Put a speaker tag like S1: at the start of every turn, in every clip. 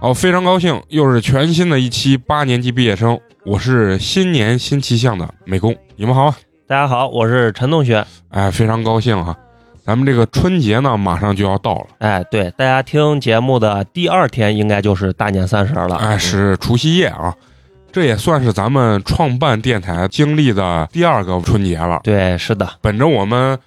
S1: 哦，非常高兴，又是全新的一期八年级毕业生。我是新年新气象的美工，你们好啊！
S2: 大家好，我是陈同学。
S1: 哎，非常高兴哈、咱们这个春节呢，马上就要到了。
S2: 哎，对，大家听节目的第二天应该就是大年三十了。
S1: 哎，
S2: 嗯，
S1: 是除夕夜啊，这也算是咱们创办电台经历的第二个春节了。
S2: 对，是的，
S1: 本着我们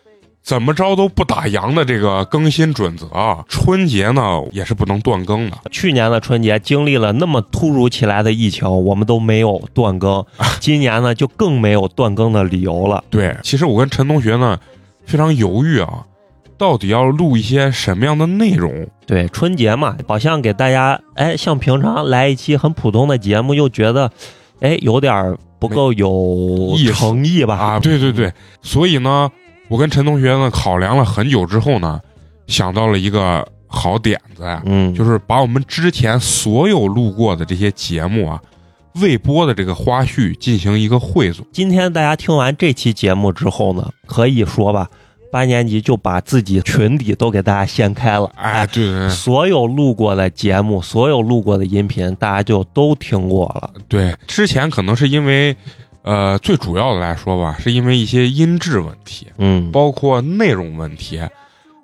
S1: 怎么着都不打烊的这个更新准则啊，春节呢也是不能断更的。
S2: 去年的春节经历了那么突如其来的疫情，我们都没有 断更，今年呢就更没有断更的理由了。
S1: 对，其实我跟陈同学呢非常犹豫啊，到底要录一些什么样的内容？
S2: 对，春节嘛，好像给大家，哎，像平常来一期很普通的节目，又觉得，哎，有点儿不够有
S1: 意思
S2: 诚意吧？
S1: 啊，对对对，所以呢，我跟陈同学呢考量了很久之后呢，想到了一个好点子呀、
S2: 嗯，
S1: 就是是把我们之前所有录过的这些节目啊，未播的这个花絮进行一个汇总。
S2: 今天大家听完这期节目之后呢，可以说吧，八年级就把自己群底都给大家掀开了，
S1: 哎，对对对
S2: 所有录过的节目，所有录过的音频，大家就都听过了。
S1: 对，之前可能是因为，呃，最主要的来说吧，是因为一些音质问题，
S2: 嗯，
S1: 包括内容问题，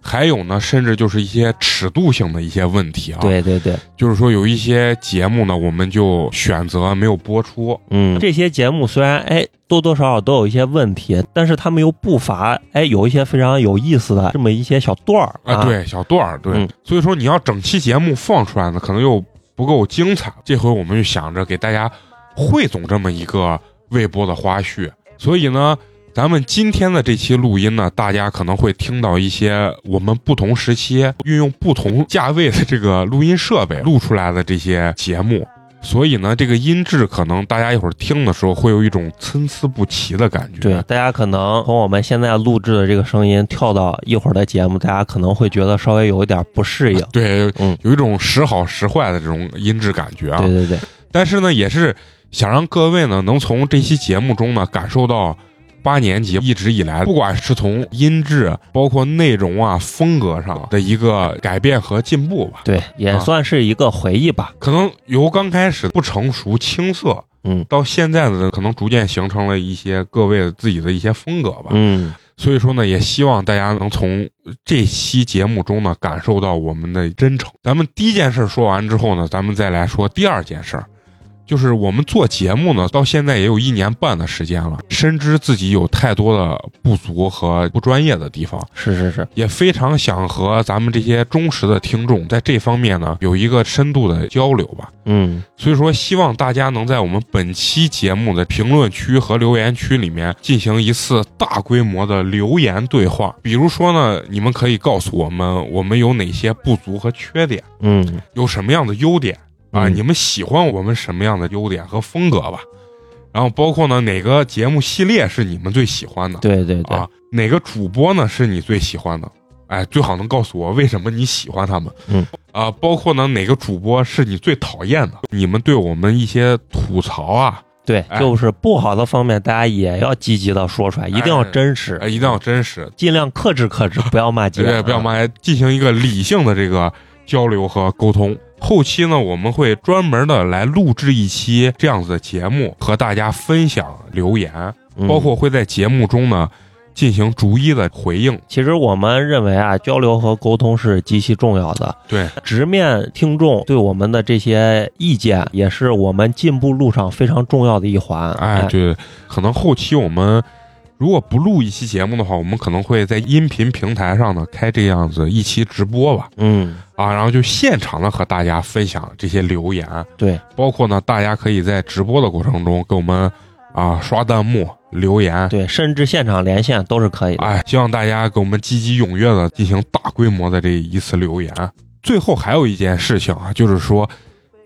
S1: 还有呢，甚至就是一些尺度性的一些问题啊。，
S2: 对对对，
S1: 就是说有一些节目呢，我们就选择没有播出。
S2: 嗯，这些节目虽然哎多多少少都有一些问题，但是他们又不乏哎有一些非常有意思的这么一些小段儿
S1: 啊，，对，小段儿，对，
S2: 嗯
S1: 所以说你要整期节目放出来呢，可能又不够精彩。这回我们就想着给大家汇总这么一个未播的花絮，所以呢，咱们今天的这期录音呢，大家可能会听到一些我们不同时期运用不同价位的这个录音设备录出来的这些节目。所以呢，这个音质可能大家一会儿听的时候会有一种参差不齐的感觉。
S2: 对，大家可能从我们现在录制的这个声音跳到一会儿的节目，大家可能会觉得稍微有一点不适应。
S1: 对，
S2: 嗯
S1: 有一种时好时坏的这种音质感觉啊。
S2: 对对对，
S1: 但是呢，也是想让各位呢能从这期节目中呢感受到八年级一直以来，不管是从音质、包括内容啊、风格上的一个改变和进步吧。
S2: 对，也
S1: 啊
S2: 算是一个回忆吧。
S1: 可能由刚开始不成熟、青涩，
S2: 嗯
S1: 到现在的可能逐渐形成了一些各位自己的一些风格吧。
S2: 嗯，
S1: 所以说呢，也希望大家能从这期节目中呢感受到我们的真诚。咱们第一件事说完之后呢，咱们再来说第二件事儿，就是我们做节目呢，到现在也有一年半的时间了，深知自己有太多的不足和不专业的地方，
S2: 是是是，
S1: 也非常想和咱们这些忠实的听众在这方面呢有一个深度的交流吧。
S2: 嗯，
S1: 所以说，希望大家能在我们本期节目的评论区和留言区里面进行一次大规模的留言对话。比如说呢，你们可以告诉我们，我们有哪些不足和缺点，
S2: 嗯，
S1: 有什么样的优点啊？
S2: 嗯
S1: 你们喜欢我们什么样的优点和风格吧？然后包括呢，哪个节目系列是你们最喜欢的
S2: 对对对，
S1: 啊？哪个主播呢是你最喜欢的？哎，最好能告诉我为什么你喜欢他们。
S2: 嗯，
S1: 啊，包括呢哪个主播是你最讨厌的？你们对我们一些吐槽啊，
S2: 对，
S1: 哎
S2: 就是不好的方面，大家也要积极的说出来，一定要真实，
S1: 哎，一定要真实，
S2: 尽量克制克制，不要骂街，
S1: 对，不要
S2: 啊。
S1: 嘛，进行一个理性的这个交流和沟通。后期呢，我们会专门的来录制一期这样子的节目，和大家分享留言，
S2: 嗯
S1: 包括会在节目中呢进行逐一的回应。
S2: 其实我们认为啊，交流和沟通是极其重要的。
S1: 对，
S2: 直面听众对我们的这些意见，也是我们进步路上非常重要的一环。
S1: 哎，对，可能后期我们如果不录一期节目的话，我们可能会在音频平台上呢开这样子一期直播吧，
S2: 嗯，
S1: 啊，然后就现场的和大家分享这些留言，
S2: 对，
S1: 包括呢大家可以在直播的过程中给我们啊刷弹幕留言。
S2: 对，甚至现场连线都是可以的。
S1: 哎，希望大家给我们积极踊跃的进行大规模的这一次留言。最后还有一件事情啊，就是说，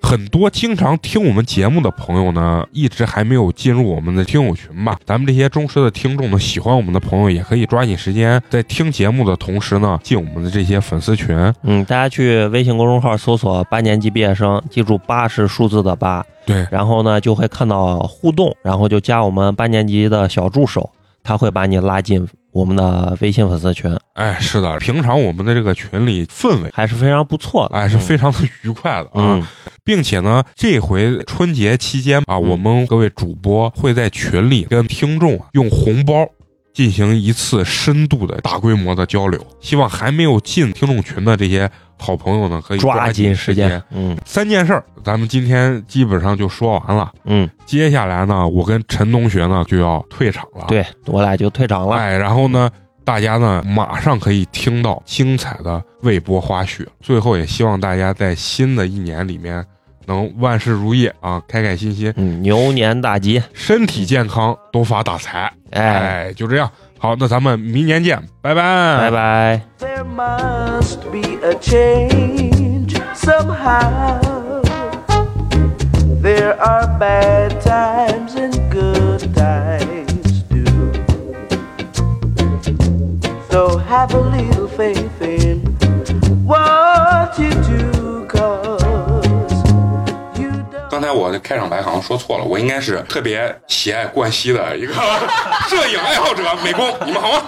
S1: 很多经常听我们节目的朋友呢，一直还没有进入我们的听友群吧。咱们这些忠实的听众呢，喜欢我们的朋友也可以抓紧时间，在听节目的同时呢，进我们的这些粉丝群。
S2: 嗯，大家去微信公众号搜索“八年级毕业生”，记住“八”是数字的八，
S1: 对，
S2: 然后呢就会看到互动，然后就加我们八年级的小助手，他会把你拉进我们的微信粉丝群，
S1: 哎，是的，平常我们的这个群里氛围，
S2: 还是非常不错的。
S1: 哎，是非常的愉快的啊。
S2: 嗯，
S1: 并且呢，这回春节期间啊，我们各位主播会在群里跟听众啊用红包进行一次深度的大规模的交流。希望还没有进听众群的这些好朋友呢，可以
S2: 抓紧
S1: 紧
S2: 时
S1: 间
S2: 间。。嗯
S1: 三件事儿，咱们今天基本上就说完了。
S2: 嗯，
S1: 接下来呢，我跟陈同学呢就要退场了。，
S2: 对我俩就退场了。
S1: 哎，然后呢。大家呢，马上可以听到精彩的未播花絮。最后也希望大家在新的一年里面能万事如意啊，开开心心，
S2: 嗯，牛年大吉，
S1: 身体健康，多发大财。
S2: 哎，
S1: 哎，就这样。好，那咱们明年见，拜拜，
S2: 拜拜。
S3: There must be a change somehow. There are bad times and good times too. So have a little faith in what you do, cause you don't.
S1: 刚才我的开场白好像说错了，我应该是特别喜爱冠希的一个 摄影爱好者美工，你们好吗？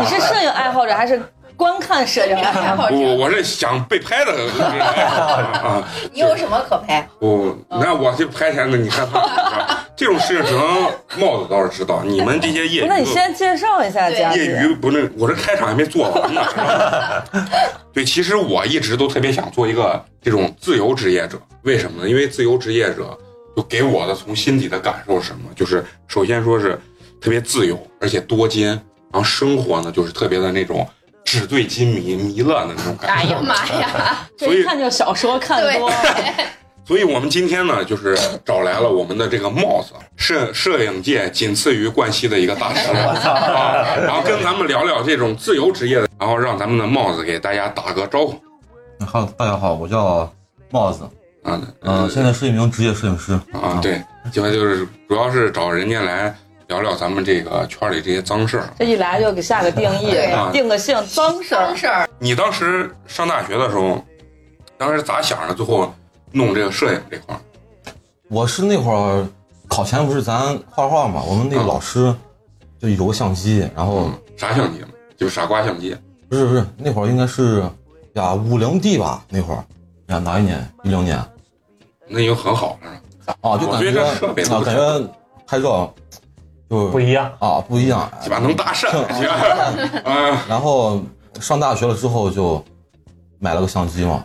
S4: 你是摄影爱好者还是观看摄影爱 好者？
S1: 我我是想被拍的啊，
S4: 你有什么可拍？
S1: 我那我去拍前的，你看他这种事情，只能帽子倒是知道，你们这些业余
S4: 那你先介绍一下
S5: 对
S4: 嘉
S1: 业
S4: 宾。
S1: 余不是，我这开场还没做完呢。是吧对，其实我一直都特别想做一个这种自由职业者，为什么呢？因为自由职业者就给我的从心底的感受是什么？就是首先说是特别自由，而且多金，然后生活呢就是特别的那种纸醉金迷、弥勒的那种感
S6: 哎
S1: 觉。
S6: 呀妈呀！
S1: 所以
S7: 这一看就是小说看得多。
S1: 所以我们今天呢，就是找来了我们的这个帽子，摄摄影界仅次于冠希的一个大 师啊，然后跟咱们聊聊这种自由职业的，然后让咱们的帽子给大家打个招呼
S8: 哈，大家好，我叫帽子，
S1: 啊，
S8: 嗯、现在是一名职业摄影师
S1: 啊，，对，今天就是主要是找人家来聊聊咱们这个圈里这些脏事儿。
S4: 这一来就给下个定义
S1: 啊，
S4: 定个性，脏事儿
S6: 真。 事儿，
S1: 你当时上大学的时候，当时咋想的？最后弄这个摄影这块儿，
S8: 我是那会儿考前不是咱画画嘛，我们那个
S1: 嗯
S8: 老师就有个相机，然后、
S1: 嗯，啥相机嘛，就傻瓜相机，
S8: 不是不是那会儿应该是呀五零 D 吧，那会儿呀哪一年一零年
S1: 那已经很好了。
S8: 啊，就
S1: 我
S8: 感
S1: 觉
S8: 觉
S1: 得设备都
S8: 啊
S1: 不
S8: 感觉拍照就
S2: 不一样，
S8: 啊不一样，
S1: 鸡巴能搭讪，
S8: 挺 嗯
S1: 啊，
S8: 然后上大学了之后就买了个相机嘛，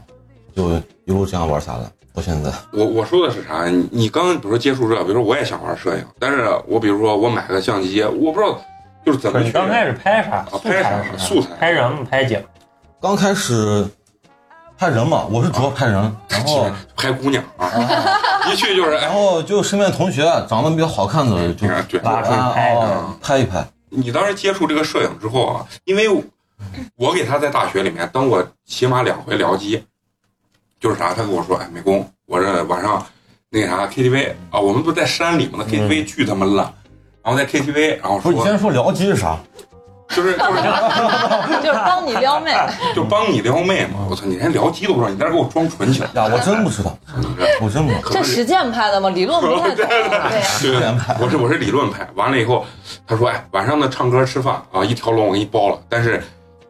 S8: 就一路这样玩下来到现在。
S1: 我我说的是啥？你你刚刚比如说接触这，比如说我也想玩摄影，但是我比如说我买个相机，我不知道就是怎么去。
S2: 始拍啥
S1: 啊拍啥素材
S2: 拍人吗？拍景？
S8: 刚开始拍人嘛，我是主要拍人，然后
S1: 啊拍姑娘啊，一去就是
S8: 然
S1: 哎，
S8: 后就身边同学长得比较好看的就
S1: 啊对
S2: 拉出来拍
S8: 啊啊拍一拍，
S1: 你当时接触这个摄影之后啊，因为我给他在大学里面当我起码两回聊机，就是啥，他跟我说，哎，美工，我这晚上那啥 KTV 啊，我们不是在山里吗？那 KTV 巨他妈烂，然后在 KTV，然后
S8: 嗯不
S1: 说
S8: 是你先说僚机是啥？
S1: 就是就是。
S7: 就是帮你撩 妹，
S1: 就帮你撩妹嘛！我操，你连聊机都不知道，你在这给我装纯情，
S8: 嗯呀，我真不知道，我真不知道。
S7: 这实践派的吗？理论不太 懂。
S6: 对呀，
S1: 对，我是我是理论派。完了以后，他说：“哎，晚上呢唱歌吃饭啊，一条龙我给你包了。但是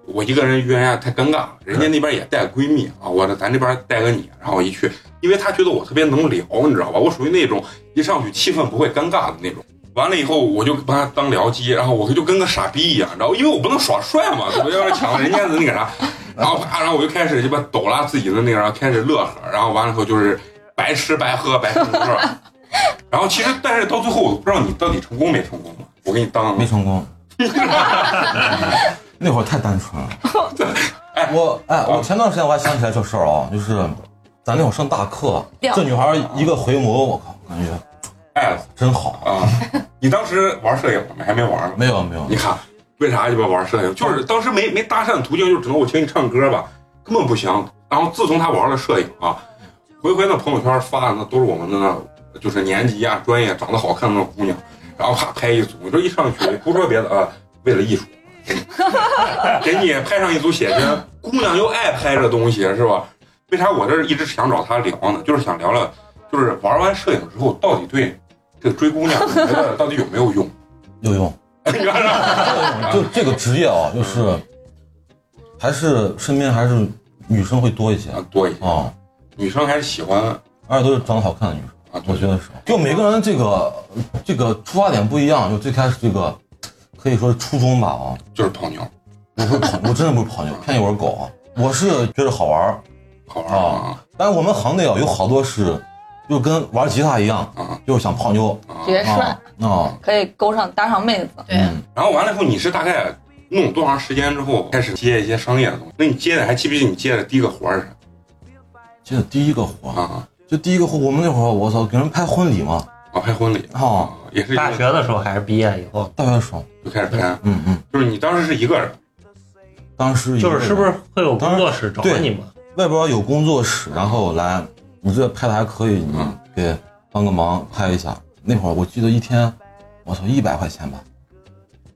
S1: 我一个人约人家太尴尬了，人家那边也带闺蜜啊，我这咱这边带个你。”然后我一去，因为他觉得我特别能聊，你知道吧？我属于那种一上去气氛不会尴尬的那种。完了以后，我就把他当僚机，然后我就跟个傻逼一样，然后因为我不能耍帅嘛，我要是抢了人家的那个啥，然后啪，然后我就开始就把抖拉自己的那个，然后开始乐呵，然后完了以后就是白吃白喝白吃白喝，然后其实但是到最后我不知道你到底成功没成功嘛，我给你当
S8: 没成功。那会儿太单纯了。我哎，我前段时间我还想起来这事儿啊，就是咱那会儿上大课，
S4: 掉
S8: 这女孩一个回眸，我靠，感觉
S1: 哎
S8: 真好。
S1: 啊，你当时玩摄影吗？还没玩呢。
S8: 没有没有
S1: 你，看，为啥鸡巴玩摄影？就是当时没没搭讪的途径，就是只能我请你唱歌吧，根本不行。然后自从他玩了摄影啊，回回那朋友圈发的那都是我们的那，就是年级啊、专业长得好看的那姑娘，然后啪拍一组，你说一上去不说别的啊，为了艺术，给你拍上一组写真，姑娘又爱拍这东西是吧？为啥我这儿一直想找她聊呢？就是想聊聊，就是玩完摄影之后，到底对这个追姑娘，你觉得到底有没有用？
S8: 有 用。
S1: 你看啊
S8: 就这个职业啊，就是
S1: 嗯
S8: 还是身边还是女生会多一些啊、
S1: 多一些。女生还是喜欢
S8: 而且都是长得好看的女生，
S1: 啊，
S8: 我觉得是。就每个人这个这个出发点不一样，就最开始这个可以说是初衷吧啊、
S1: 就是泡妞，
S8: 我不是泡，我真的不是泡妞，偏一会儿狗啊，我是觉得好玩儿。
S1: 好玩
S8: 啊
S1: 吗？
S8: 但是我们行内啊，有好多是就跟玩吉他一样，
S1: 啊
S8: 就是想泡妞
S1: 啊！
S4: 觉得帅
S8: 啊，啊，
S4: 可以勾上搭上妹子。
S8: 嗯，
S1: 然后完了以后，你是大概弄多长时间之后开始接一些商业的东西？那你接的还记不记得你接的第一个活儿是啥
S8: 记得第一个活，
S1: 啊？
S8: 就第一个活，我们那会儿我操，给人拍婚礼嘛，
S1: 啊，拍婚礼
S8: 啊，，
S1: 也是一个
S2: 大学的时候还是毕业以后，
S8: 大学时候，
S1: 就开始拍，
S8: 嗯嗯，
S1: 就是你当时是一个人
S8: 当时一个
S2: 就是是不是会有工作室找
S8: 对
S2: 你们？
S8: 外边有工作室，然后来，你这拍的还可以，你
S1: 嗯
S8: 给帮个忙拍一下。那会儿我记得一天，我操，一百块钱吧。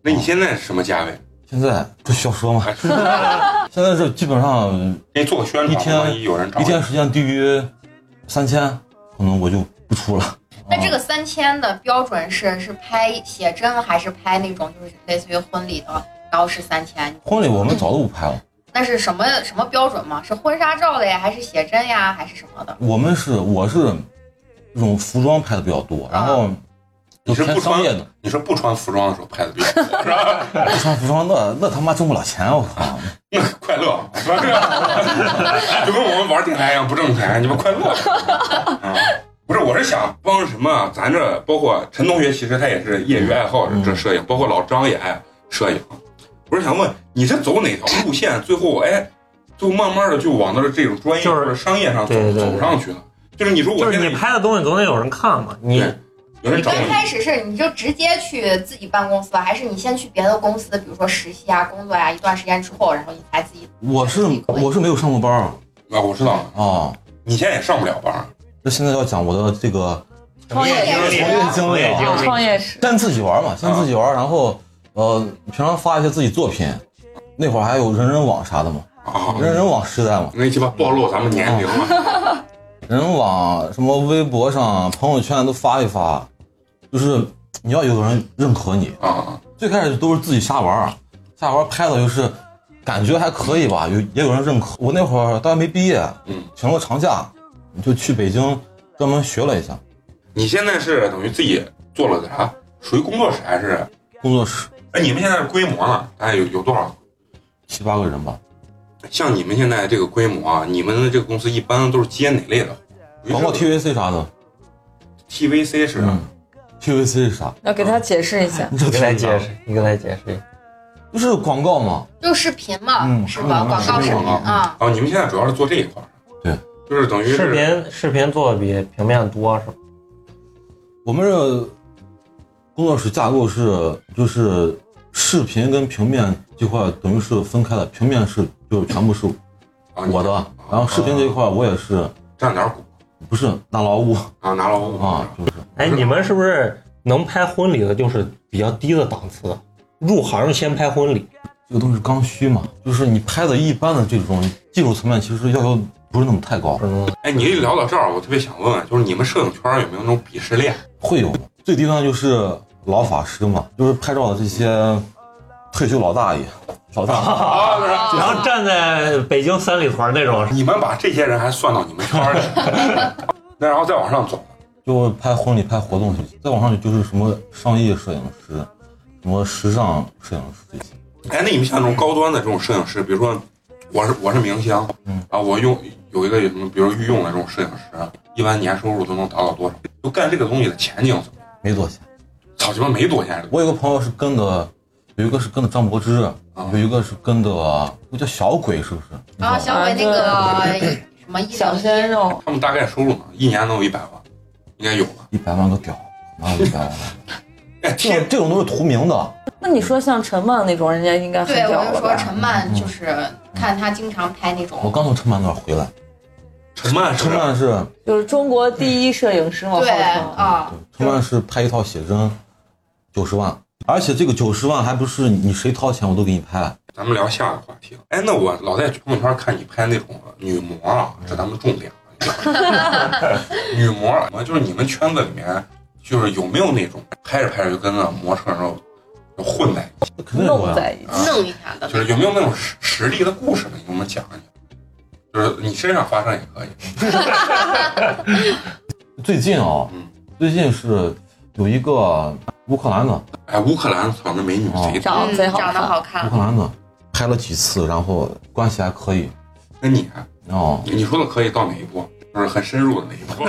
S1: 那
S8: 哦
S1: 你现在是什么价位？
S8: 现在这需要说吗？
S1: 哎
S8: 现在这基本上
S1: 给你做个宣传，
S8: 一天
S1: 万一有人找
S8: 一
S1: 你
S8: 天时间低于三千，可能我就不出了。
S6: 那这个三千的标准是是拍写真还是拍那种就是类似于婚礼的，然后是三千？
S8: 婚礼我们早都不拍了，
S6: 那是什么什么标准吗？是婚纱照的呀，还是写真呀，还是什么的？
S8: 我们是我是这种服装拍的比较多，然后
S1: 啊你
S8: 就是偏
S1: 不
S8: 商
S1: 穿
S8: 业的，，
S1: 你是不穿服装的时候拍的比较多，是吧？
S8: 不穿服装那那他妈挣不了钱，我靠！
S1: 那 快乐，就跟我们玩电台一样，不挣钱，你们快乐。啊，不是，我是想帮什么啊？咱这包括陈同学，其实他也是业余爱好者这摄影，包括老张也爱摄影。我是想问，你是走哪条路线？最后哎，就慢慢的就往到这种专业
S2: 就是
S1: 或者商业上走
S2: 对对对
S1: 啊走上去了。就是你如
S2: 就
S1: 果
S2: 是
S1: 现在
S2: 你拍的东西总得有人看嘛，你
S1: 对有人
S6: 你
S1: 找
S6: 刚
S1: 你，
S6: 开始是你就直接去自己办公司，还是你先去别的公司，比如说实习啊、工作呀、一段时间之后，然后你才自己？
S8: 我是我是没有上过班儿
S1: 啊，我知道了，
S8: 啊，
S1: 你现在也上不了班儿，
S8: 那现在要讲我的这个
S4: 创业
S6: 经历
S8: 从业经历啊，
S4: 创业史，
S8: 先自己玩
S1: 啊
S8: 嘛，先自己玩，然后呃，平常发一些自己作品。那会儿还有人人网啥的嘛，
S1: 啊，
S8: 人人网时代嘛，
S1: 那鸡巴暴露咱们年龄了，
S8: 人人网什么微博上、朋友圈都发一发，就是你要有人认可你。
S1: 啊，
S8: 最开始都是自己瞎玩儿，啊瞎玩儿拍的就是感觉还可以吧，有也有人认可。我那会儿大学没毕业，
S1: 嗯，
S8: 请了长假，就去北京专门学了一下
S1: 你现在是等于自己做了个啥？属于工作室还是
S8: 工作室，
S1: 哎，你们现在的规模呢？哎，有有多少？
S8: 七八个人吧，
S1: 像你们现在这个规模啊，你们的这个公司一般都是接哪类的？
S8: 包括 TVC 啥的，
S1: TVC 是吧
S8: 嗯，TVC 是啥？
S4: 要给他解释一 下。
S8: 你这
S2: 给
S8: 听
S2: 他
S8: 不
S2: 解
S8: 懂
S2: 释，你给他解释。
S8: 就是广告嘛，
S6: 就视频嘛，
S8: 嗯
S6: 是吧？
S8: 嗯
S6: 广告视频啊，
S1: 哦，你们现在主要是做这一块儿，
S8: 对，
S1: 就是等于
S2: 视
S1: 是
S2: 频视频做的比平面多是吧？
S8: 我们这工作室架构是就是视频跟平面这块等于是分开的，平面是就是全部是
S1: 啊，
S8: 我的，然后视频这一块我也是
S1: 占点股
S8: 不是大劳务
S1: 啊，拿了我
S8: 啊，就是
S2: 哎，你们是不是能拍婚礼的，就是比较低的档次？入行先拍婚礼，
S8: 这个东西刚需嘛，就是你拍的一般的这种技术层面其实要求不是那么太高，
S2: 是吗？
S1: 哎，你一聊到这儿，我特别想问问，就是你们摄影圈有没有那种鄙视链？
S8: 会有的最低端就是老法师嘛，就是拍照的这些退休老大爷，老大
S1: 啊，不是
S2: 然后站在北京三里屯那种，
S1: 你们把这些人还算到你们圈儿里，那然后再往上走，
S8: 就拍婚礼、拍活动这些，再往上就是什么商业摄影师，什么时尚摄影师这些。
S1: 哎，那你们像这种高端的这种摄影师，比如说我是我是明星，
S8: 嗯
S1: 啊，我用有一个什么，比如御用的这种摄影师，一般年收入都能达到多少？就干这个东西的前景，
S8: 没多少钱。
S1: 操鸡巴没多少钱
S8: 我有个朋友是跟的，有一个是跟的张柏芝，
S1: 啊
S8: 有一个是跟的，那叫小鬼是不是？
S6: 然后小鬼那个一什么一
S4: 小鲜肉，
S1: 他们大概收入呢，一年能有一百万，应该有吧？
S8: 一百万个屌，哪有一百万？
S1: 哎，
S8: 这种
S1: 天，
S8: 这种都是图名的，
S4: 那你说像陈曼那种，人家应该呃很
S6: 对，
S4: 屌
S6: 我就
S4: 了
S6: 说
S4: 吧？嗯
S6: 陈曼就是看她经常拍那
S8: 我
S6: 种，
S8: 刚从陈曼那儿回来，
S1: 陈曼是
S8: 陈曼是
S4: 就是中国第一摄影师嘛，号
S6: 对
S4: 称。
S6: 啊，
S8: 陈曼是拍一套写真，九十万，而且这个九十万还不是你谁掏钱我都给你拍，
S1: 咱们聊下一个话题了。哎，那我老在朋友圈看你拍那种女模啊，这咱们重点了 女模啊，就是你们圈子里面，就是有没有那种拍着拍着就跟那模特儿然后就混在一起
S8: 那肯定有
S4: 弄
S8: 呀。
S4: 在一起，
S1: 啊？
S6: 弄一下的，
S1: 就是有没有那种实实力的故事呢？你给我们讲一讲。就是你身上发生也可以，
S8: 最近啊
S1: 嗯，
S8: 最近是有一个乌克兰的，哦
S1: 哎，乌克兰操那美女贼多，
S4: 长得
S6: 嗯
S4: 贼好
S6: 长得
S4: 看。
S6: 好
S8: 乌
S6: 看，
S8: 克兰的拍了几次，然后关系还可以，
S1: 那你啊
S8: 哦，
S1: 你说的可以到哪一步？就是很深入的那一步。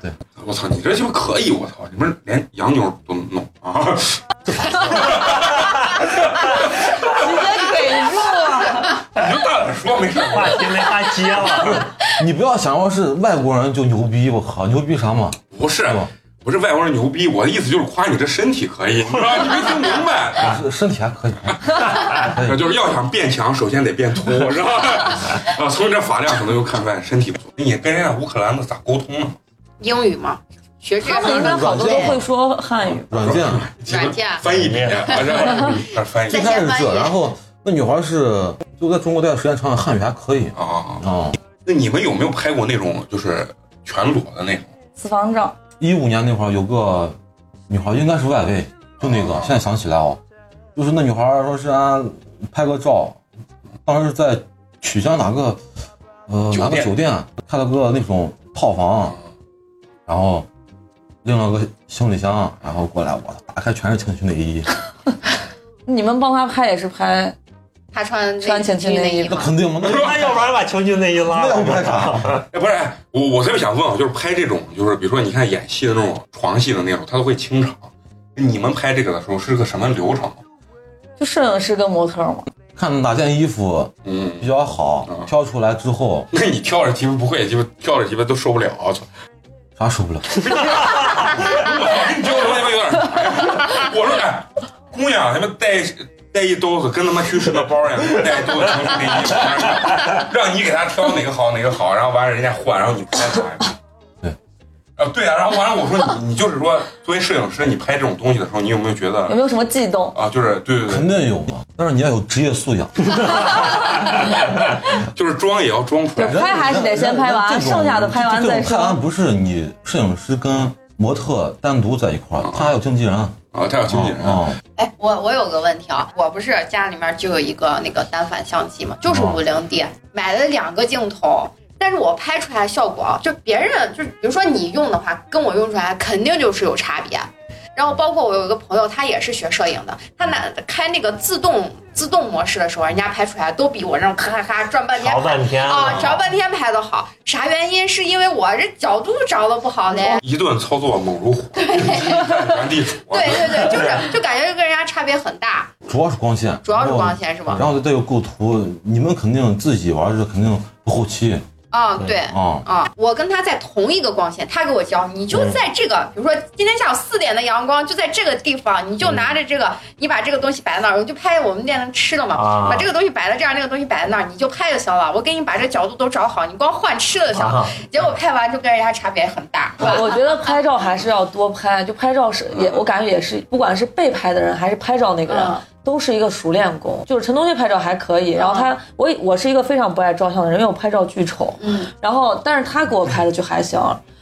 S8: 对，
S1: 我操，你这就可以，我操，你们连洋妞都能弄啊！
S4: 直接给住啊！
S1: 你就大胆说，没事儿。
S2: 话题没法接了。
S8: 你 不要想要是外国人就牛逼，我靠，牛逼啥嘛？
S1: 不是
S8: 是吧，
S1: 不是外国人牛逼，我的意思就是夸你这身体可以，你知道吗？你没听明白？
S8: 是身体还可以，
S1: 那就是要想变强，首先得变秃，是吧？啊，从你这发量可能就看出来你身体不错。你跟人家乌克兰的咋沟通呢？
S6: 英语嘛，学这
S4: 他们应
S6: 个
S4: 该好多都会说汉语，
S8: 软 件啊
S6: 软件
S1: 翻译笔，啊这这翻译
S8: 最
S1: 啊
S8: 开始这，然后那女孩是就在中国待的时间长，汉语还可以。
S1: 啊啊！
S8: 啊。
S1: 那你们有没有拍过那种就是全裸的那种？
S4: 私房照。
S8: 一五年那会儿有个女孩，应该是外围，就那
S1: 啊
S8: 个，现在想起来哦，就是那女孩说是啊，拍个照，当时在曲江哪个呃
S1: 酒店啊
S8: 哪个酒店开了个那种套房，然后拎了个行李箱，然后过来，我操打开全是情趣内衣，
S4: 你们帮他拍也是拍，
S6: 她穿
S4: 穿情趣内衣
S6: 内衣
S8: 那
S6: 嘛，
S8: 肯定嘛，那
S2: 那要不然把情趣内衣拉
S8: 那要
S2: 了
S8: 不拍啥？
S1: 哎，不是，哎我我特别想问啊，就是拍这种，就是比如说你看演戏的那种床戏的那种，他都会清场。你们拍这个的时候是个什么流程？啊
S4: 就摄影师跟模特嘛。
S8: 看哪件衣服
S1: 嗯，
S8: 比较好
S1: 嗯，
S8: 挑出来之后
S1: 那你跳着鸡巴不会，鸡巴跳着鸡巴都受不了，我操！
S8: 啥啊受不了？
S1: 你听我说，他妈有点儿哎呀我说，哎，姑娘，他妈带带一兜子，跟他妈去世的包一样，带一兜子情趣内衣，完了 让你给他挑哪个好哪个好，然后完了人家换，然后你拍啥呀？
S8: 对，
S1: 啊对啊，然后完了我说你你就是说，作为摄影师，你拍这种东西的时候，你有没有觉
S4: 有
S1: 得
S4: 没有什么悸动？
S1: 啊，就是对对
S8: 肯
S1: 对，
S8: 定有嘛，但是你要有职业素养。
S1: 就是装也要装出来
S4: 对， 拍还是得先拍完
S8: 这种
S4: 剩下的拍完再说
S8: 这种拍完不是你摄影师跟模特单独在一块儿，他还有经纪人。
S1: 啊，他要经纪人啊
S8: 啊，
S6: 哎，我我有个问题啊，我不是家里面就有一个那个单反相机嘛，就是五零 D，买了两个镜头，但是我拍出来效果啊，就别人就比如说你用的话，跟我用出来肯定就是有差别。然后包括我有一个朋友，他也是学摄影的，他拿开那个自动自动模式的时候，人家拍出来都比我这种咔咔咔转半天
S2: 调半天
S6: 啊调半天拍的好。啥原因？是因为我这角度找的不好嘞。
S1: 一顿操作猛如虎，原
S8: 哦
S1: 地杵。
S6: 对对对，就是就感觉就跟人家差别很大，
S8: 主要是光线，
S6: 主要是光线是吧
S8: 然？后。然后再有构图，你们肯定自己玩是肯定不后期
S6: 啊，对。
S2: 哦
S8: 啊。
S6: 啊，我跟他在同一个光线，他给我教，你就在这
S2: 嗯
S6: 个，比如说今天下午四点的阳光，就在这个地方，你就拿着这个，你把这个东西摆在那儿，我就拍我们店的吃的嘛，
S2: 嗯啊
S6: 把这个东西摆在这儿，那个东西摆在那儿，你就拍就行了。我给你把这角度都找好，你光换吃的就行了。
S2: 啊
S6: 结果拍完就跟人家差别很大，
S4: 我我觉得拍照还是要多拍，就拍照是也，我感觉也是，不管是被拍的人还是拍照那个人，
S6: 嗯
S4: 都是一个熟练工。就是陈同学拍照还可以，然后他我我是一个非常不爱照相的人，因为我拍照巨丑。
S6: 嗯，
S4: 然后但是他给我拍的就还行。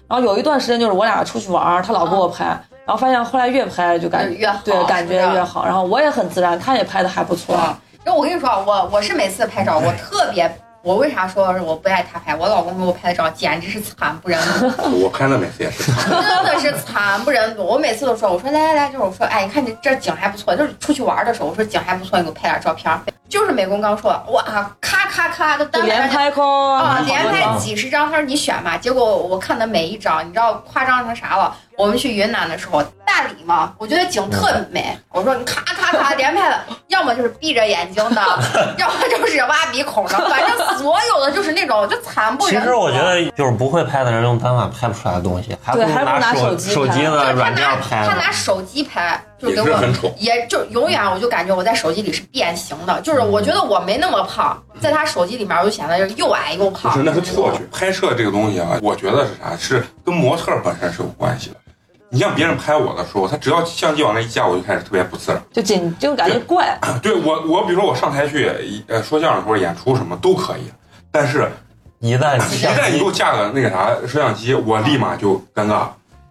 S4: 然后有一段时间就是我俩出去玩儿，他老给我拍，然后发现后来越拍就感
S6: 就嗯越好
S4: 对感觉
S6: 是吧嗯
S4: 越好，然后我也很自然，他也拍的还不错。
S6: 啊。然后我跟你说啊，我我是每次拍照，我特别我为啥说我不爱他拍？我老公给我拍的照简直是惨不忍睹，
S1: 我拍了每次也是。
S6: 真的是惨不忍睹。我每次都说，我说来来来，就是我说，哎，你看你这景还不错，就是出去玩的时候，我说景还不错，你给我拍点照片儿。就是美工刚说，哇，咔咔咔，都单
S4: 连
S6: 拍
S4: 拍空
S6: 啊，
S4: 啊，
S6: 连拍几十张，他说你选吧。结果我看的每一张，你知道夸张成啥了？我们去云南的时候，大理嘛，我觉得景特美。我说你咔咔咔连拍了，要么就是闭着眼睛的， 要么就是挖鼻孔的，反正所有的就是那种就惨不
S2: 其
S6: 忍睹。
S2: 实我觉得，就是不会拍的人用单反拍不出来的东西，还不
S4: 对
S2: 如
S4: 还不如拿
S2: 手
S4: 手机
S2: 手
S4: 拍
S2: 机
S6: 就是
S2: 的
S6: 他
S2: 软件
S6: 拿
S2: 拍
S6: 他
S2: 的。
S6: 拿手机拍，就给
S1: 也
S6: 我
S1: 是很丑
S6: 也就永远我就感觉我在手机里是变形的，就是我觉得我没那么胖，在他手机里面我就显得又矮又
S1: 不
S6: 胖。
S1: 是，那是错觉。拍摄这个东西啊，我觉得是啥？是跟模特本身是有关系的。你像别人拍我的时候，他只要相机往那一架，我就开始特别不自然。
S4: 就紧就感觉怪，
S1: 对我，我比如说我上台去呃说相声或者演出什么都可以，但是
S2: 一 旦
S1: 一旦你给我架个那个啥摄像机，我立马就尴尬，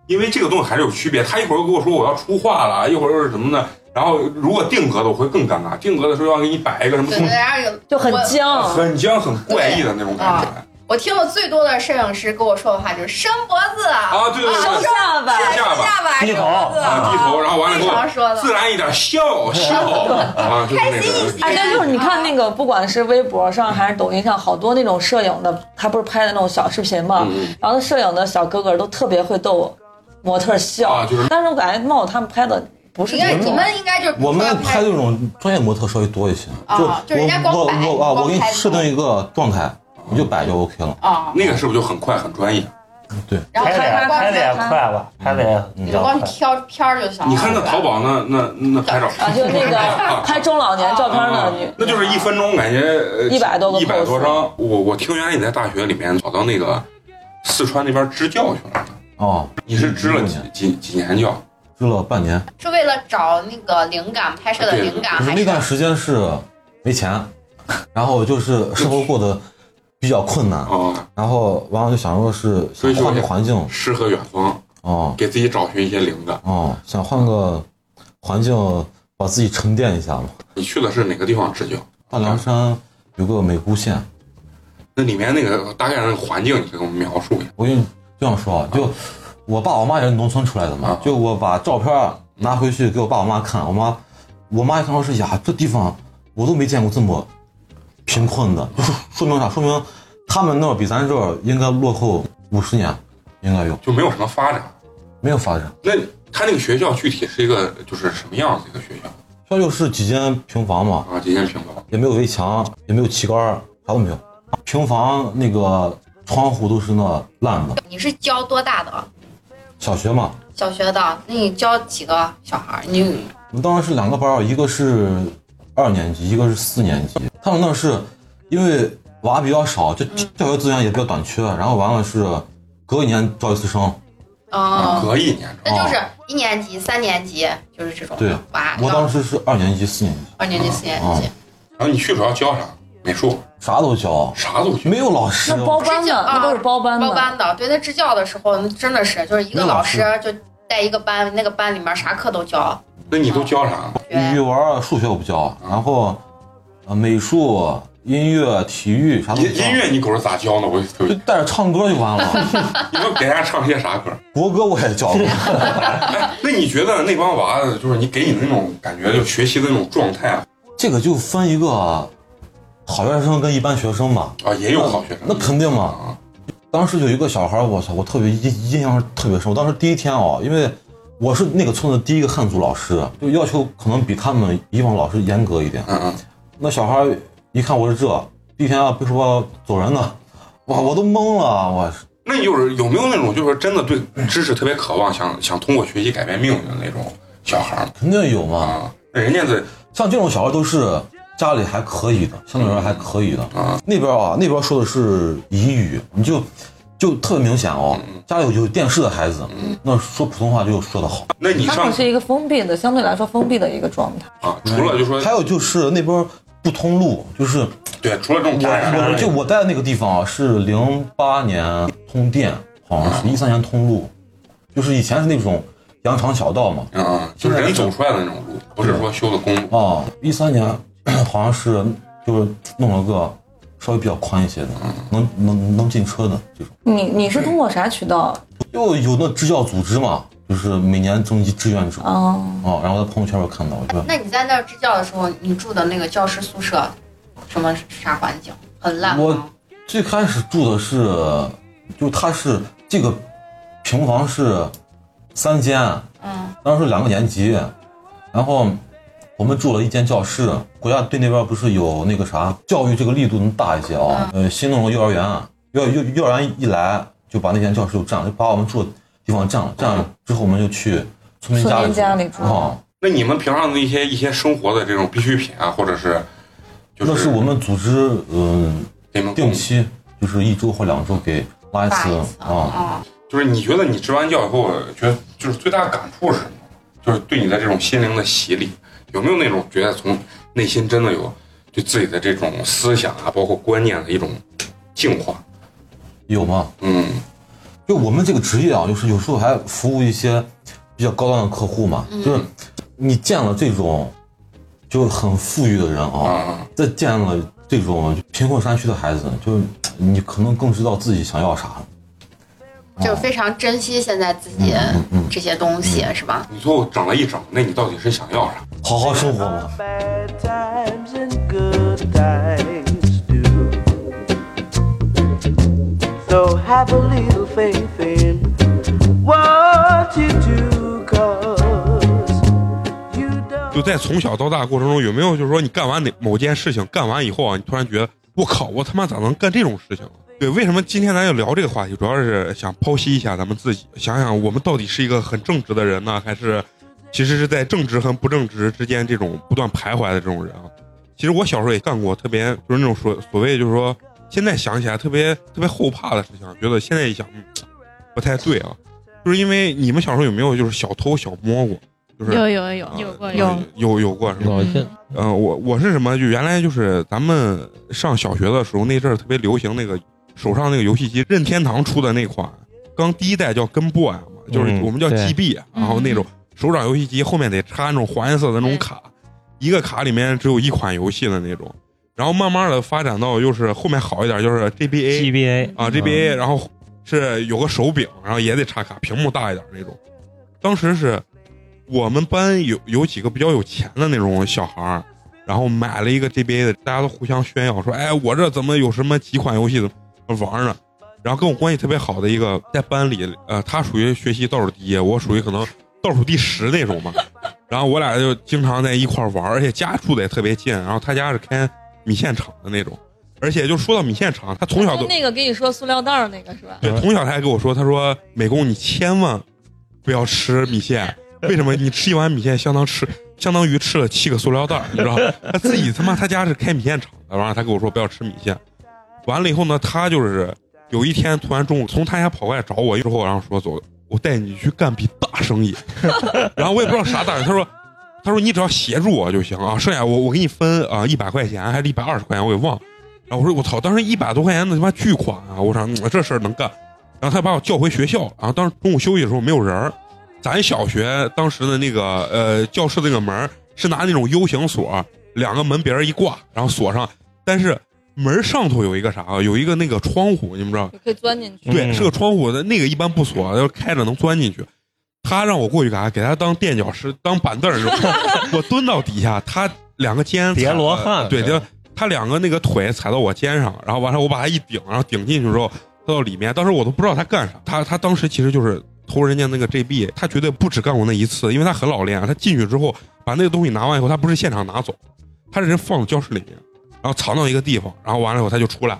S1: 因为这个东西还是有区别。他一会儿又跟我说我要出话了，一会儿又是什么呢？然后如果定格的我会更尴尬，定格的时候要给你摆一个什么
S6: 对对，然后有
S4: 就很
S6: 我
S4: 僵。
S1: 很僵、很怪异的那种
S6: 啊
S1: 感觉
S6: 我听的最多的摄影师跟我说的话就是伸脖子啊
S1: 啊！对对
S4: 收
S1: 对，
S4: 下吧，
S1: 下巴
S6: 下巴，
S2: 低头
S6: 伸脖子
S1: 啊，低头，然后完了
S6: 最
S1: 以后
S6: 常说的
S1: 自然一点，笑笑啊，就是那个。
S4: 哎，但就是你看那个，不管是微博上还是抖音上，好多那种摄影的，他不是拍的那种小视频嘛，
S1: 嗯
S4: 然后摄影的小哥哥都特别会逗模特笑，
S1: 啊就是
S4: 但是我感觉冒他们拍的不是
S6: 应该
S4: 这
S6: 你
S4: 种。
S6: 们应该就是
S8: 我们拍这种专业模特稍微多一些，
S6: 啊就人家光
S8: 我
S6: 摆
S8: 我我啊，
S6: 光
S8: 我给你
S6: 拍
S8: 设定一个状态，你就摆就 OK 了。
S6: 啊，
S1: 那个是不是就很快很专业？
S6: 然后
S2: 拍的
S6: 他
S2: 也
S6: 们光
S2: 拍的也快吧，拍的也比
S6: 你
S2: 较
S6: 们
S2: 快
S6: 光。挑片儿就行了。
S1: 你看那淘 宝那那那拍照
S4: 啊，就那 个拍中老年照片
S1: 啊
S4: 的女，
S1: 那就是一分钟感觉呃
S4: 100多个
S1: 一百
S4: pose
S1: 多张。我我听原来你在大学里面跑到那个四川那边支教去了，
S8: 哦，
S1: 你是支了几
S8: 嗯
S1: 几几年教？
S8: 支了半年，
S6: 是为了找那个灵感，拍摄的灵
S1: 啊
S6: 感
S8: 可是
S6: 还
S8: 那
S6: 是
S8: 段时间是没钱，然后就是生活过得比较困难，
S1: 啊，
S8: 然后完了就想说是想换个环境，
S1: 诗和远方，
S8: 哦
S1: 给自己找寻一些灵感。
S8: 哦，想换个环境把自己沉淀一下嘛。
S1: 你去的是哪个地方支教？
S8: 大凉山有个美姑县，
S1: 那里面那个大概那个环境，你给我们描述一下。
S8: 我跟你这样说啊，就我爸我妈也是农村出来的嘛
S1: 啊，
S8: 就我把照片拿回去给我爸我妈看，我妈我妈一看说是呀，这地方我都没见过这么贫困的， 就是说明啥？说明他们那儿比咱这儿应该落后五十年，应该有
S1: 就没有什么发展。
S8: 没有发展？
S1: 那他那个学校具体是一个就是什么样子一个学校
S8: 这就是几间平房嘛，
S1: 啊？几间平房？
S8: 也没有围墙，也没有旗杆儿，啥都没有。平房那个窗户都是那烂的。
S6: 你是教多大的
S8: 小学嘛，
S6: 小学的？那你教几个小孩儿？你
S8: 我们当时是两个班儿，一个是二年级，一个是四年级。他们那是因为娃比较少，就就教学资源也比较短缺，然后完了是隔一年招一次生。
S4: 啊
S6: 哦，
S1: 隔一年。
S6: 那就是一年级、三年级，就是这种
S8: 对哦
S6: 娃。
S8: 我当时是二年级、嗯四年级，
S6: 二年级、四年级，
S1: 然后你去主要教啥？美术，
S8: 啥都教，
S1: 啥都学。
S8: 没有老师
S4: 那，包班的，那都是包班
S6: 报
S4: 的。
S6: 啊班的，对他支教的时候，那真的是就是一个
S8: 那老
S6: 老
S8: 师
S6: 师就带一个班，那个班里面啥课都教。
S1: 那你都教啥？啊
S8: 语
S6: 对
S8: 文儿、数学我不教，然后呃美术、音乐、体育啥都
S1: 音
S8: 不教。
S1: 音乐你狗是咋教呢？我就特
S8: 就
S1: 别，
S8: 带着唱歌就完
S3: 哦
S8: 了。
S1: 你们 给大家唱些啥歌？ 哎
S8: 国歌我也教过，
S1: 那你觉得那帮娃子，就是你给你的那种感觉，就学习的那种状态啊，
S8: 这个就分一个好学生跟一般学生嘛。
S1: 啊也有好学生。
S8: 那肯定嘛
S1: 啊，
S8: 当时有一个小孩儿，我操，我特别印印象特别深。我当时第一天哦，因为我是那个村子第一个汉族老师，就要求可能比他们以往老师严格一点。
S1: 嗯嗯，
S8: 那小孩儿一看我是这，第一天啊，别说走人了，哇，我都懵了，我
S1: 那你就是有没有那种就是真的对知识特别渴望，想想通过学习改变命运的那种小孩儿
S8: 肯定有嘛。
S1: 啊？那人家的
S8: 像这种小孩都是家里还可以的，相对来说还可以的。
S1: 啊
S8: 那边啊，那边说的是彝语，你就就特别明显哦。
S1: 嗯
S8: 家里有有电视的孩子，那说普通话就说得好。
S1: 那你
S4: 他
S1: 上
S4: 们是一个封闭的，相对来说封闭的一个状态。
S1: 啊，除了就说
S8: 还有就是那边不通路，就是
S1: 对，除了这种
S8: 我
S1: 感染，
S8: 我就我在那个地方啊，是零八年通电，好
S1: 啊
S8: 像是一三年通路，就是以前是那种羊肠小道嘛，
S1: 嗯嗯，就是人走出来的那种路，
S8: 哦
S1: 不是说修的公路。
S8: 啊，一三年好像是就是弄了个稍微比较宽一些的，能能能进车的这种。
S4: 你你是通过啥渠道？
S8: 又有那支教组织嘛，就是每年征集志愿者啊、
S4: 嗯，
S8: 哦然后在朋友圈我看到，我觉得
S6: 那你在那儿支教的时候，你住的那个教师宿舍，什么啥环境？很烂吗？
S8: 最开始住的是，就它是这个平房是三间，
S6: 嗯，
S8: 当时两个年级，然后我们住了一间教室。国家对那边不是有那个啥教育这个力度能大一些啊？
S4: 嗯
S8: 呃，新弄了幼儿园，幼幼幼儿园一来就把那间教室就占了，就把我们住的地方占了。占了之后，我们就去村民家
S4: 村
S8: 里
S4: 民家里住
S8: 啊。
S1: 那你们平常的一些一些生活的这种必需品啊，或者是就是
S8: 那是我们组织嗯、
S1: 你们
S8: 定期就是一周或两周给拉一
S6: 大
S8: 次
S6: 一次
S8: 啊。
S6: 啊，
S1: 就是你觉得你支完教以后，觉得就是最大的感触是什么？就是对你的这种心灵的洗礼，有没有那种觉得从内心真的有对自己的这种思想啊，包括观念的一种净化？
S8: 有吗？
S1: 嗯，
S8: 就我们这个职业啊，就是有时候还服务一些比较高端的客户嘛，就是你见了这种就很富裕的人啊，
S1: 啊，
S8: 再见了这种贫困山区的孩子，就是你可能更知道自己想要啥。嗯
S6: 就是非常珍惜现在自己这些东西，是吧？
S1: 你最后整了一整，那你到底是想要啥？
S8: 好好生活嘛。
S3: Bad times and good times do. So have a little faith in what you do, cause you
S1: 就
S3: don't.
S1: 在从小到大过程中，有没有就是说你干完哪某件事情，干完以后啊，你突然觉得我靠，我他妈咋能干这种事情啊？对，为什么今天咱就聊这个话题，主要是想剖析一下咱们自己，想想我们到底是一个很正直的人呢，还是其实是在正直和不正直之间这种不断徘徊的这种人啊？其实我小时候也干过特别就是那种所所谓就是说，现在想起来特别特别后怕的事情，觉得现在一想、嗯、不太对啊，就是因为你们小时候有没有就是小偷小摸过？ 就是
S9: 有有有
S1: 啊
S9: 有过
S1: 有有有过是吧？
S2: 老谢，
S1: 嗯、我我是什么？就原来就是咱们上小学的时候，那阵儿特别流行那个手上那个游戏机，任天堂出的那款，刚第一代叫跟 boy 嘛，就是
S2: 嗯
S1: 我们叫
S2: 对
S1: GB，、然后那种手掌游戏机后面得插那种黄颜色的那种卡，一个卡里面只有一款游戏的那种。然后慢慢的发展到就是后面好一点，就是 GBA
S2: GBA
S1: 啊 GBA，然后是有个手柄，然后也得插卡，屏幕大一点那种。当时是我们班有有几个比较有钱的那种小孩儿，然后买了一个 GBA 的，大家都互相炫耀说：“哎，我这怎么有什么几款游戏怎么玩呢？”然后跟我关系特别好的一个，在班里，呃，他属于学习倒数第一，我属于可能倒数第十那种嘛。 然后我俩就经常在一块儿玩，而且家住的也特别近。然后他家是开米线厂的那种，而且就说到米线厂，他嗯从小都
S9: 就那个跟你说塑料袋儿那个是吧？
S1: 对，从小他还跟我说，他说美工你千万不要吃米线，为什么？你吃一碗米线相当吃相当于吃了七个塑料袋儿，你知道吧？他自己他妈他家是开米线厂的，完了他跟我说不要吃米线，完了以后呢，他就是有一天突然中午从他家跑过来找我，之后然后说走， 我带你去干笔大生意，然后我也不知道啥大生意，他说。他说：“你只要协助我就行啊，剩下我我给你分啊，一百块钱还是一百二十块钱，我给忘了。”然后我说：“我操，当时一百多块钱的他妈巨款啊！”我说：“嗯这事儿能干。”然后他把我叫回学校，然后当时中午休息的时候没有人儿，咱小学当时的那个呃教室那个门儿是拿那种 U 型锁，两个门别人一挂，然后锁上，但是门儿上头有一个啥啊，有一个那个窗户，你们知道？
S9: 你可以钻进去。
S1: 对，
S2: 嗯
S1: 是个窗户的那个一般不锁，要是开着能钻进去。他让我过去给他给他当垫脚石，当板凳儿用， 我蹲到底下，他两个肩
S2: 叠
S1: 踩
S2: 罗汉
S1: 对，就他两个那个腿踩到我肩上，然后完了我把他一顶，然后顶进去之后，他到里面，当时我都不知道他干啥，他他当时其实就是偷人家那个 JB，他绝对不止干过那一次，因为他很老练啊，他进去之后把那个东西拿完以后，他不是现场拿走，他是人放到教室里面，然后藏到一个地方，然后完了以后他就出来，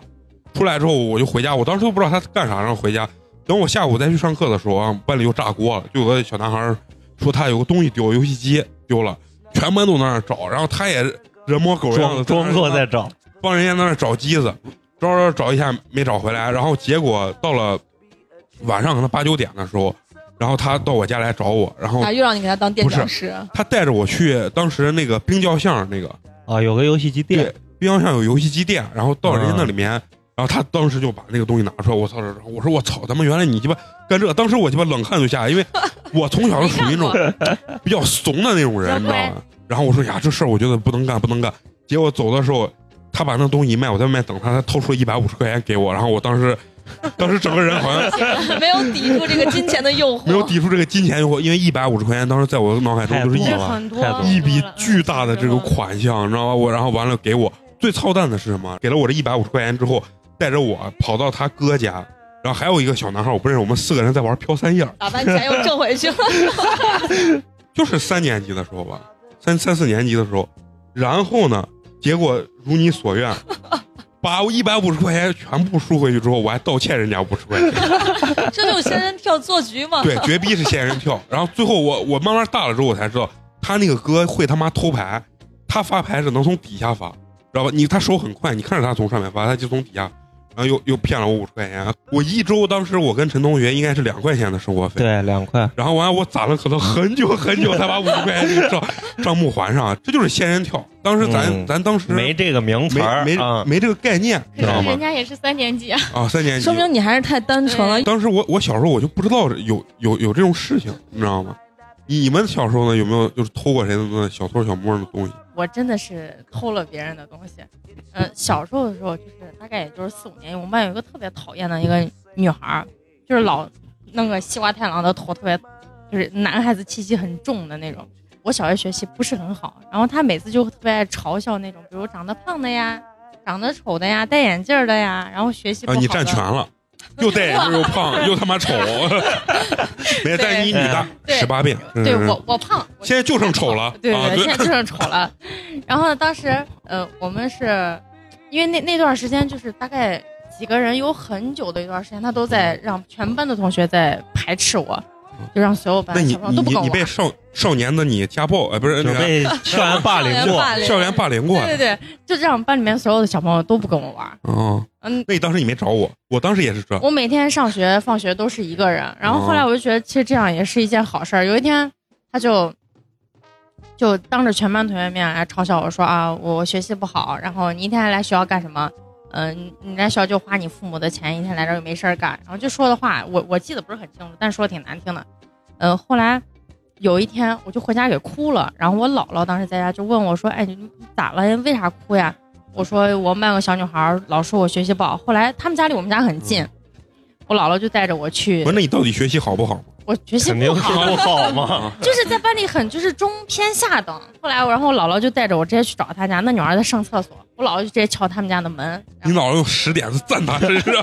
S1: 出来之后我就回家，我当时都不知道他干啥，然后回家，等我下午再去上课的时候啊，班里又炸锅了，就有个小男孩说他有个东西丢，游戏机丢了，全班都在那儿找，然后他也人模狗样的
S2: 装装作在找，
S1: 帮人家在那儿找机子，找找找一下没找回来，然后结果到了晚上可能八九点的时候，然后他到我家来找我，然后
S9: 啊，又让你给他当垫
S1: 不是
S9: 脚石，
S1: 他带着我去当时那个冰窖巷那个
S2: 啊，有个游戏机店啊
S1: 对，冰窖巷有游戏机店，然后到人家那里面。然后他当时就把那个东西拿出来，我操！我说我操，他妈原来你鸡巴干这个！当时我鸡巴冷汗就下来，因为我从小是属于那种比较怂的那种人，你知道吗？然后我说呀，这事儿我觉得不能干，不能干。结果走的时候，他把那东西一卖，我在外面等他，他掏出了一百五十块钱给我，然后我当时，当时整个人好像
S9: 没有抵住这个金钱的诱惑，
S1: 没有抵触这个金钱诱惑，因为一百五十块钱当时在我脑海中就是一
S2: 太
S1: 笔
S2: 多
S9: 这
S2: 了
S9: 很多
S2: 太多了
S1: 一笔巨大的这个款项，你知道吗？我然后完了给我最操蛋的是什么？给了我这一百五十块钱之后，带着我跑到他哥家，然后还有一个小男孩，我不认识，我们四个人在玩飘三叶儿，
S9: 打完钱又挣回去了。
S1: 就是三年级的时候吧，三三四年级的时候，然后呢，结果如你所愿， 把我一百五十块钱全部输回去之后，我还道歉人家五十块钱，
S9: 这就是仙人跳做局嘛？
S1: 对， 绝逼是仙人跳。然后最后我我慢慢大了之后，我才知道他那个哥会他妈偷牌，他发牌是能从底下发，知道吧？你他手很快，你看着他从上面发，他就从底下，然后又又骗了我五十块钱。我一周当时我跟陈同学应该是两块钱的生活费，
S2: 对，两块。
S1: 然后完我攒了可能很久很久才把五十块钱这个账账目还上，这就是仙人跳。当时咱、
S2: 嗯
S1: 咱当时
S2: 没这个名词
S1: 没
S2: 儿
S1: 没、
S2: 啊，
S1: 没这个概念，知道吗
S10: 人？家也是三年级啊，
S1: 啊，三年级
S4: 说，明你还是太单纯了。
S1: 当时我我小时候我就不知道有有有这种事情，你知道吗？你们小时候呢有没有就是偷过谁的小偷小摸的东西？
S10: 我真的是偷了别人的东西。呃，小时候的时候，就是大概也就是四五年级，我们班有一个特别讨厌的一个女孩儿，就是老弄个西瓜太郎的头，特别就是男孩子气息很重的那种。我小学学习不是很好，然后她每次就特别爱嘲笑那种，比如长得胖的呀、长得丑的呀、戴眼镜儿的呀，然后学习不
S1: 啊，
S10: 好的。
S1: 你占全了，又戴眼镜又 胖又他妈丑， 没但你女的
S10: 对
S1: 十八变，
S10: 对
S1: 嗯
S10: 我，我胖，我
S1: 现在就剩丑了
S10: 对
S1: 啊
S10: 对，
S1: 对
S10: 现在就剩丑了。然后呢，当时呃，我们是因为那那段时间就是大概几个人有很久的一段时间，他都
S2: 嗯
S10: 在让全班的同学在排斥我，就让所有班
S1: 那
S10: 的
S1: 你
S10: 小朋友
S1: 你
S10: 都不
S1: 你
S10: 跟我
S1: 你被
S10: 玩。
S1: 少少年的你家暴，呃，不是
S2: 就
S1: 那
S2: 是
S1: 个
S2: 被校园霸凌过。
S4: 霸凌
S1: 校园霸凌过，
S10: 对对对，就让班里面所有的小朋友都不跟我玩。
S1: 哦，
S10: 嗯，
S1: 那你当时你没找我，我当时也是这，
S10: 我每天上学放学都是一个人，然后后来我就觉得其实这样也是一件好事儿。有一天，他就就当着全班同学面来嘲笑我说啊，我学习不好，然后你一天来学校干什么？嗯、你你来学校就花你父母的钱，一天来这儿又没事儿干，然后就说的话，我我记得不是很清楚，但说的挺难听的。嗯、后来有一天我就回家给哭了，然后我姥姥当时在家就问我说，哎，你咋了？为啥哭呀？我说我们班有个小女孩儿老说我学习不好，后来他们家离我们家很近，我姥姥就带着我去
S1: 不是，，那你到底学习好不好？
S10: 我学习
S2: 肯定
S10: 不
S2: 是
S10: 好，
S2: 不 好嘛，
S10: 就是在班里很就是中偏下等。后来我，然后我姥姥就带着我直接去找她家，那女孩在上厕所，我姥姥就直接敲他们家的门，然
S1: 你
S10: 后
S1: 老是用十点子赞他身上，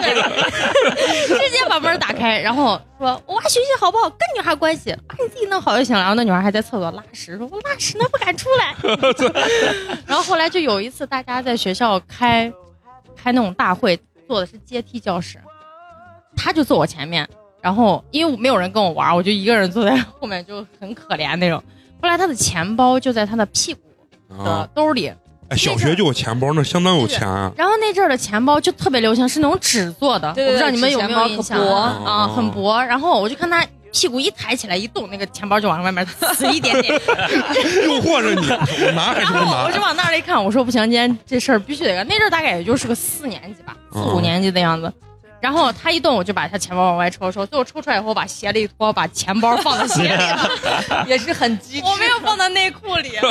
S10: 直接把门打开，然后说我娃学习好不好跟女孩关系，把你自己弄好就行了。然后那女孩还在厕所拉屎，说
S11: 啊
S10: 我拉屎呢不敢出来。然后后来就有一次大家在学校开开那种大会，坐的是阶梯教室，他就坐我前面，然后因为我没有人跟我玩，我就一个人坐在后面，就很可怜那种。后来他的钱包就在他的屁股
S1: 啊
S10: 的，兜里，
S1: 哎，小学就有钱包，那相当有钱啊。
S10: 然后那阵儿的钱包就特别流行，是那种纸做的，
S4: 对
S10: 我
S4: 对对
S10: 不知道你们有没有印象
S4: 纸钱包
S1: 可薄
S10: 啊，很薄。然后我就看他屁股一抬起来一动，那个钱包就往外面 呲一点 点。
S1: 诱惑着你，我拿还
S10: 然
S1: 是不
S10: 后我
S1: 拿
S10: 就？往那儿一看，我说不行，今天这事儿必须得干。那阵儿大概也就是个四年级吧，四
S1: 嗯
S10: 五年级的样子。然后他一动，我就把他钱包往外抽，抽，最后抽出来以后，我把鞋里一脱，把钱包放到鞋里了，
S4: 也是很机智。
S10: 我没有放到内裤里，啊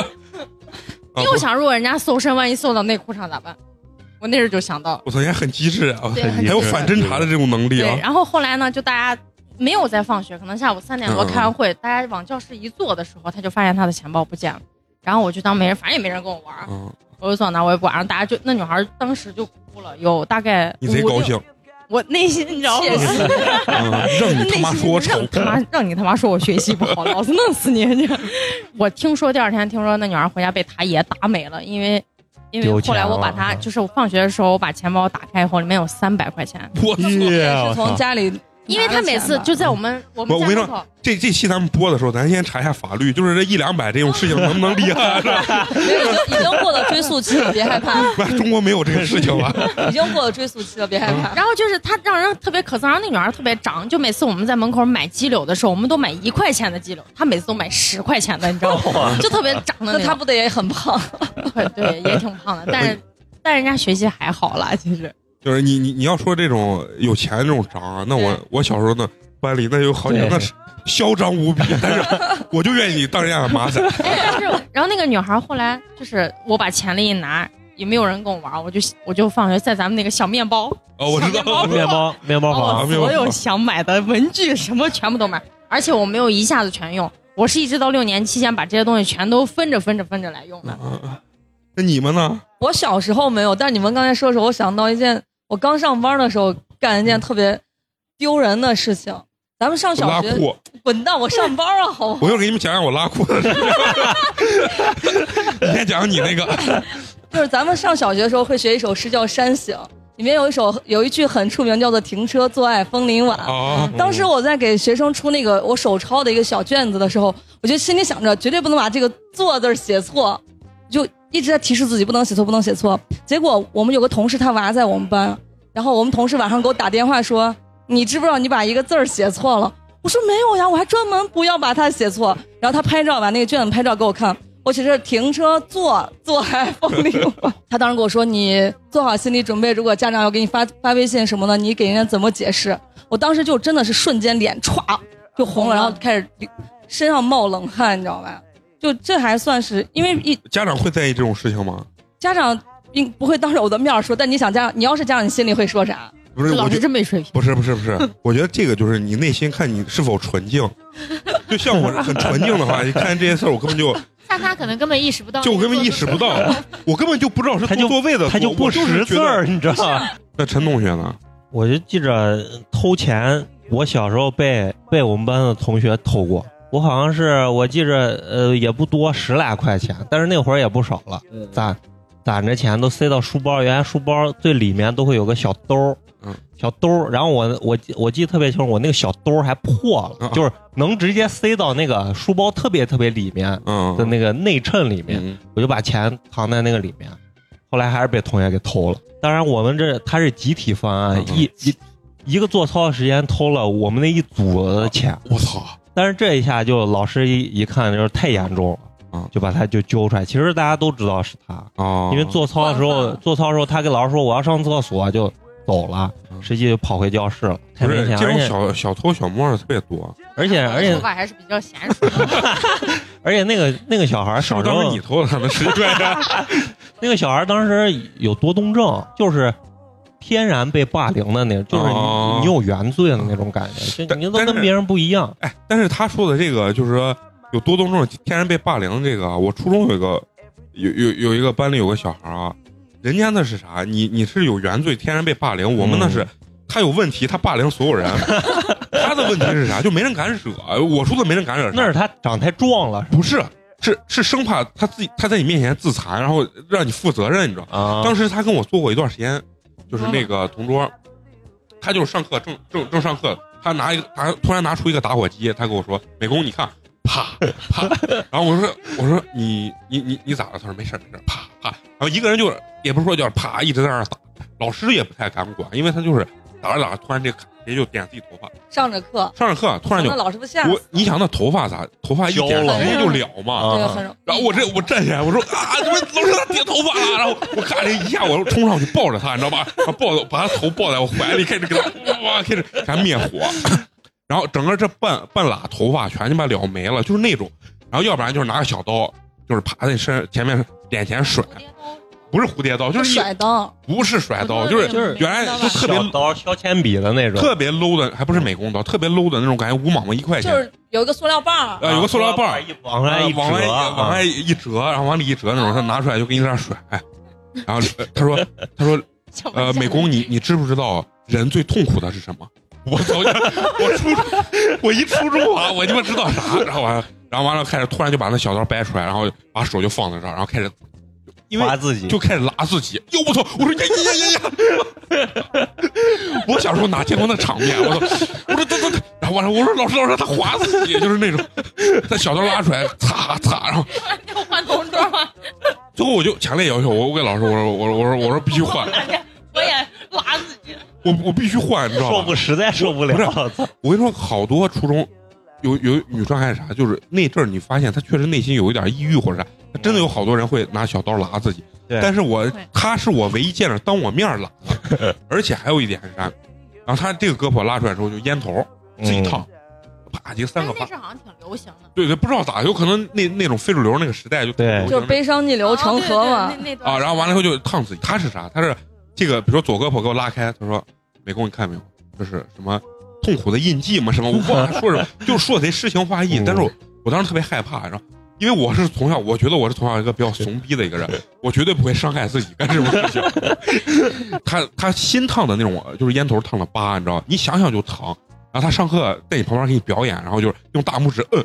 S10: 因为我想，如果人家搜身，万一搜到内裤上咋办？我那时候就想到了。
S1: 我操，你还很机智啊，
S10: 对
S1: 还
S10: 很
S1: 有反侦查的这种能力
S10: 对，
S1: 啊。
S10: 然后后来呢，就大家没有在放学，可能下午三点多
S1: 嗯嗯
S10: 开完会，大家往教室一坐的时候，他就发现他的钱包不见了。然后我就当没人，反正也没人跟我玩儿，
S1: 嗯，
S10: 我就坐那我也不玩儿。然后大家就那女孩儿当时就哭了，有大概
S1: 你贼
S10: 五六
S1: 高，兴，
S10: 我内心你知道吗？
S4: 确
S1: 嗯，让你他妈说我丑
S10: 让，他妈让你他妈说我学习不好，老子弄死你！这样我听说第二天听说那女孩回家被他爷打没了，因为因
S2: 丢
S10: 为
S2: 钱
S10: 后来我把
S2: 了
S10: 她就是我放学的时候我把钱包打开以后里面有三百块钱，
S1: 我
S4: 也
S2: 耶
S4: 是从家里，
S10: 因为他每次就
S4: 嗯
S10: 在我们我们
S1: 我
S10: 家
S1: 跟你
S10: 门
S1: 说
S10: 口。
S1: 这这期咱们播的时候，咱先查一下法律，就是这一两百这种事情能不能立案？是吧？
S4: 没有已经已经过了追溯期了，别害 怕，
S1: 不然中国没有这个事情了。
S4: 已经过了追溯期了，别害怕。
S10: 然后就是他让人特别可憎，然后那女孩特别长，就每次我们在门口买鸡柳的时候，我们都买一块钱的鸡柳，她每次都买十块钱的，你知道吗？就特别长的
S4: 那他
S10: 她
S4: 不得也很胖？
S10: 对 对，也挺胖的，但 是但人家学习还好啦，其实
S1: 就是你你你要说这种有钱这种长啊，那我
S10: 对
S1: 我小时候呢，班里那有好几个
S2: 对
S1: 那是嚣张无比，但是 我就愿意当人家的马仔。
S10: 但是，然后那个女孩后来就是我把钱了一拿，也没有人跟我玩，我就我就放学在咱们那个小面包，
S1: 哦，我知道，
S2: 面包面包
S1: 啊
S10: 把我
S2: 房，
S10: 哦所有想买的文具什么全部都买，而且我没有一下子全用，我是一直到六年期间把这些东西全都分着分着分着来用的。
S1: 嗯那你们呢？
S4: 我小时候没有，但是你们刚才说的时候，我想到一件，我刚上班的时候干一件特别丢人的事情。咱们上
S1: 嗯拉
S4: 小学，
S1: 裤，
S4: 滚蛋！我上班啊， 好不好？
S1: 我一会儿给你们讲讲我拉裤的事。 你先讲讲你那个，
S4: 就是咱们上小学的时候会学一首诗叫《山行》，里面有一首有一句很出名，叫做“停车坐爱枫林晚”。
S1: 哦，
S4: 当时我在给学生出那个我手抄的一个小卷子的时候，我就心里想着绝对不能把这个“坐”字儿写错，就一直在提示自己不能写错，不能写错。结果我们有个同事他娃在我们班，然后我们同事晚上给我打电话说：“你知不知道你把一个字儿写错了？”我说：“没有呀，我还专门不要把它写错。”然后他拍照把那个卷子拍照给我看，我写着“停车坐坐爱枫林晚”。他当时跟我说：“你做好心理准备，如果家长要给你发发微信什么的，你给人家怎么解释？”我当时就真的是瞬间脸歘就红了，然后开始流身上冒冷汗，你知道吧？就这还算是，因为一
S1: 家长会在意这种事情吗？
S4: 家长应不会当着我的面儿说，但你想家长，你要是家长，你心里会说啥？
S1: 不是，我
S10: 老
S1: 觉
S10: 师真没水平。
S1: 不是不是不是，我觉得这个就是你内心看你是否纯净。就像我很纯净的话，你看这些事儿，我根本就
S9: 像他可能根本意识不到，
S1: 就我根本意识不到，我根本就不知道是
S2: 他
S1: 坐
S2: 就
S1: 座位的错，
S2: 他就不
S1: 我是
S2: 识
S1: 觉
S2: 字
S1: 得。
S2: 儿，你知道吗？
S1: 那陈同学呢？
S2: 我就记着偷钱，我小时候被被我们班的同学偷过。我好像是我记着，呃，也不多，十来块钱，但是那会儿也不少了，攒攒着钱都塞到书包。原来书包最里面都会有个小兜儿
S1: 嗯，
S2: 小兜儿。然后我我记我记得特别清楚，我那个小兜儿还破
S1: 啊
S2: 了， 就是能直接塞到那个书包特别特别里面
S1: 嗯，
S2: 的那个内衬里面。
S1: 嗯
S2: 我就把钱藏在那个里面，后来还是被同学给偷了。当然，我们这它是集体方案
S1: 嗯，嗯
S2: 一一一个做操的时间偷了我们那一组的钱，
S1: 我操，
S2: 但是这一下就老师一一看就是太严重
S1: 嗯
S2: 了，就把他就揪出来。其实大家都知道是他，
S1: 哦，
S2: 因为做操的时
S4: 官
S2: 候
S4: 方
S2: 做操的时候他跟老师说我要上厕所就走了
S1: 嗯，
S2: 实际就跑回教室了，太
S1: 不
S2: 明
S1: 是
S2: 显。
S1: 这
S2: 而
S1: 种
S2: 且
S1: 小小偷小摸的特别多，
S2: 而且而
S10: 说
S2: 且
S10: 话还是比较娴熟的，
S2: 而且那个那个小孩儿
S1: 是
S2: 小
S1: 不是
S2: 时
S1: 当
S2: 候
S1: 时你偷的？可能是对啊，
S2: 那个小孩当时有多动症，就是天然被霸凌的那种，就是你、
S1: 哦
S2: 你有原罪的那种感觉，就
S1: 但
S2: 你都
S1: 但
S2: 跟
S1: 是
S2: 别人不一样。
S1: 哎，但是他说的这个就是说有多动症，天然被霸凌这个啊，我初中有一个有有有一个班里有个小孩啊，人家那是啥？你你是有原罪，天然被霸凌，我们那是。
S2: 嗯
S1: 他有问题，他霸凌所有 人。他的问题是啥？就没人敢惹。我说的没人敢惹啥，
S2: 那是他长太壮了
S1: 不是？是是生怕他自己他在你面前自残，然后让你负责任，你知道吗？
S2: 啊，
S1: 当时他跟我做过一段时间，就是那个同桌，他就是上课正正正上课，他拿一个他突然拿出一个打火机，他跟我说：“美工，你看，啪啪。” 然后我说：“我说你你你你咋了？”他说：“没事儿没事儿，啪啪。”然后一个人就是也不是说就是啪一直在那儿打，老师也不太敢管，因为他就是打着打着突然这直接就点自己头发，
S4: 上着课，
S1: 上着课突然就
S4: 那老师不吓死
S1: 我你想那头发咋头发一点
S2: 焦了
S1: 直接就了嘛。
S4: 这
S2: 啊
S4: 个很容易
S1: 然后我这我站起来，我说啊，你们老师他点头发了，然后我咔这一下，我冲上去抱着他，你知道吧？然后抱着把他头抱在我怀里，开始给他哇哇开始给他灭火，然后整个这半半拉头发全鸡巴燎没了，就是那种，然后要不然就是拿个小刀，就是爬在你身前面脸前甩，不是蝴蝶刀，就是一
S4: 甩裆，
S1: 不是甩刀，就
S9: 就是是
S2: 就是
S1: 原来都特别
S2: 小刀削铅笔的那种，
S1: 特别 low 的，还不是美工刀，特别 low 的那种感觉，五毛嘛一块
S4: 就
S1: 钱，
S4: 是有一个塑料棒儿，
S1: 啊有个塑料棒儿。
S2: 一往外一折，
S1: 往外往外
S2: 啊
S1: 一折，然后往里一折那种，他拿出来就给你在那甩。然 后呃他说：“他说，呃，美工，你你知不知道人最痛苦的是什么？”我操！我初我一初中啊，我鸡巴知道啥？然后完了，然后完了，开始突然就把那小刀掰出来，然后把手就放在这儿，然后开始因为
S2: 划自己
S1: 就开始拉自己。哟，我操！我说呀呀呀呀呀！我小时候哪见过那场面？我操！我说等等等，然后完了，我说老师老师，他划自己，就是那种，他小刀拉出来，擦擦，然后
S9: 要换同桌
S10: 啊
S9: 吗？
S1: 最后我就强烈要求我，我给老师我说我说我说我说必须换，
S9: 我也拉自己，
S1: 我我必须换，你知道
S2: 受
S1: 吧
S2: 不？实在受不了了，操！
S1: 我跟你说，好多初中有有女生还是啥，就是那阵儿你发现她确实内心有一点抑郁或者啥，她真的有好多人会拿小刀拉自己。
S2: 对
S1: 但是我
S9: 会
S1: 她是我唯一见着当我面儿拉的，
S2: 嗯
S1: 而且还有一点是啥，然后她这个胳膊拉出来之后就烟头自己烫，啪打击三
S10: 但
S1: 个
S10: 是
S1: 八
S10: 那，阵好像挺流行的，
S1: 对对，不知道咋，有可能那那种非主流那个时代就
S2: 对
S1: 流行
S4: 就是悲伤逆流成河嘛
S10: 啊对。对对那那段
S1: 啊，然后完了以后就烫自己。他是啥？他是这个，比如说左胳膊给我拉开，他说：“美工，你看没有？就是什么痛苦的印记嘛，什么我忘了他说什么，就说的贼诗情画意。
S2: 嗯
S1: 但是我我当时特别害怕，然后因为我是从小，我觉得我是从小一个比较怂逼的一个人，我绝对不会伤害自己干这种事情。他他新烫的那种，就是烟头烫了疤，你知道？你想想就疼。然后他上课在你旁边给你表演，然后就是用大拇指摁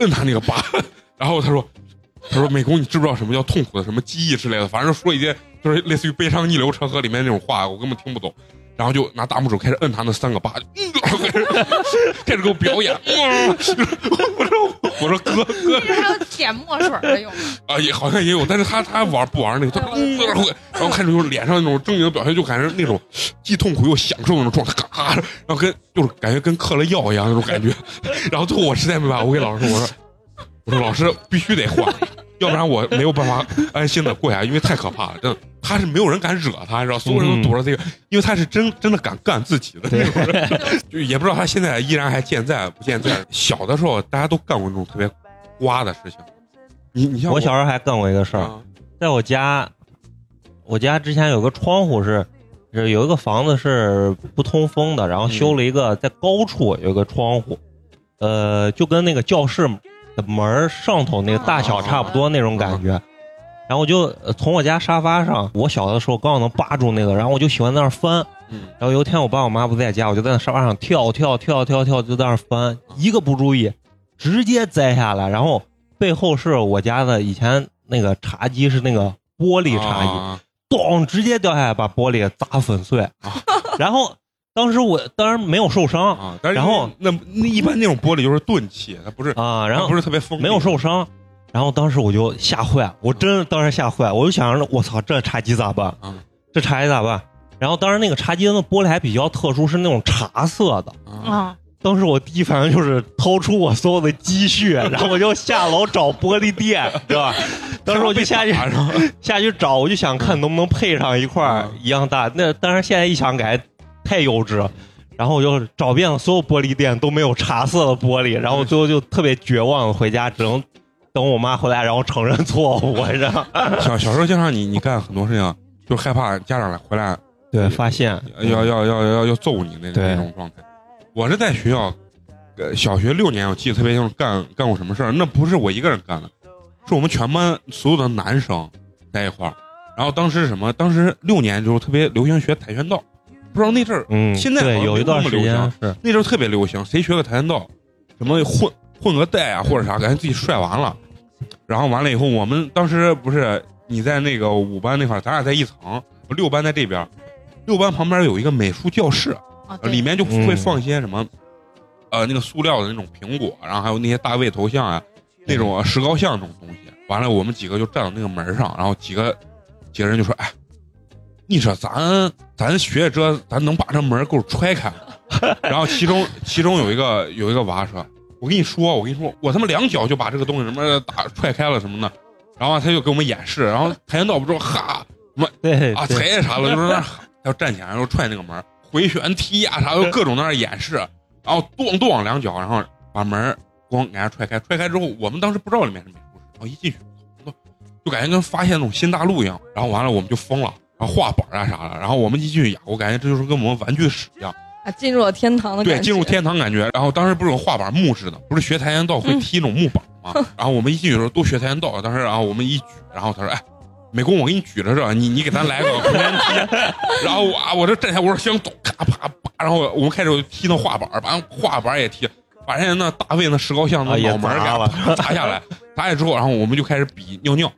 S1: 摁他那个疤， 然后他说。他说：“美工，你知不知道什么叫痛苦的什么记忆之类的？反正说一些就是类似于《悲伤逆流成河》里面那种话，我根本听不懂。然后就拿大拇指开始摁他那三个八，嗯，开始开始给我表演。嗯我说我说哥哥
S10: 那还有舔墨水的用，
S1: 啊，也好像也有，但是他他玩不玩那个？他 嗯，然后然后开始就是脸上那种狰狞的表现，就感觉那种既痛苦又享受那种状态，嘎，然后跟就是感觉跟嗑了药一样那种感觉。 然后最后我实在没办法，我给老师说，我说我说老师必须得换，要不然我没有办法安心的过下，去，因为太可怕了，真的。他是没有人敢惹他，你知道，所有人都躲着这个，因为他是真真的敢干自己的那种人， 就也不知道他现在依然还健在不健在。小的时候大家都干过那种特别瓜的事情，你你像
S2: 我小时候还干过一个事儿，
S1: 啊
S2: 在我家，我家之前有个窗户是，是有一个房子是不通风的，然后修了一个在高处有一个窗户，呃，就跟那个教室的门儿上头那个大小差不多那种感觉。然后我就呃从我家沙发上，我小的时候刚好能扒住那个，然后我就喜欢在那儿翻。
S1: 嗯
S2: 然后有一天我爸我妈不在家，我就在那沙发上跳跳跳跳跳，就在那儿翻，一个不注意，直接栽下来。然后背后是我家的以前那个茶几是那个玻璃茶几，
S1: 啊
S2: 咚，直接掉下来把玻璃砸粉碎。 然后当时我当然没有受伤
S1: 啊，但是
S2: 然后
S1: 那那一般那种玻璃就是钝器，它不是，
S2: 啊，然
S1: 它
S2: 后
S1: 不是特别锋利，
S2: 没有受伤。然后当时我就吓坏了，我真的当时吓坏了，我就想着我操，这茶几咋办？
S1: 嗯
S2: 这茶几咋办？然后当时那个茶几的玻璃还比较特殊，是那种茶色的。
S1: 啊
S10: 啊，
S2: 当时我第一反应就是掏出我所有的积蓄，然后我就下楼找玻 璃店，对吧？ 当时我就下去
S1: 啊然后
S2: 下去找，我就想看能不能配上一块儿
S1: 嗯
S2: 一样大。那当然现在一想改太幼稚了，然后我就找遍了所有玻璃店都没有茶色的玻璃，然后最后就特别绝望，回家只能等我妈回来，然后承认错误，我这样
S1: 小小时候经常你你干很多事情，就害怕家长来回来
S2: 对发现
S1: 要要要要要揍你那种
S2: 对
S1: 那种状态。我是在学校，呃，小学六年，我记得特别清楚，干干过什么事儿？那不是我一个人干的，是我们全班所有的男生在一块儿。然后当时是什么？当时六年就是特别流行学跆拳道，不知道那阵儿
S2: 嗯，
S1: 现在好
S2: 对
S1: 像
S2: 有
S1: 没
S2: 一
S1: 那
S2: 段
S1: 么
S2: 时
S1: 流
S2: 间
S1: 行
S2: 是
S1: 那阵儿特别流行，谁学个跆拳道，什么混混个带啊或者啥，感觉自己帅完了。然后完了以后，我们当时不是你在那个五班那块儿，咱俩在一层，我六班在这边儿，六班旁边有一个美术教室，呃
S10: 啊
S1: 里
S10: 对，
S1: 面就会
S2: 嗯
S1: 放一些什么，呃，那个塑料的那种苹果，然后还有那些大卫头像啊，那种石膏像这种东西。完了，我们几个就站到那个门上，然后几个几个人就说：“哎，你说咱咱学这，咱能把这门给我踹开吗？” 然后其中其中有一个有一个娃说：“我跟你说，我跟你说，我他妈两脚就把这个东西什么打踹开了什么的。”然后他就给我们演示，然后跆拳道不就哈
S2: 对
S1: 啊，
S2: 对
S1: 踩啥了，就是那儿喊要站起来，然后踹那个门，回旋踢啊啥的，各种在那儿演示，然后咚咚两脚，然后把门儿咣给人家踹开，踹开之后，我们当时不知道里面是美术室，然后一进去，就感觉跟发现那种新大陆一样，然后完了我们就疯了，然后画板啊啥的，然后我们一进去呀，我感觉这就是跟我们玩具室一样，
S4: 啊，进入了天堂的感
S1: 对，
S4: 觉。
S1: 进入天堂感觉。然后当时不是有画板木质的，不是学跆拳道
S4: 嗯
S1: 会踢那种木板吗？然后我们一进去的时候都学跆拳道，当时然后我们一举，然后他说：“哎，美工，我给你举着这，你你给咱来个空间踢。” 然后我啊，我这站起来，我说行，走，咔啪啪，然后我们开始踢那画板，把画板也踢，把人家那大卫那石膏像那
S2: 啊也
S1: 脑门儿
S2: 砸了
S1: 给它砸下来，砸下来之后，然后我们就开始比尿尿。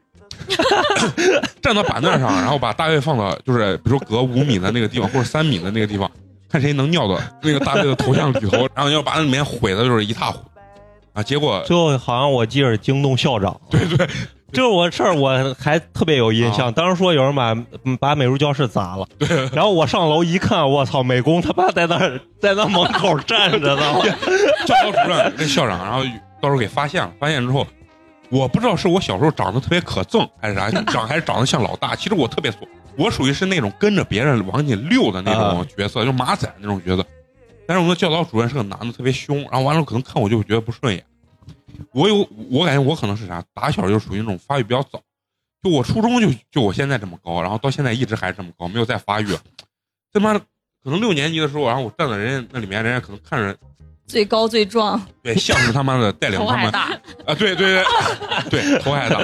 S1: 站到板凳上，然后把大卫放到就是比如说隔五米的那个地方或者三米的那个地方，看谁能尿到那个大卫的头像里头，然后要把那里面毁的就是一塌糊涂啊！结果
S2: 最后好像我记着惊动校 长，对 对，这我事儿我还特别有印
S1: 啊
S2: 象。当时说有人把嗯把美术教室砸了， 然后我上楼一看，我操，美工他爸在那儿在那门口 站着呢，
S1: 哦教导主任跟校长，然后到时候给发现了，发现之后，我不知道是我小时候长得特别可憎还是啥，长还是长得像老大。其实我特别怂，我属于是那种跟着别人往里溜的那种角色，就马仔那种角色。但是我们的教导主任是个男的，特别凶，然后完了可能看我就觉得不顺眼。我有，我感觉我可能是啥，打小就属于那种发育比较早，就我初中就就我现在这么高，然后到现在一直还是这么高，没有再发育。他妈的，可能六年级的时候，然后我站在人家那里面，人家可能看着
S4: 最高最壮，
S1: 对，像是他妈的 带领
S9: 头
S1: 他
S9: 还
S1: 们
S9: 大，
S1: 啊，对对对，对头还大。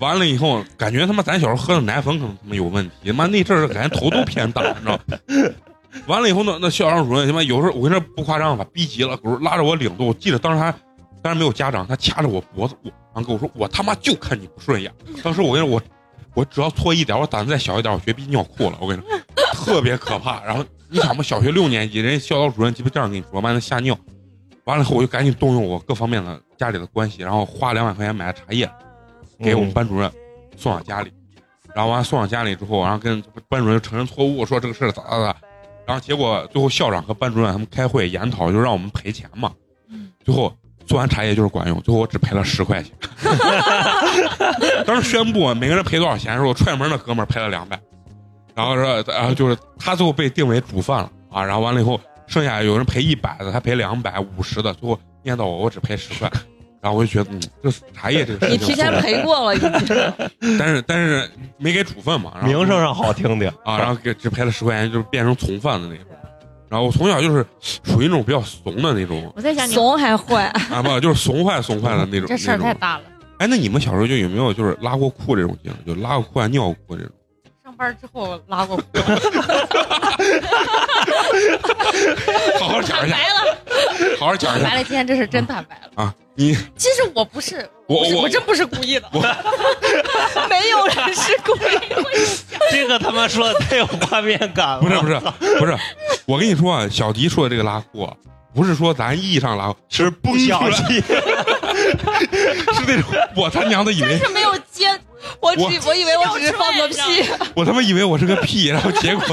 S1: 完了以后，感觉他妈咱小时候喝的奶粉可能他妈有问题，他妈那阵儿感觉头都偏大，你知道吗？完了以后呢，那校长主任他妈有时候我跟这不夸张吧，逼急了，给我拉着我领子，我记得当时还当然没有家长，他掐着我脖子，我然后跟我说我他妈就看你不顺眼。当时我跟你说我我只要错一点，我胆子再小一点，我绝逼尿裤了，我跟你说，特别可怕。然后你想嘛，小学六年级，人家校导主任鸡巴这样跟你说，完了吓尿。完了以后，我就赶紧动用我各方面的家里的关系，然后花两百块钱买了茶叶，给我们班主任送到家里，然后完了送到家里之后，然后跟班主任承认错误，说这个事儿咋咋咋，然后结果最后校长和班主任他们开会研讨，就让我们赔钱嘛。最后做完茶叶就是管用，最后我只赔了十块钱。 当时宣布每个人赔多少钱的时候，踹门的哥们儿赔了两百，然后说，然后就是他最后被定为主犯了啊，然后完了以后，剩下有人赔一百的，他赔两百五十的，最后念叨我，我只赔十块。然后我就觉得，嗯，这茶叶这个事
S4: 你
S1: 情，
S4: 提前赔过了已 经。
S1: 但是但是没给处分嘛，然后
S2: 名声上好听点
S1: 啊，然后给只赔了十块钱，就是变成从犯的那种。然后我从小就是属于那种比较怂的那种
S9: 我在想你，
S4: 怂还坏，
S1: 啊，不就是怂坏怂坏的那种。
S10: 这事儿
S1: 那种
S10: 太大了。
S1: 哎，那你们小时候就有没有就是拉过裤这种经历，就拉过裤啊、尿过裤这种？
S10: 上班之后拉 过裤，
S1: 好好讲一下，
S9: 来了，
S1: 好好讲一
S10: 完
S1: 下
S10: 了，今天这是真坦白了。
S1: 啊！ 你
S10: 其实我不是，
S1: 我
S10: 不是
S1: 我
S10: 我真不是故 意的，
S9: 没有人是 故意。
S2: 这个他妈说的太有画面感了。
S1: 不是不是不是，我跟你说，啊，小迪说的这个拉裤啊，不是说咱意义上拉裤，嗯是崩
S2: 不
S1: 出
S2: 小
S1: 来，
S2: 心，
S1: 是那种我他娘的以为
S9: 是没有接，
S4: 我
S1: 我
S4: 只我以为我只是放个屁，
S1: 我他妈以为我是个屁，然后 结果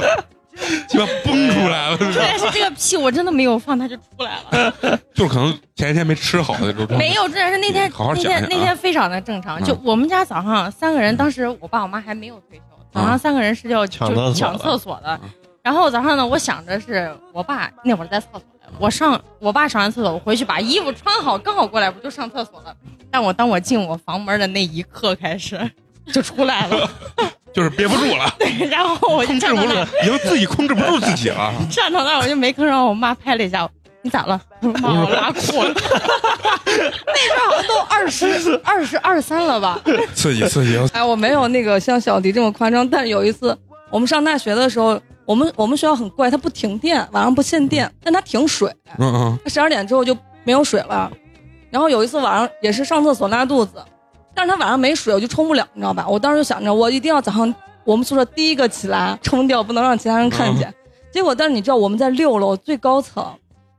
S1: 鸡巴崩出来了，
S10: 但是这个屁我真的没有放，它就出来了。
S1: 就是可能前一天没吃好的时候，
S10: 没有，真的是那天
S1: 嗯好好
S10: 那
S1: 讲一
S10: 天
S1: 下
S10: 那
S1: 啊
S10: 天非常的正常。
S1: 嗯
S10: 就我们家早上三个人，当时我爸我妈还没有退休，早
S1: 嗯
S10: 上三个人是要
S2: 抢
S10: 就
S2: 厕所的
S10: 抢厕所的。然后早上呢，我想着是我爸那会儿在厕所来，我上我爸上完厕所，我回去把衣服穿好，刚好过来不就上厕所了。但我当我进我房门的那一刻开始，就出来 了，
S1: 就是憋不住了，
S10: 然后我就
S1: 控制
S10: 站到
S1: 不
S10: 那
S1: 住
S10: 儿，，
S1: 已经自己控制不住自 己了。
S10: 站到那儿我就没吭声，我妈拍了一下我，你咋了？我说妈，我拉裤了。那时候好像都二 十二十二三了吧？
S1: 刺激刺激，
S4: 哎，我没有那个像小迪这么夸张，但是有一次我们上大学的时候，我们我们学校很怪，它不停电，晚上不限电，但它停水，
S1: 嗯嗯，
S4: 它十二点之后就没有水了。然后有一次晚上也是上厕所拉肚子，但是它晚上没水，我就冲不了，你知道吧？我当时就想着我一定要早上我们宿舍第一个起来冲掉，不能让其他人看见。结果，但是你知道我们在六楼最高层，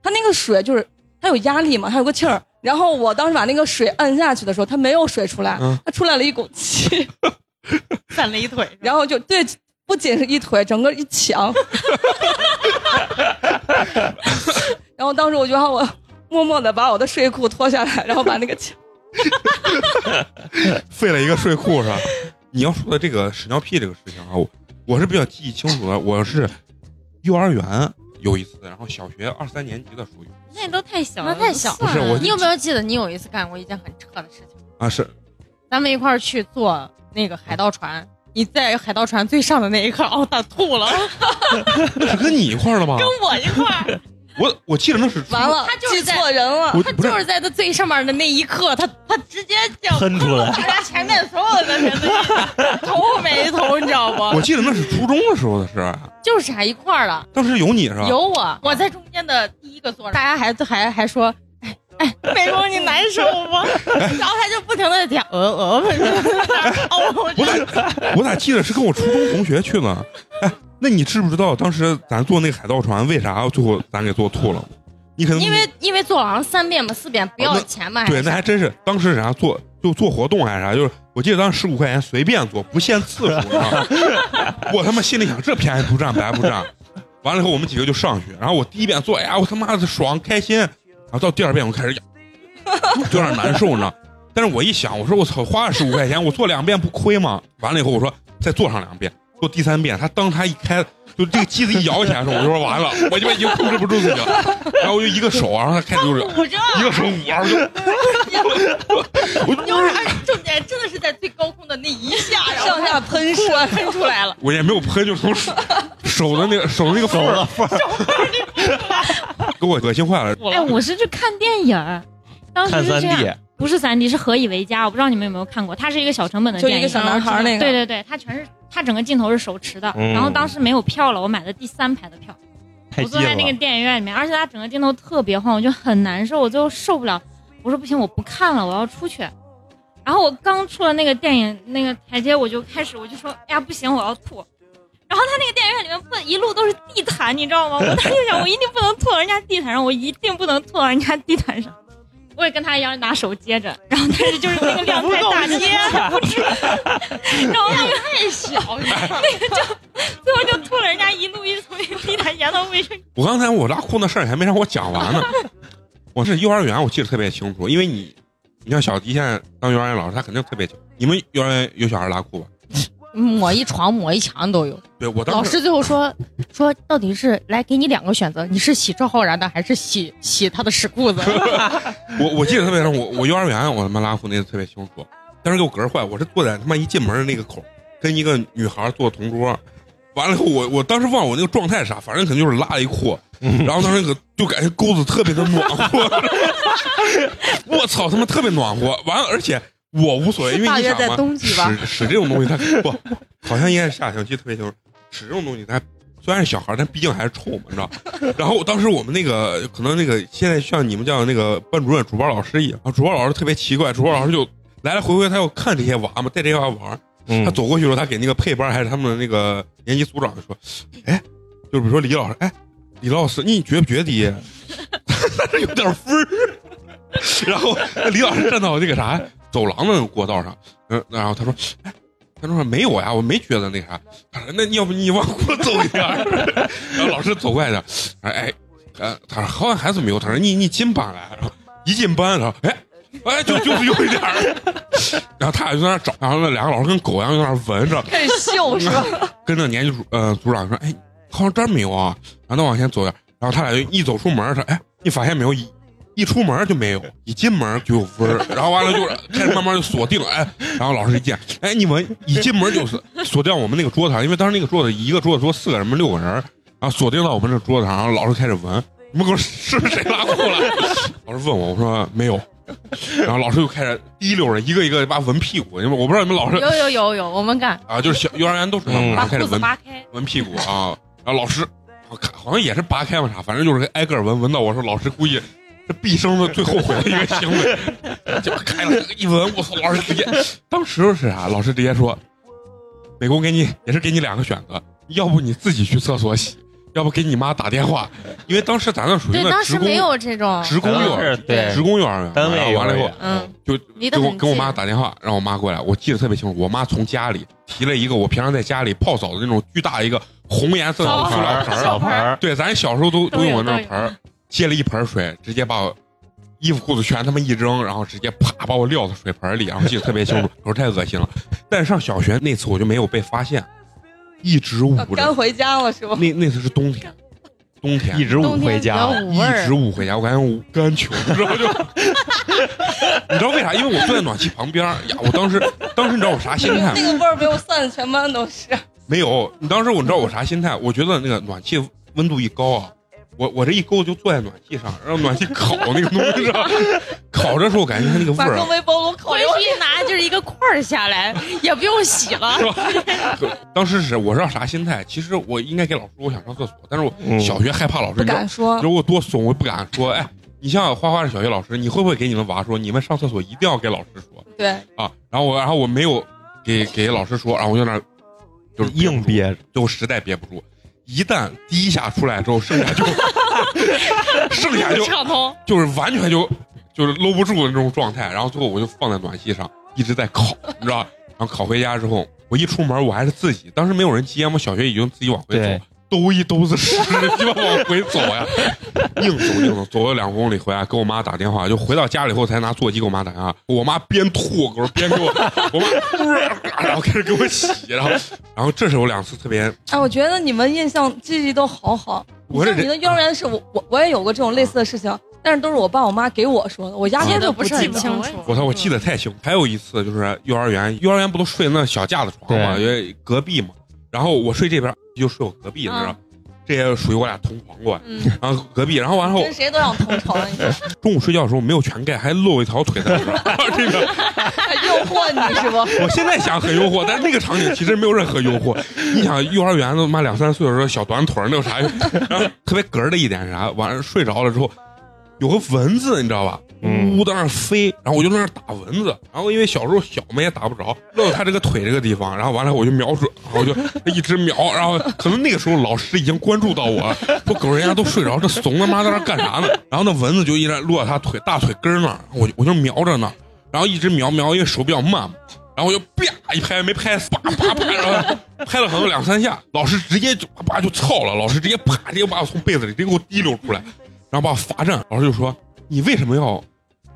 S4: 它那个水就是它有压力嘛，它有个气儿。然后我当时把那个水摁下去的时候，它没有水出来
S1: 嗯，
S4: 它出来了一股气。
S10: 散了一腿。
S4: 然后就对，不仅是一腿，整个一墙。然后当时我就让我 默默的把我的睡裤脱下来，然后把那个 墙，
S1: 废了一个睡裤是吧？你要说的这个屎尿屁这个事情啊，我我是比较记忆清楚的，我是幼儿园有一次，然后小学二三年级的时候有
S9: 那你都太小
S10: 那
S9: 了，
S10: 太小了
S1: 不是我
S10: 你有没有记得你有一次干过一件很扯的事情？
S1: 啊，是
S10: 咱们一块儿去坐那个海盗船，你在海盗船最上的那一刻，哦，他吐了，
S1: 那是跟你一块儿的吗？
S10: 跟我一块儿，
S1: 我我记得那是初
S4: 完，了
S10: 他，就是
S4: 记
S10: 在
S4: 错人了。
S1: 我
S10: 他
S1: 不是
S10: 就是在他最上面的那一刻，他他直接就
S2: 喷出 来
S10: 我们家前面所有的人的一头没头，你知道
S1: 我
S10: 不？
S1: 记得那是初中的时候的事儿，啊
S10: 就是俩一块儿了，
S1: 当时有你是吧？
S10: 有我，我在中间的第一个座，大家还还还说。哎哎，美工你难受吗？ 然后他就不停的点，呃呃， 哦，我
S1: 我咋 我咋记得是跟我初中同学去呢？哎，那你知不知道当时咱坐那个海盗船为啥最后咱给坐吐了？你可能
S10: 因为因为坐好像三遍嘛，四遍不要钱嘛，
S1: 哦对，那
S10: 还
S1: 还
S10: 是
S1: 真是当时是啥做就做活动还是啥，就是我记得当时十五块钱随便做，不限次数。你知道吗 我他妈心里想这便宜不占白不占。完了以后我们几个就上去，然后我第一遍做，哎呀我他妈的爽开心，然后到第二遍我开始呀有点难受呢。但是我一想，我说我操，花了十五块钱，我做两遍不亏吗？完了以后我说再做上两遍，做第三遍，他当他一开，就这个机子一摇起来的时候，我就说完了，我他妈已经控制不住自己了，然后我就一个手，然后他开始就是一个手捂，然后就
S9: 就是哎，重点真的是在最高空的那一下，然后
S4: 上下喷射
S9: 哇喷出来了。
S1: 我也没有喷，就从手手的那个手的那个缝儿 给我恶心坏了。
S11: 哎，我是去看电影儿，当时
S1: 看
S11: 是这
S1: 3D
S11: 样，不是三 D，是《何以为家》，我不知道你们有没有看过，它是一个小成本的
S4: 就一
S11: 电影，
S4: 个小男孩儿那个
S11: 对对对，它全是它整个镜头是手持的，
S2: 嗯
S11: 然后当时没有票了，我买的第三排的票，
S2: 太
S11: 我坐
S2: 近
S11: 在那个
S2: 了。
S11: 电影院里面，而且它整个镜头特别晃，我就很难受，我最后受不了，我说不行，我不看了，我要出去。然后我刚出了那个电影那个台阶，我就开始我就说，哎呀不行，我要吐。然后他那个电影院里面不一路都是地毯，你知道吗？我当时就想，我一定不能吐到人家地毯上，我一定不能吐到人家地毯上。我也跟他一样拿手接着，然后但是就是那个量太大，真的接
S10: 啊
S11: 不住，然后那个啊太小，那个就最后就吐了人家一路一从那个地毯沿到卫生间。
S1: 我刚才我拉裤那事儿还没让我 讲完呢，我是幼儿园，我记得特别清楚，因为你，你像小迪现在当幼儿园老师，他肯定特别清。你们幼儿园有小孩拉裤吧？
S10: 抹一床抹一墙都有。
S1: 对我
S10: 老
S1: 当时
S10: 师最后说说到底是来给你两个选择，你是洗赵浩然的还是洗洗他的屎裤子？
S1: 我我记得特别清，楚，我我幼儿园我他妈拉裤那次特别清楚，当时给我膈坏，我是坐在他妈一进门的那个口，跟一个女孩坐同桌，完了以后我我当时忘了我那个状态是啥，反正肯定就是拉了一裤，然后当时那个就感觉沟子特别的暖和， 我操他妈特别暖和，完了而且我无所谓，因为
S12: 大
S1: 你
S12: 约
S1: 想
S12: 在
S1: 嘛
S12: 冬季吧
S1: 屎屎这种东西它不好像应该是夏天，记得特别清楚，屎这种东西它。虽然是小孩，但毕竟还是臭嘛，你知道。 然后当时我们那个可能那个现在像你们这样的那个班主任、主班老师一样，啊主班老师特别奇怪，主班老师就来来回回他要看这些娃嘛，带这些娃玩儿。他走过去的时候，他给那个配班还是他们的那个年级组长就说：“哎，就是比如说李老师，哎，李老师，你觉不觉得 他 这有点分儿？”然后李老师站到那个啥走廊的那个过道上，嗯，然后他说：“哎，他说没有呀，我没觉得那啥。”他说：“啊那你要不你往过走一点儿？” 然后老师走过来的，哎哎，呃，他说好像还是没有。他说：“你你进班来。”然后一进班，然后哎。哎，就就是有一点儿， 然后他俩就在那儿找，然后那两个老师跟狗一样就在那儿闻着，
S9: 开始 嗅是吧？
S1: 跟着年级主呃组长说，哎，好像这儿没有啊，然后再往前走点儿，然后他俩就一走出门儿说，哎，你发现没有，一一出门儿就没有，一进门儿就有味儿，然后完了就是 开始慢慢就锁定了，哎，然后老师一见，哎，你们一进门就是锁定我们那个桌子上，啊因为当时那个桌子一个桌子坐四个人嘛，六个人儿，然后锁定到我们这桌子上，然后老师开始闻，你们给我是不是谁拉裤了？ 老师问我，我说没有。然后老师就开始滴溜着一个一个把闻屁股，因为我不知道你们 老师
S10: 有有有有，我们干。
S1: 啊，就是小幼儿园都是
S10: 嗯把
S1: 开始
S10: 裤子
S1: 闻
S10: 扒开
S1: 闻屁股啊， 然后老师我看好像也是扒开嘛啥，反正就是挨个儿闻，闻到我说老师估计这毕生的最后悔的一个行为， 就开了一闻，我操，老 师直接当时是啥？老师直接说，美工给你也是给你两个选择，要不你自己去厕所洗，要不给你妈打电话，因为当时咱那属于
S10: 对，
S1: 那
S10: 当
S1: 职
S10: 时
S1: 工
S10: 没有这种
S1: 职工幼儿
S2: 对
S1: 职工幼儿园，
S2: 单位
S1: 然后完了以
S2: 幼
S1: 后
S2: 儿园，
S10: 嗯，
S1: 就
S10: 离得
S1: 给我
S10: 很
S1: 给我
S10: 近
S1: 妈打电话，让我妈过来，我记得特别清楚。我妈从家里提了一个我平常在家里泡澡的那种巨大一个红颜色的
S2: 小
S1: 塑
S2: 盆
S1: 料
S2: 儿
S1: 盆
S2: 小盆儿
S1: 对，咱小时候都
S2: 都
S1: 都
S2: 有
S1: 用那
S2: 都
S1: 种
S2: 有
S1: 盆儿，接了一盆水，直接把我衣服裤子全他妈一扔，然后直接啪把我撂到水盆里，然后记得特别清楚，我说太恶心了。但是上小学那次我就没有被发现，一直
S2: 哦
S1: 捂着。
S4: 干回家了是吗？
S1: 那那次是冬天，冬天一
S2: 直捂回家冬天比较捂味儿
S1: 一直捂回家，我感觉捂干球，你知道就，你知道为啥？因为我坐在暖气旁边儿呀，我当时当时你知道我啥心态
S4: 那
S1: 吗？
S4: 个味儿被我散的全班都是。
S1: 没有，你当时我你知道我啥心态？我觉得那个暖气温度一高啊，我我这一勾就坐在暖气上，让暖气烤那个东西上，烤着时候感觉它那个味
S10: 把
S1: 儿啊
S10: 微波炉烤回去一拿就是一个块儿下来，也不用洗了。
S1: 当时是我知道啥心态，其实我应该给老师说我想上厕所，但是我小学害怕老师，
S4: 不敢
S1: 你知道
S4: 说
S1: 你知道我多怂，我不敢说。哎，你像花花是小学老师，你会不会给你们娃说，你们上厕所一定要给老师说
S4: 对，
S1: 啊？然后我，然后我没有给给老师说，然后我就那儿就是硬
S2: 憋，
S1: 就实在憋不住。一旦第一下出来之后，剩下就剩下就
S9: 畅通。
S1: 就是完全就就是搂不住的那种状态，然后最后我就放在暖气上一直在烤，你知道吧？然后烤回家之后，我一出门我还是自己，当时没有人接嘛，我小学已经自己往回走
S2: 对，
S1: 兜一兜子屎，鸡巴 往回走呀，硬走硬走，走了两公里回来，给我妈打电话，就回到家里后才拿座机给我妈打电话，我妈边吐给我边给我，我妈然后开始给我洗，然后然后这是有两次特别
S4: 哎，我觉得你们印象记忆都好好。
S1: 我这
S4: 像你的
S1: 人
S4: 幼儿园是我我我也有过这种类似的事情，但是都是我爸我妈给我说的，我压根
S1: 记
S4: 就
S1: 得
S4: 不记得。
S1: 我操！我记得太清。还有一次就是幼儿园，幼儿园不都睡那小架子床吗？因为隔壁嘛。然后我睡这边，就睡我隔壁，你知道，这也属于我俩同床过。然后隔壁，然后完后
S4: 跟谁都想同床， 你
S1: 中午睡觉的时候没有全盖，还露一条腿在那儿。
S4: 诱惑你是不？
S1: 我现在想很诱惑，但是那个场景其实没有任何诱惑。你想幼儿园他妈两三岁的时候小短腿儿那有啥用？ 然后特别哏儿的一点是啥？晚上睡着了之后，有个蚊子你知道吧？呜呜在那儿飞，然后我就在那儿打蚊子。然后因为小时候小嘛也打不着，落到他这个腿这个地方，然后完了我就瞄准，然后我就一直瞄，然后可能那个时候老师已经关注到我了，说狗人家都睡着，这怂他妈在那儿干啥呢？然后那蚊子就一直落到他腿大腿根儿那儿，我就我就瞄着呢。然后一直瞄瞄，因为手比较慢嘛，然后我就啪一拍没拍死，啪啪啪，然后 拍了可能两三下，老师直接就啪就操了，老师直接啪直接把我从被子里直接给我提溜出来，然后把我罚站，老师就说你为什么要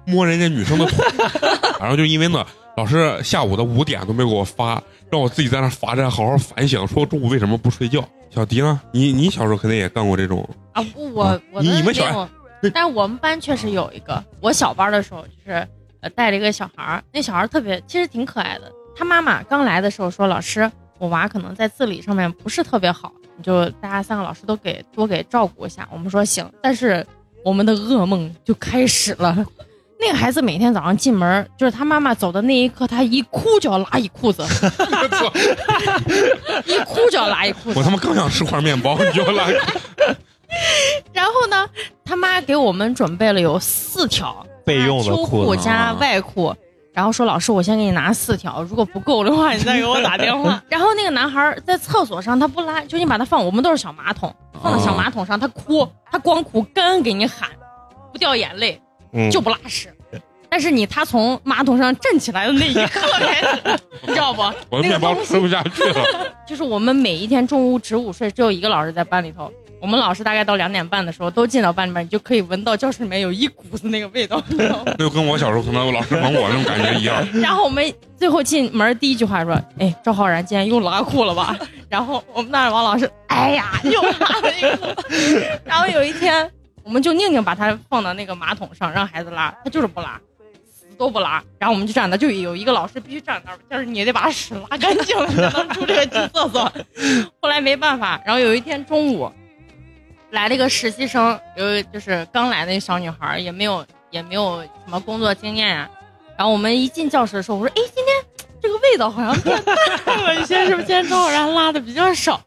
S1: 摸人家女生的腿？ 然后就因为呢，老师下午的五点都没给我发，让我自己在那罚站好好反省，说中午为什么不睡觉。小迪呢？你你小时候肯定也干过这种，
S10: 啊，不，我我
S1: 你
S10: 的
S1: 你们小
S10: 没有
S1: 那，
S10: 但我们班确实有一个。我小班的时候，就是呃带了一个小孩儿，那小孩儿特别，其实挺可爱的。他妈妈刚来的时候说：“老师，我娃可能在自理上面不是特别好，你就大家三个老师都给多给照顾一下。”我们说行，但是我们的噩梦就开始了。那个孩子每天早上进门，就是他妈妈走的那一刻，他一哭就要拉一裤子， 一哭就要拉一裤子。
S1: 我他妈刚想吃块面包， 你就来，
S10: 然后呢，他妈给我们准备了有四条
S2: 备用的
S10: 秋
S2: 裤
S10: 裤
S2: 子啊
S10: 加外裤，然后说老师，我先给你拿四条，如果不够的话，你再给我打电话。然后那个男孩在厕所上，他不拉，就你把他放，我们都是小马桶，放到小马桶上，他哭，他光哭，干给你喊，不掉眼泪，
S2: 嗯
S10: 就不拉屎。但是你他从马桶上站起来的那一刻开始，你知道不？
S1: 我的面包吃不下去了。
S10: 就是我们每一天中午只午睡，只有一个老师在班里头。我们老师大概到两点半的时候都进到班里面，你就可以闻到教室里面有一股子那个味道。
S1: 那就跟我小时候可能老师管我那种感觉一样。
S10: 然后我们最后进门第一句话说：“哎，赵浩然今天又拉裤了吧？”然后我们那儿王老师，哎呀，又拉了一裤。然后有一天，我们就宁宁把他放到那个马桶上让孩子拉，他就是不拉，死都不拉。然后我们就站那，就有一个老师必须站那儿，就是你得把屎拉干净了，你才能出这个进厕所。后来没办法，然后有一天中午，来了一个实习生，有就是刚来的一小女孩儿，也没有也没有什么工作经验呀、然后我们一进教室的时候，我说：“哎，今天这个味道好像变淡了，你现在是不是今天中午然拉的比较少？”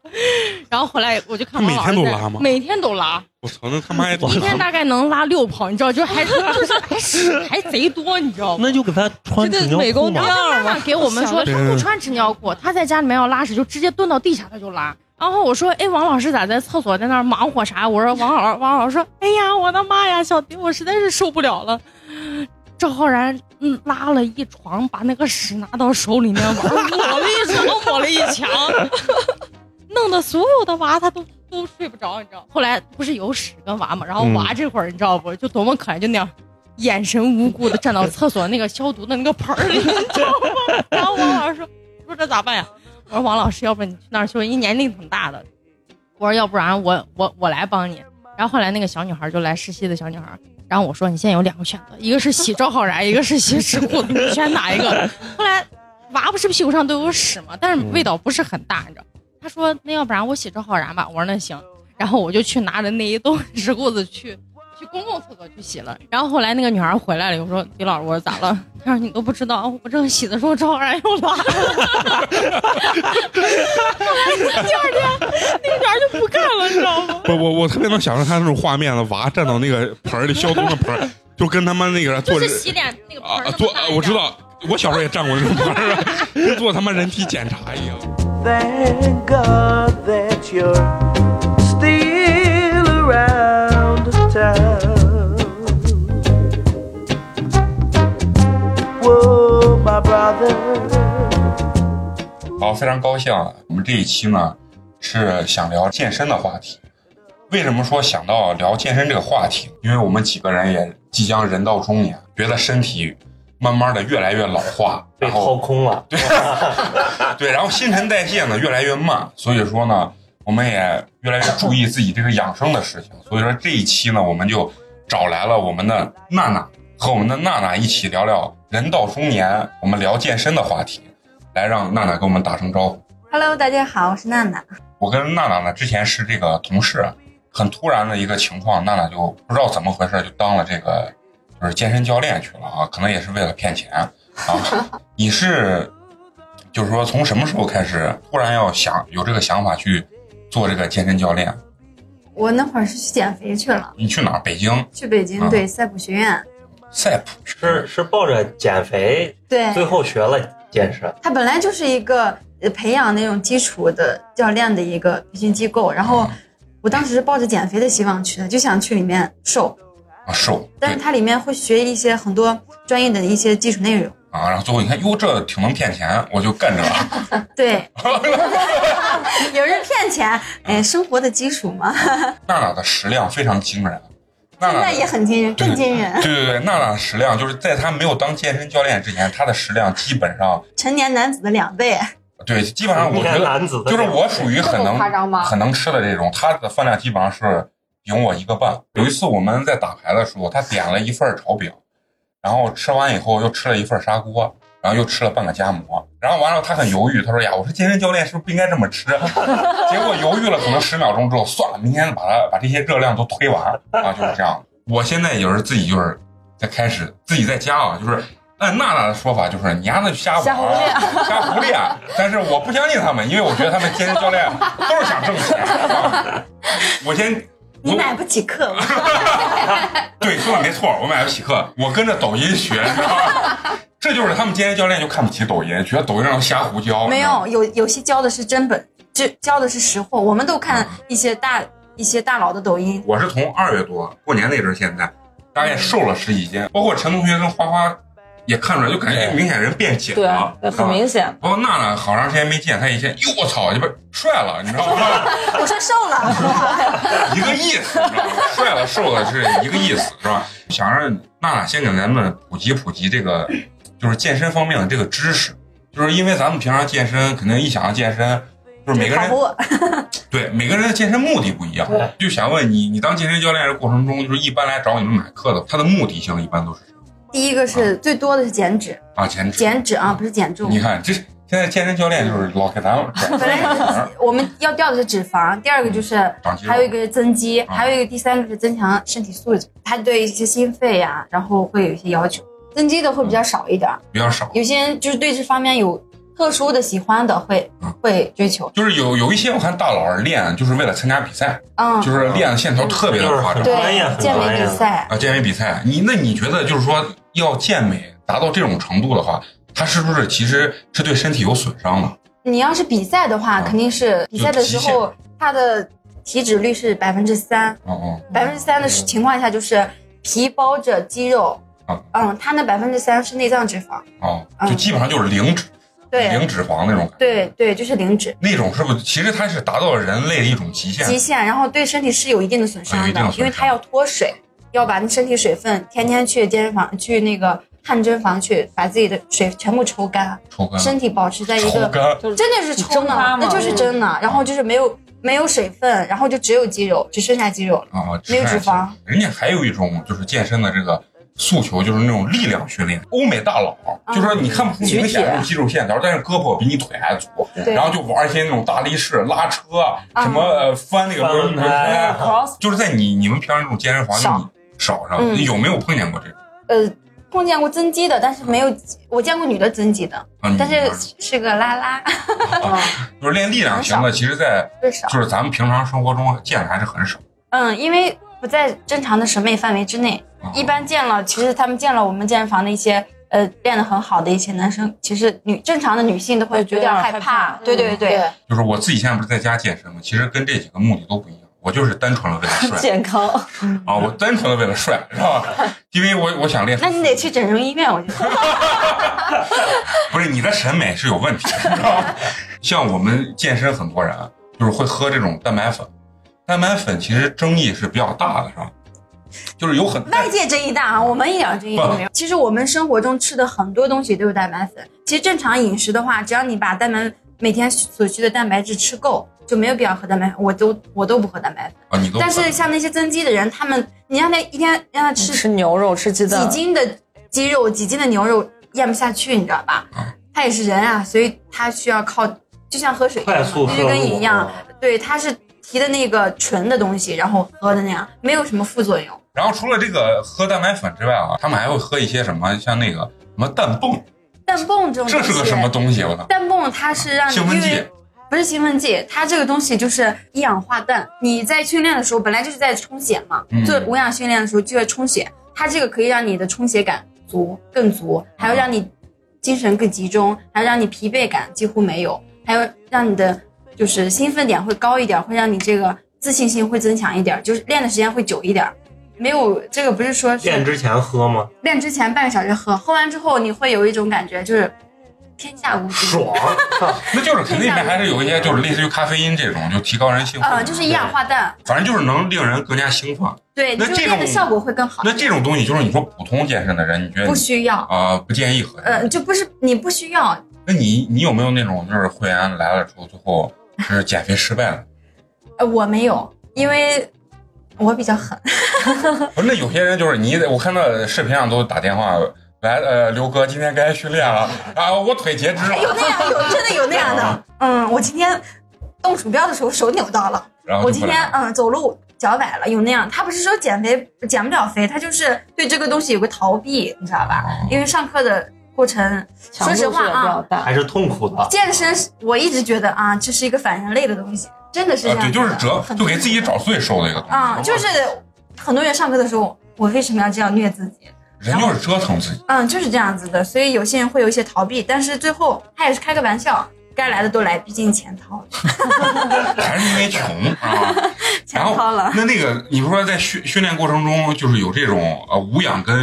S10: 然后后来我就看
S1: 她
S10: 我
S1: 每
S10: 老
S1: 天
S10: 师
S1: 都
S10: 在
S1: 拉吗
S10: 每天都拉，
S1: 我操，那他妈也
S10: 一天大概能拉六泡，你知道，就还 就是还屎还贼多，你知道吗？
S2: 那就给他穿纸尿裤嘛
S10: 然后他妈妈给我们说，
S2: 对
S10: 他不穿纸尿裤，他在家里面要拉屎就直接蹲到地下他就拉。然后我说，哎，王老师咋在厕所在那儿忙活啥？我说，王老王老师说，哎呀，我的妈呀，小迪，我实在是受不了了。赵浩然嗯拉了一床，把那个屎拿到手里面玩，抹了一床，抹了一墙，弄得所有的娃他都都睡不着，你知道吗。后来不是有屎跟娃嘛，然后娃
S9: 嗯
S10: 这会儿你知道不，就多么可爱，就那样。眼神无辜的站到厕所那个消毒的那个盆儿里，你知道吗？然后王老师说：“说这咋办呀？”我说：“王老师，要不然你去那儿休息，你年龄挺大的。”我说：“要不然我我我来帮你。”然后后来那个小女孩就来实习的小女孩，然后我说：“你现在有两个选择，一个是洗赵浩哎然，一个是洗屎裤 子，你选哪一个？”后来娃不是屁股上都有屎嘛，但是味道不是很大，你知道。他说：“那要不然我洗赵浩然吧？”我说：“那行。”然后我就去拿着那一兜屎裤子去去公共厕所去洗了。然后后来那个女孩回来了，我说：“李老师，我说咋了？”她说：“你都不知道，我正洗的时候，赵浩然又拉了。” 第二天，那个女孩就不干了，你知道吗？
S1: 不，我我特别能想象他那种画面了，娃站到那个盆儿里消毒那盆儿，就跟他妈那个做
S10: 就
S1: 人
S10: 是洗脸那个盆
S1: 啊
S10: 儿
S1: 做，啊我知道，我小时候也站过那种盆儿，啊跟做他妈人体检查一样。
S3: Thank God that you're still around town. Whoa, my brother.
S1: 啊好，非常高兴，我们这一期呢是想聊健身的话题。为什么说想到聊健身这个话题？因为我们几个人也即将人到中年，觉得身体慢慢的越来越老化，
S2: 被掏空了。
S1: 对，对，然后新陈代谢呢越来越慢，所以说呢，我们也越来越注意自己这个养生的事情。所以说这一期呢，我们就找来了我们的娜娜和我们的娜娜一起聊聊人到中年，我们聊健身的话题，来让娜娜跟我们打声招呼。
S12: Hello，大家好，我是娜娜。
S1: 我跟娜娜呢，之前是这个同事，啊很突然的一个情况，娜娜就不知道怎么回事，就当了这个就是健身教练去了啊，可能也是为了骗钱啊。你是就是说从什么时候开始突然要想有这个想法去做这个健身教练？
S12: 我那会儿是去减肥去了，
S1: 你去哪儿？北京
S12: 去北京、
S1: 嗯
S12: 对赛普学院。
S1: 赛普
S2: 是是抱着减肥，
S12: 对
S2: 最后学了 健身。
S12: 它本来就是一个呃培养那种基础的教练的一个培训机构，然
S1: 嗯
S12: 后我当时是抱着减肥的希望去的，就想去里面瘦，
S1: 啊瘦
S12: 但是它里面会学一些很多专业的一些基础内容。
S1: 啊，然后最后你看哟，这挺能骗钱，我就干这了。
S12: 对，有人骗钱，
S1: 嗯
S12: 哎，生活的基础嘛，
S1: 娜娜的食量非常惊人，娜
S12: 现
S1: 娜
S12: 在也很惊人，更惊人。
S1: 对对对，娜娜的食量就是在她没有当健身教练之前，她的食量基本上
S12: 成年男子的两倍，
S1: 对，基本上我觉
S2: 成年男子
S1: 得
S2: 的
S1: 就是我属于很
S12: 这么夸张
S1: 能
S12: 吗
S1: 很能吃的这种，她的饭量基本上是顶我一个半。有一次我们在打牌的时候，她点了一份炒饼，然后吃完以后又吃了一份砂锅，然后又吃了半个夹馍，然后完了她很犹豫，她说哎呀，我说健身教练是不是不应该这么吃？啊 结果犹豫了可能十秒钟之后，算了，明天把它把这些热量都推完啊，就是这样。我现在也是自己就是在开始自己在家啊，就是按娜娜的说法，就是你丫的瞎玩
S9: 瞎胡
S1: 儿
S9: 练
S1: 瞎胡练。但是我不相信他们，因为我觉得他们健身教练都是想挣钱。啊我先
S12: 你买不起 课。
S1: 对说的没错，我买不起课，我跟着抖音学，你知道吗？这就是他们健身教练就看不起抖音，觉得抖音上瞎胡教。
S12: 没有，有有些教的是真本，这教的是实货。我们都看一些大一些大佬的抖音，
S1: 嗯我是从二月多过年那阵儿，现在大概瘦了十几斤，包括陈同学跟花花也看出来，就感觉明显人变紧
S4: 啊
S1: 了，
S7: 对，很明显。
S1: 包括娜娜好长时间没见，她一见，哟我操，这不是帅了，你知道吗？
S12: 我说瘦了，
S1: 一个意思，你知道吗？帅了瘦了是一个意思，是吧？想让娜娜先给咱们普及普及这个，就是健身方面的这个知识，就是因为咱们平常健身，肯定一想到健身，就是每个人
S12: 跑步。
S1: 对每个人的健身目的不一样，就想问你，你当健身教练的过程中，就是一般来找你们买课的，他的目的性一般都是什么
S12: 第一个是最多的是减脂，
S1: 啊？减脂。
S12: 减脂啊，不是减重。
S1: 你看这现在健身教练就是老给 咱们转
S12: 本来我们要掉的是脂肪，第二个就是
S1: 嗯长肌肉嗯
S12: 还有一个是增肌，还有一个第三个是增强身体素质。它对一些心肺呀、然后会有一些要求。增肌的会比较少一点儿，
S1: 比较少，
S12: 有些人就是对这方面有特殊的喜欢的会
S1: 嗯
S12: 会追求。
S1: 就是有有一些我看大佬练啊就是为了参加比赛，
S12: 嗯
S1: 就是练的线条特别的夸张，
S12: 对专业很健美专业比赛
S1: 啊，健美比赛，你那你觉得就是说要健美达到这种程度的话，他是不是其实是对身体有损伤的？
S12: 你要是比赛的话，肯定是比赛的时
S1: 嗯有极
S12: 候他的体脂率是百分之三，
S1: 哦哦，
S12: 百分之三的情况下就是皮包着肌肉
S1: 啊，
S12: 嗯，他那百分之三是内脏脂肪，
S1: 哦，就基本上就是零脂零
S12: 嗯对，
S1: 脂肪那种感觉。
S12: 对对，就是零脂。
S1: 那种是不是其实它是达到了人类的一种极限？
S12: 极限，然后对身体是有一定的损伤
S1: 啊有一定的
S12: 的，
S1: 损伤
S12: 因为它要脱水，要把那身体水分天天去健身房去那个汗蒸房去把自己的水全部抽干，
S1: 抽干
S12: 身体保持在一
S1: 抽
S12: 个
S1: 干
S12: 真的是抽
S9: 蒸
S12: 呢
S9: 发，
S12: 那
S9: 嘛嗯
S12: 就是真的，然后就是没有没有水分，然后就只有肌肉，只剩下肌肉了，
S1: 啊，
S12: 没嗯有脂肪。
S1: 人家还有一种就是健身的这个诉求，就是那种力量训练。欧美大佬
S12: 嗯
S1: 就说你看不出明
S12: 举
S1: 显
S12: 铁
S1: 是肌肉线条，但是胳膊比你腿还粗，
S12: 对啊
S1: 然后就玩一些那种大力士、拉车、什么呃翻那个轮
S2: 翻轮
S1: 胎啊
S2: 胎，
S1: 就是在你你们平常这种健身房就你少上，
S12: 嗯
S1: 你有没有碰见过这种？
S12: 呃，碰见过增肌的，但是没有，我见过女的增肌的
S1: 嗯，
S12: 但是是个拉拉，
S1: 就是练力量型的，其实在
S12: 很少
S1: 就是咱们平常生活中见的还是很少。
S12: 嗯，因为不在正常的审美范围之内，一般见了，其实他们见了我们健身房的一些呃练得很好的一些男生，其实女正常的女性都会觉得
S7: 有点
S12: 害
S7: 害嗯
S12: 怕，对对对，
S1: 就是我自己现在不是在家健身吗？其实跟这几个目的都不一样，我就是单纯的为了 帅，
S7: 健康，
S1: 啊，我单纯的为了帅，是吧？因为我我想练出，
S12: 那你得去整容医院，我觉得
S1: 不是你的审美是有问题，你知道吗？像我们健身很多人，啊就是会喝这种蛋白粉。蛋白粉其实争议是比较大的，是吧？就是有很
S12: 外界争议大啊，我们一点争议都没有
S1: 不。
S12: 其实我们生活中吃的很多东西都有蛋白粉。其实正常饮食的话，只要你把蛋白每天所需的蛋白质吃够，就没有必要喝蛋白粉。我都我都不喝蛋白粉。
S1: 啊，你都
S12: 但是像那些增肌的人，他们你让他一天让他吃吃牛肉、吃鸡
S4: 蛋
S12: 几斤的鸡肉、几斤的牛肉咽不下去，你知道吧？他也是人啊，所以他需要靠，就像喝水一样
S4: 快
S12: 嘛，
S4: 速
S12: 就
S4: 摄
S12: 是
S4: 入
S12: 跟你一样，对，他是提的那个纯的东西，然后喝的那样，没有什么副作用。
S1: 然后除了这个喝蛋白粉之外啊，他们还会喝一些什么，像那个什么蛋泵，
S12: 氮泵这种
S1: 这是个什么东西？我操！
S12: 氮泵它是让你
S1: 兴奋
S12: 因
S1: 剂
S12: 为不是兴奋剂，它这个东西就是一氧化氮。你在训练的时候本来就是在充血嘛，
S1: 嗯
S12: 做无氧训练的时候就在充血，它这个可以让你的充血感足更足，还要让你精神更集中，还要让你疲惫感几乎没有，还要让你的就是兴奋点会高一点，会让你这个自信心会增强一点，就是练的时间会久一点。没有这个不是说是
S2: 练之前喝吗？
S12: 练之前半个小时喝，喝完之后你会有一种感觉，就是天下无敌，
S1: 爽，啊那就是 肯定里面还是有一些就是类似于咖啡因这种，就提高人兴奋。
S12: 呃，就是一氧化氮，
S1: 反正就是能令人更加兴奋。
S12: 对，
S1: 那
S12: 就
S1: 这
S12: 练的
S1: 种
S12: 效果会更好。
S1: 那这种东西就是你说普通健身的人，你觉得你
S12: 不需要
S1: 啊、不建议喝。
S12: 呃，就不是你不需要，
S1: 那你你有没有那种就是会员来了之后，最后就是减肥失败了？
S12: 呃，我没有，因为我比较狠，
S1: 不是，那有些人就是你，我看到视频上都打电话来，呃，刘哥今天该训练了啊，我腿截肢了。
S12: 哎有那样有真的有那样 的，嗯，我今天动鼠标的时候手扭到了
S1: 然，后就
S12: 我今
S1: 不来
S12: 天嗯走路脚崴了，有那样。他不是说减肥减不了肥，他就是对这个东西有个逃避，你知道
S1: 哦
S12: 吧？因为上课的过程，
S4: 强
S12: 说
S4: 度
S12: 实话
S4: 是也比较
S12: 啊，
S4: 大，还
S2: 是痛苦的
S12: 健身是我一直觉得啊，这是一个反人类的东西，真的是这
S1: 啊
S12: 样、，
S1: 对，就是折，
S12: 很
S1: 就给自己找罪受的一个东西。
S12: 啊、就是很多人上课的时候，我为什么要这样虐自己？
S1: 人就是折腾自己。
S12: 嗯，就是这样子的，所以有些人会有一些逃避，但是最后他也是开个玩笑，该来的都来，毕竟钱掏了，
S1: 还是因为穷啊。
S12: 钱
S1: 然后
S12: 掏了。
S1: 那那个你说在训训练过程中，就是有这种呃无氧跟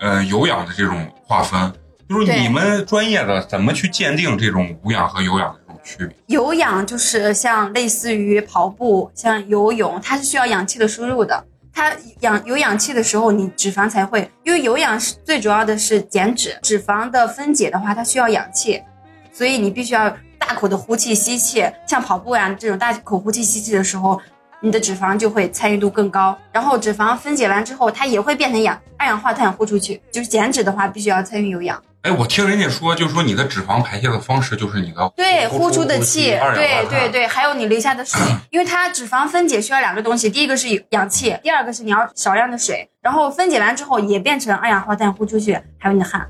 S1: 呃有氧的这种划分，就是
S12: 对
S1: 你们专业的怎么去鉴定这种无氧和有氧的这种区别？
S12: 有氧就是像类似于跑步、像游泳，它是需要氧气的输入的。它氧有氧气的时候，你脂肪才会，因为有氧是最主要的是减脂，脂肪的分解的话，它需要氧气，所以你必须要大口的呼气吸气。像跑步呀、这种大口呼气吸气的时候，你的脂肪就会参与度更高。然后脂肪分解完之后，它也会变成氧二氧化碳呼出去。就是减脂的话，必须要参与有氧。
S1: 哎，我听人家说，就说你的脂肪排泄的方式就是你的
S12: 对，呼出的
S1: 呼
S12: 气，
S1: 二氧化
S12: 对
S1: 碳
S12: 对对，还有你留下的水，因为它脂肪分解需要两个东西，第一个是氧气，第二个是你要少量的水，然后分解完之后也变成二氧化碳呼出去，还有你的汗。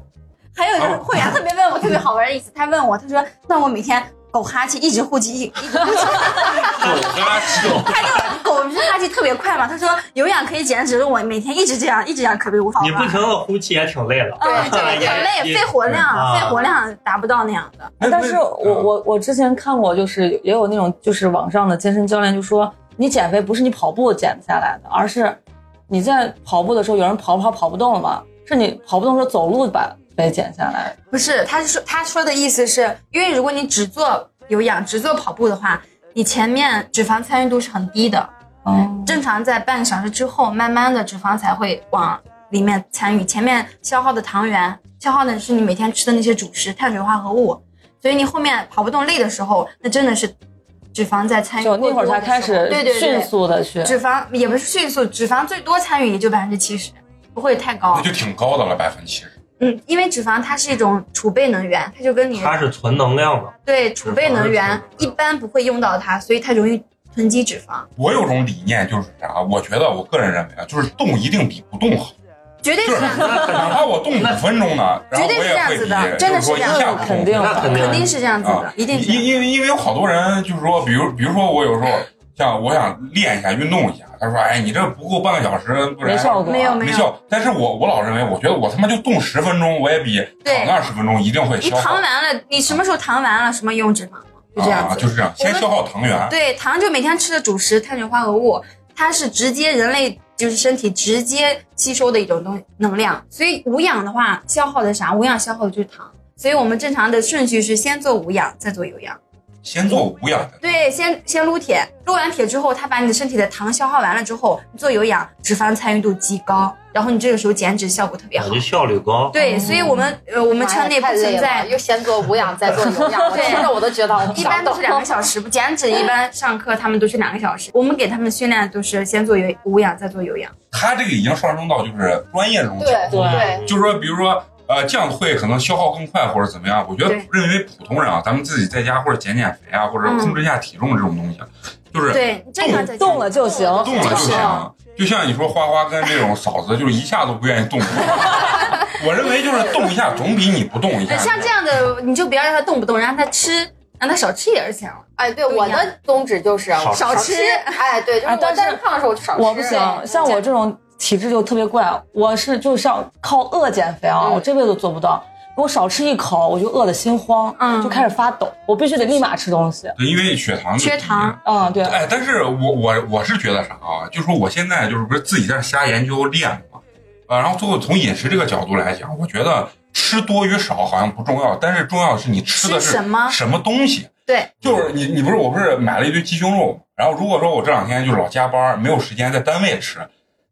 S12: 还有一个会员特别问我特别好玩的意思，他问我，他说：“那我每天狗哈气，一直呼气，一一直呼气。” 他就狗不是哈气特别快嘛？他说有氧可以减脂，我每天一直这样，一直这样可不好
S2: 你不
S12: 玩。
S2: 停的呼气也挺累的，
S12: 对，就很 累，肺活量，肺
S2: 啊
S12: 活量达不到那样的。
S4: 但是我我我之前看过，就是也有那种就是网上的健身教练就说，你减肥不是你跑步减下来的，而是你在跑步的时候，有人跑跑跑不动了嘛，是你跑不动的时候走路把肥减下来。
S12: 不是，他是说他说的意思是因为如果你只做有氧、只做跑步的话，你前面脂肪参与度是很低的。
S4: 哦，
S12: 正常在半个小时之后，慢慢的脂肪才会往里面参与，前面消耗的糖原，消耗的是你每天吃的那些主食、碳水化合物，所以你后面跑不动累的时候，那真的是脂肪在参与过
S4: 就
S12: 多的
S4: 那
S12: 时候。
S4: 会儿才开始
S12: 对对对
S4: 迅速地去
S12: 脂肪也不是迅速，脂肪最多参与也就百分之七十，不会太高
S1: 那。就挺高的了，百分之七十。
S12: 嗯，因为脂肪它是一种储备能源，它就跟你
S2: 它是存能量的。
S12: 对储备能源一般不会用到它，所以它容易囤积脂肪，
S1: 我有种理念就是啥，我觉得我个人认为啊，就是动一定比不动好。
S12: 绝对是这样子的。
S1: 哪怕我动五分钟呢，然 后
S12: 绝对是
S1: 我
S12: 这
S1: 也
S12: 样
S1: 会
S12: 子
S1: 比，
S12: 的，
S1: 就
S12: 真
S1: 是
S12: 的是
S1: 说
S12: 这
S1: 一
S12: 样子
S1: 下
S12: 的，
S1: 不动，
S12: 肯定是这样子的
S1: 啊，
S12: 一定是这样
S1: 因因为因为有好多人就是说，比如比如说我有时候像我想练一下运动一下，他说哎你这不够半个小时，不然
S4: 没效果
S1: 没
S4: 没有没有
S1: 效。但是我我老认为，我觉得我他妈就动十分钟，我也比
S12: 对
S1: 躺那十分钟一定会
S12: 你
S1: 消耗
S12: 糖完了，你什么时候糖完了，什么用脂肪嘛，就这样
S1: 啊，
S12: 子。
S1: 就是这样，先消耗糖原。
S12: 对，糖就每天吃的主食、碳水化合物，它是直接人类就是身体直接吸收的一种东能量。所以无氧的话，消耗的啥？无氧消耗的就是糖。所以我们正常的顺序是先做无氧，再做有氧。
S1: 先做无氧的，
S12: 对，先先撸铁，撸完铁之后，它把你的身体的糖消耗完了之后，你做有氧，脂肪参与度极高，然后你这个时候减脂效果特别好
S2: 感。觉效率高。
S12: 对，所以我们呃我们圈内不存
S6: 妈呀太累
S12: 在
S6: 了又先做无氧再做有 氧 我听着我都觉得我
S12: 一般都是两个小时，不减脂一般上课他们都是两个小时，我们给他们训练都是先做有无氧再做有氧。
S1: 他这个已经上升到就是专业入
S12: 对对
S1: 就是说比如说呃这样会可能消耗更快或者怎么样，我觉得
S12: 对
S1: 认为普通人啊，咱们自己在家或者减减肥啊，或者
S4: 嗯
S1: 控制一下体重这种东西，就是
S12: 对，正常在
S4: 动了就行，
S1: 动了就行。就像你说花花跟这种嫂子，就是一下都不 愿意动。我认为就是动一下总比你不动一
S12: 呃
S1: 下。
S12: 像这样的你就不要让他动不动，让他吃，让他少吃也是行了。啊
S6: 哎，对，我的宗旨就是
S12: 少吃
S6: 少吃，哎，对，就是
S4: 啊
S6: 我
S4: 但是
S6: 单胖的时候我就少吃，哎
S4: 我不行，像我这种体质就特别怪，我是就是像靠饿减肥啊，我这辈子都做不到。给我少吃一口，我就饿得心慌，就开始发抖，我必须得立马吃东西。
S1: 对，因为血糖就
S4: 糖，嗯，对，
S1: 哎，但是我我我是觉得啥啊？就说我现在就是不是自己在瞎研究练嘛，啊，然后最后从饮食这个角度来讲，我觉得吃多与少好像不重要，但是重要的是你吃的是
S12: 吃什么
S1: 什么东西。
S12: 对，
S1: 就是你你不是我不是买了一堆鸡胸肉嘛，然后如果说我这两天就老加班，没有时间在单位吃，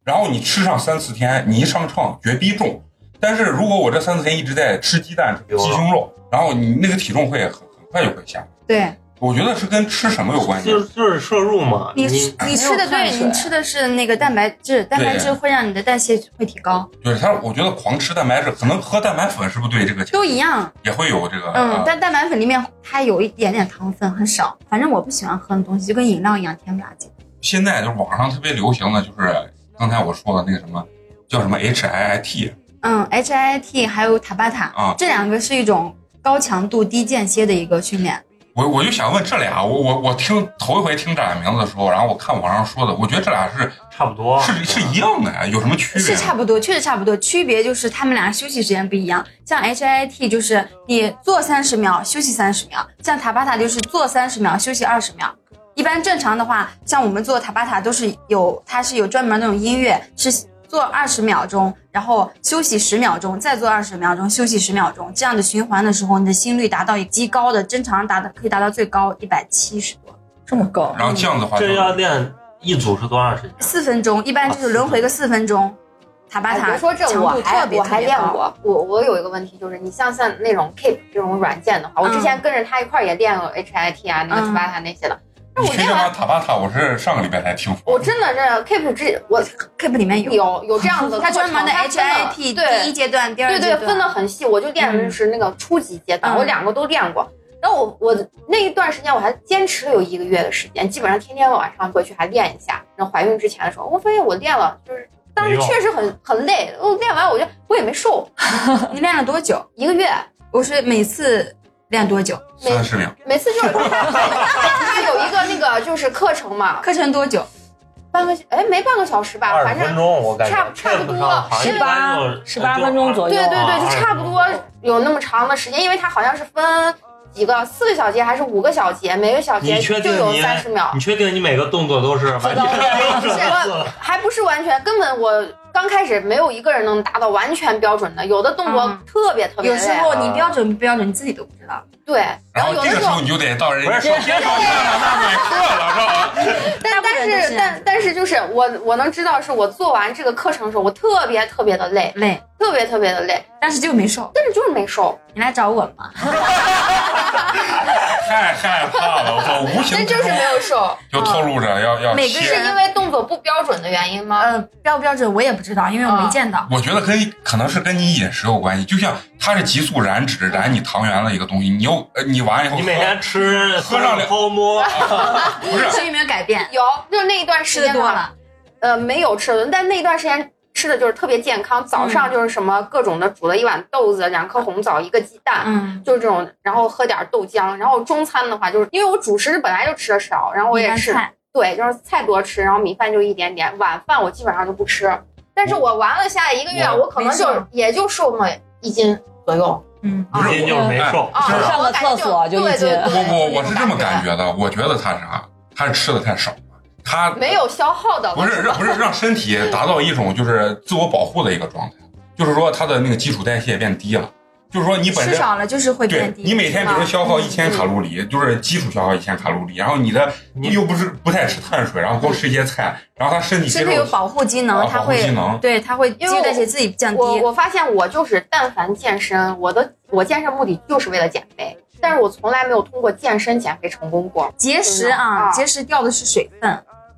S1: 然后你吃上三四天，你一上秤绝逼重。但是如果我这三四天一直在吃鸡蛋、吃鸡胸肉，然后你那个体重会很很快就会下来。
S12: 对，
S1: 我觉得是跟吃什么有关系，啊哎
S2: 就是就是摄入嘛
S12: 啊你你吃的对，你吃的是那个蛋白质，蛋白质会让你的代谢会提高，
S1: 对他，我觉得狂吃蛋白质，可能喝蛋白粉是不是对这个
S12: 都一样。
S1: 也会有这个？
S12: 嗯
S1: 呃，
S12: 但蛋白粉里面它有一点点糖分，很少。反正我不喜欢喝的东西，就跟饮料一样甜不拉几。
S1: 现在就是网上特别流行的，就是刚才我说的那个什么叫什么 HIIT，
S12: 嗯，HIIT 还有塔巴塔，
S1: 啊
S12: 这两个是一种高强度低间歇的一个训练。
S1: 我我就想问这俩，我我我听头一回听这俩名字的时候，然后我看网上说的，我觉得这俩是
S2: 差不多，啊
S1: 是是一样的呀，有什么区别啊
S12: 是？差不多，确实差不多，区别就是他们俩休息时间不一样。像 HIIT 就是你做三十秒，休息三十秒；像塔巴塔就是做三十秒，休息二十秒。一般正常的话，像我们做塔巴塔都是有，它是有专门那种音乐，是做二十秒钟，然后休息十秒钟，再做二十秒钟，休息十秒钟，这样的循环的时候，你的心率达到极高的，正常达到可以达到最高一百七十多，这么高
S1: 然后这样的话就
S2: 这要练一组是多长时间？
S12: 四分钟，一般就是轮回
S6: 啊
S12: 个四分钟。塔巴
S6: 哎
S12: 塔
S6: 别说这
S12: 强
S6: 我
S12: 度
S6: 还
S12: 特别
S6: 我
S12: 特
S6: 还
S12: 别
S6: 练
S12: 高
S6: 过，我我有一个问题就是，你像像那种 Keep 这种软件的话，我之
S12: 嗯
S6: 前跟着他一块儿也练过 HIT 啊，那个
S1: 嗯
S6: 斯巴塔那些的。
S1: 你去这帮塔巴塔，我是上个礼拜才听说。
S6: 我真的是 Keep 之我
S12: Keep 里面
S6: 有有这样 子的
S12: 它
S6: 课程，
S12: 专门的
S6: 它分得
S12: HIIT
S6: 对
S12: 第一阶段第二阶
S6: 对
S12: 段
S6: 对，分得很细。我就练的是那个初级阶段，
S12: 嗯
S6: 我两个都练过。然后我我那一段时间我还坚持了有一个月的时间，基本上天天晚上回去还练一下。然后怀孕之前的时候，我发现我练了，就是当时
S12: 没用
S6: 确实很很累，我练完我就我也没瘦。
S12: 你练了多久？
S6: 一个月。
S12: 我是每次练多久？
S1: 三十秒，
S6: 每次 就是他他有一个那个就是课程嘛，
S12: 课程多久？
S6: 半个小哎没半个小时吧，
S2: 二
S6: 反
S2: 十分
S6: 正
S2: 钟，我感觉
S6: 差差不多
S2: 十八
S4: 十八分钟左右，
S6: 对对
S2: 啊
S6: 对，就差不
S4: 多。
S6: 多有那么长的时间，因为它好像是分几个四个小节还是五个小节，每个小节
S2: 你确
S6: 就
S2: 定
S6: 有
S2: 你
S6: 三十秒
S2: 你。确定你每个动作都是完全
S6: 不是我还不是完全，根本我刚开始没有一个人能达到完全标准的，有的动作特别特别
S12: 嗯
S6: 啊
S12: 有
S6: 累。
S12: 时候你标准不标准，你自己都不知道。
S6: 对，
S1: 然
S6: 然后
S1: 后
S6: 有的
S1: 这个时
S6: 时候
S1: 候你就得到人家
S6: 不是首先
S1: 上那那买课了是吧？
S6: 但但
S12: 都
S6: 是
S12: 是
S6: 但但是就是我我能知道是我做完这个课程的时候，我特别特别的累，
S12: 累，
S6: 特别特别的累，
S12: 但是就没瘦，
S6: 但是就是没瘦。
S12: 你来找我嘛？
S1: 太害怕了，我操！无形
S6: 但
S1: 之
S6: 就
S1: 中
S6: 是没 有瘦，
S1: 就透露着要要
S6: 每个
S1: 切
S6: 是因为动作不标准的原因吗？嗯
S12: 呃，标不标准我也不知道，因为我没见 到。
S1: 我觉得跟可能是跟你饮食有关系，就像它是急速燃脂燃你糖原的一个东西，你又呃你完以后
S2: 你每天吃
S1: 喝上两
S2: 泡沫，
S1: 不是
S12: 有没有改变？
S6: 有，就是那一段时间
S12: 吃得多
S6: 的话
S12: 了，
S6: 呃，没有吃的，但那一段时间吃的就是特别健康，早
S12: 嗯
S6: 上就是什么各种的煮了一碗豆子，两颗红枣，一个鸡蛋，
S12: 嗯，
S6: 就是这种，然后喝点豆浆，然后中餐的话就是因为我主食本来就吃的少，然后我也
S12: 米饭
S6: 是
S12: 菜
S6: 对，就是菜多吃，然后米饭就一点点，晚饭我基本上就不吃，但
S12: 嗯
S6: 是我完了下来一个月，
S2: 我
S6: 我可能就
S2: 没事
S6: 也就瘦那么一斤左右，
S12: 嗯，
S2: 一斤就是没瘦，
S6: 啊，
S4: 上个厕所就一斤
S6: 对对对
S1: 不不，我是这么感觉的，我觉得他啥，他是吃的太少了，他
S6: 没有消耗的，
S1: 不是让不是让身体达到一种就是自我保护的一个状态，就是说他的那个基础代谢变低了。就是说你本身
S12: 吃少了就是会
S1: 对
S12: 变低。啊嗯
S1: 你每天比如说消耗一千卡
S12: 路，
S1: 路里，就是基础消耗一千卡路里，然后你的你又不是不太吃碳水，然后多吃一些菜，然后他身体接
S12: 身体有
S1: 受
S12: 保护机能，
S1: 啊
S12: 它
S1: 保护
S12: 会
S1: 机能
S12: 对它会积累起自己降低。
S6: 我我发现我就是，但凡健身，我的我健身目的就是为了减肥，但是我从来没有通过健身减肥成功过。
S12: 节食啊，节食掉的是水分。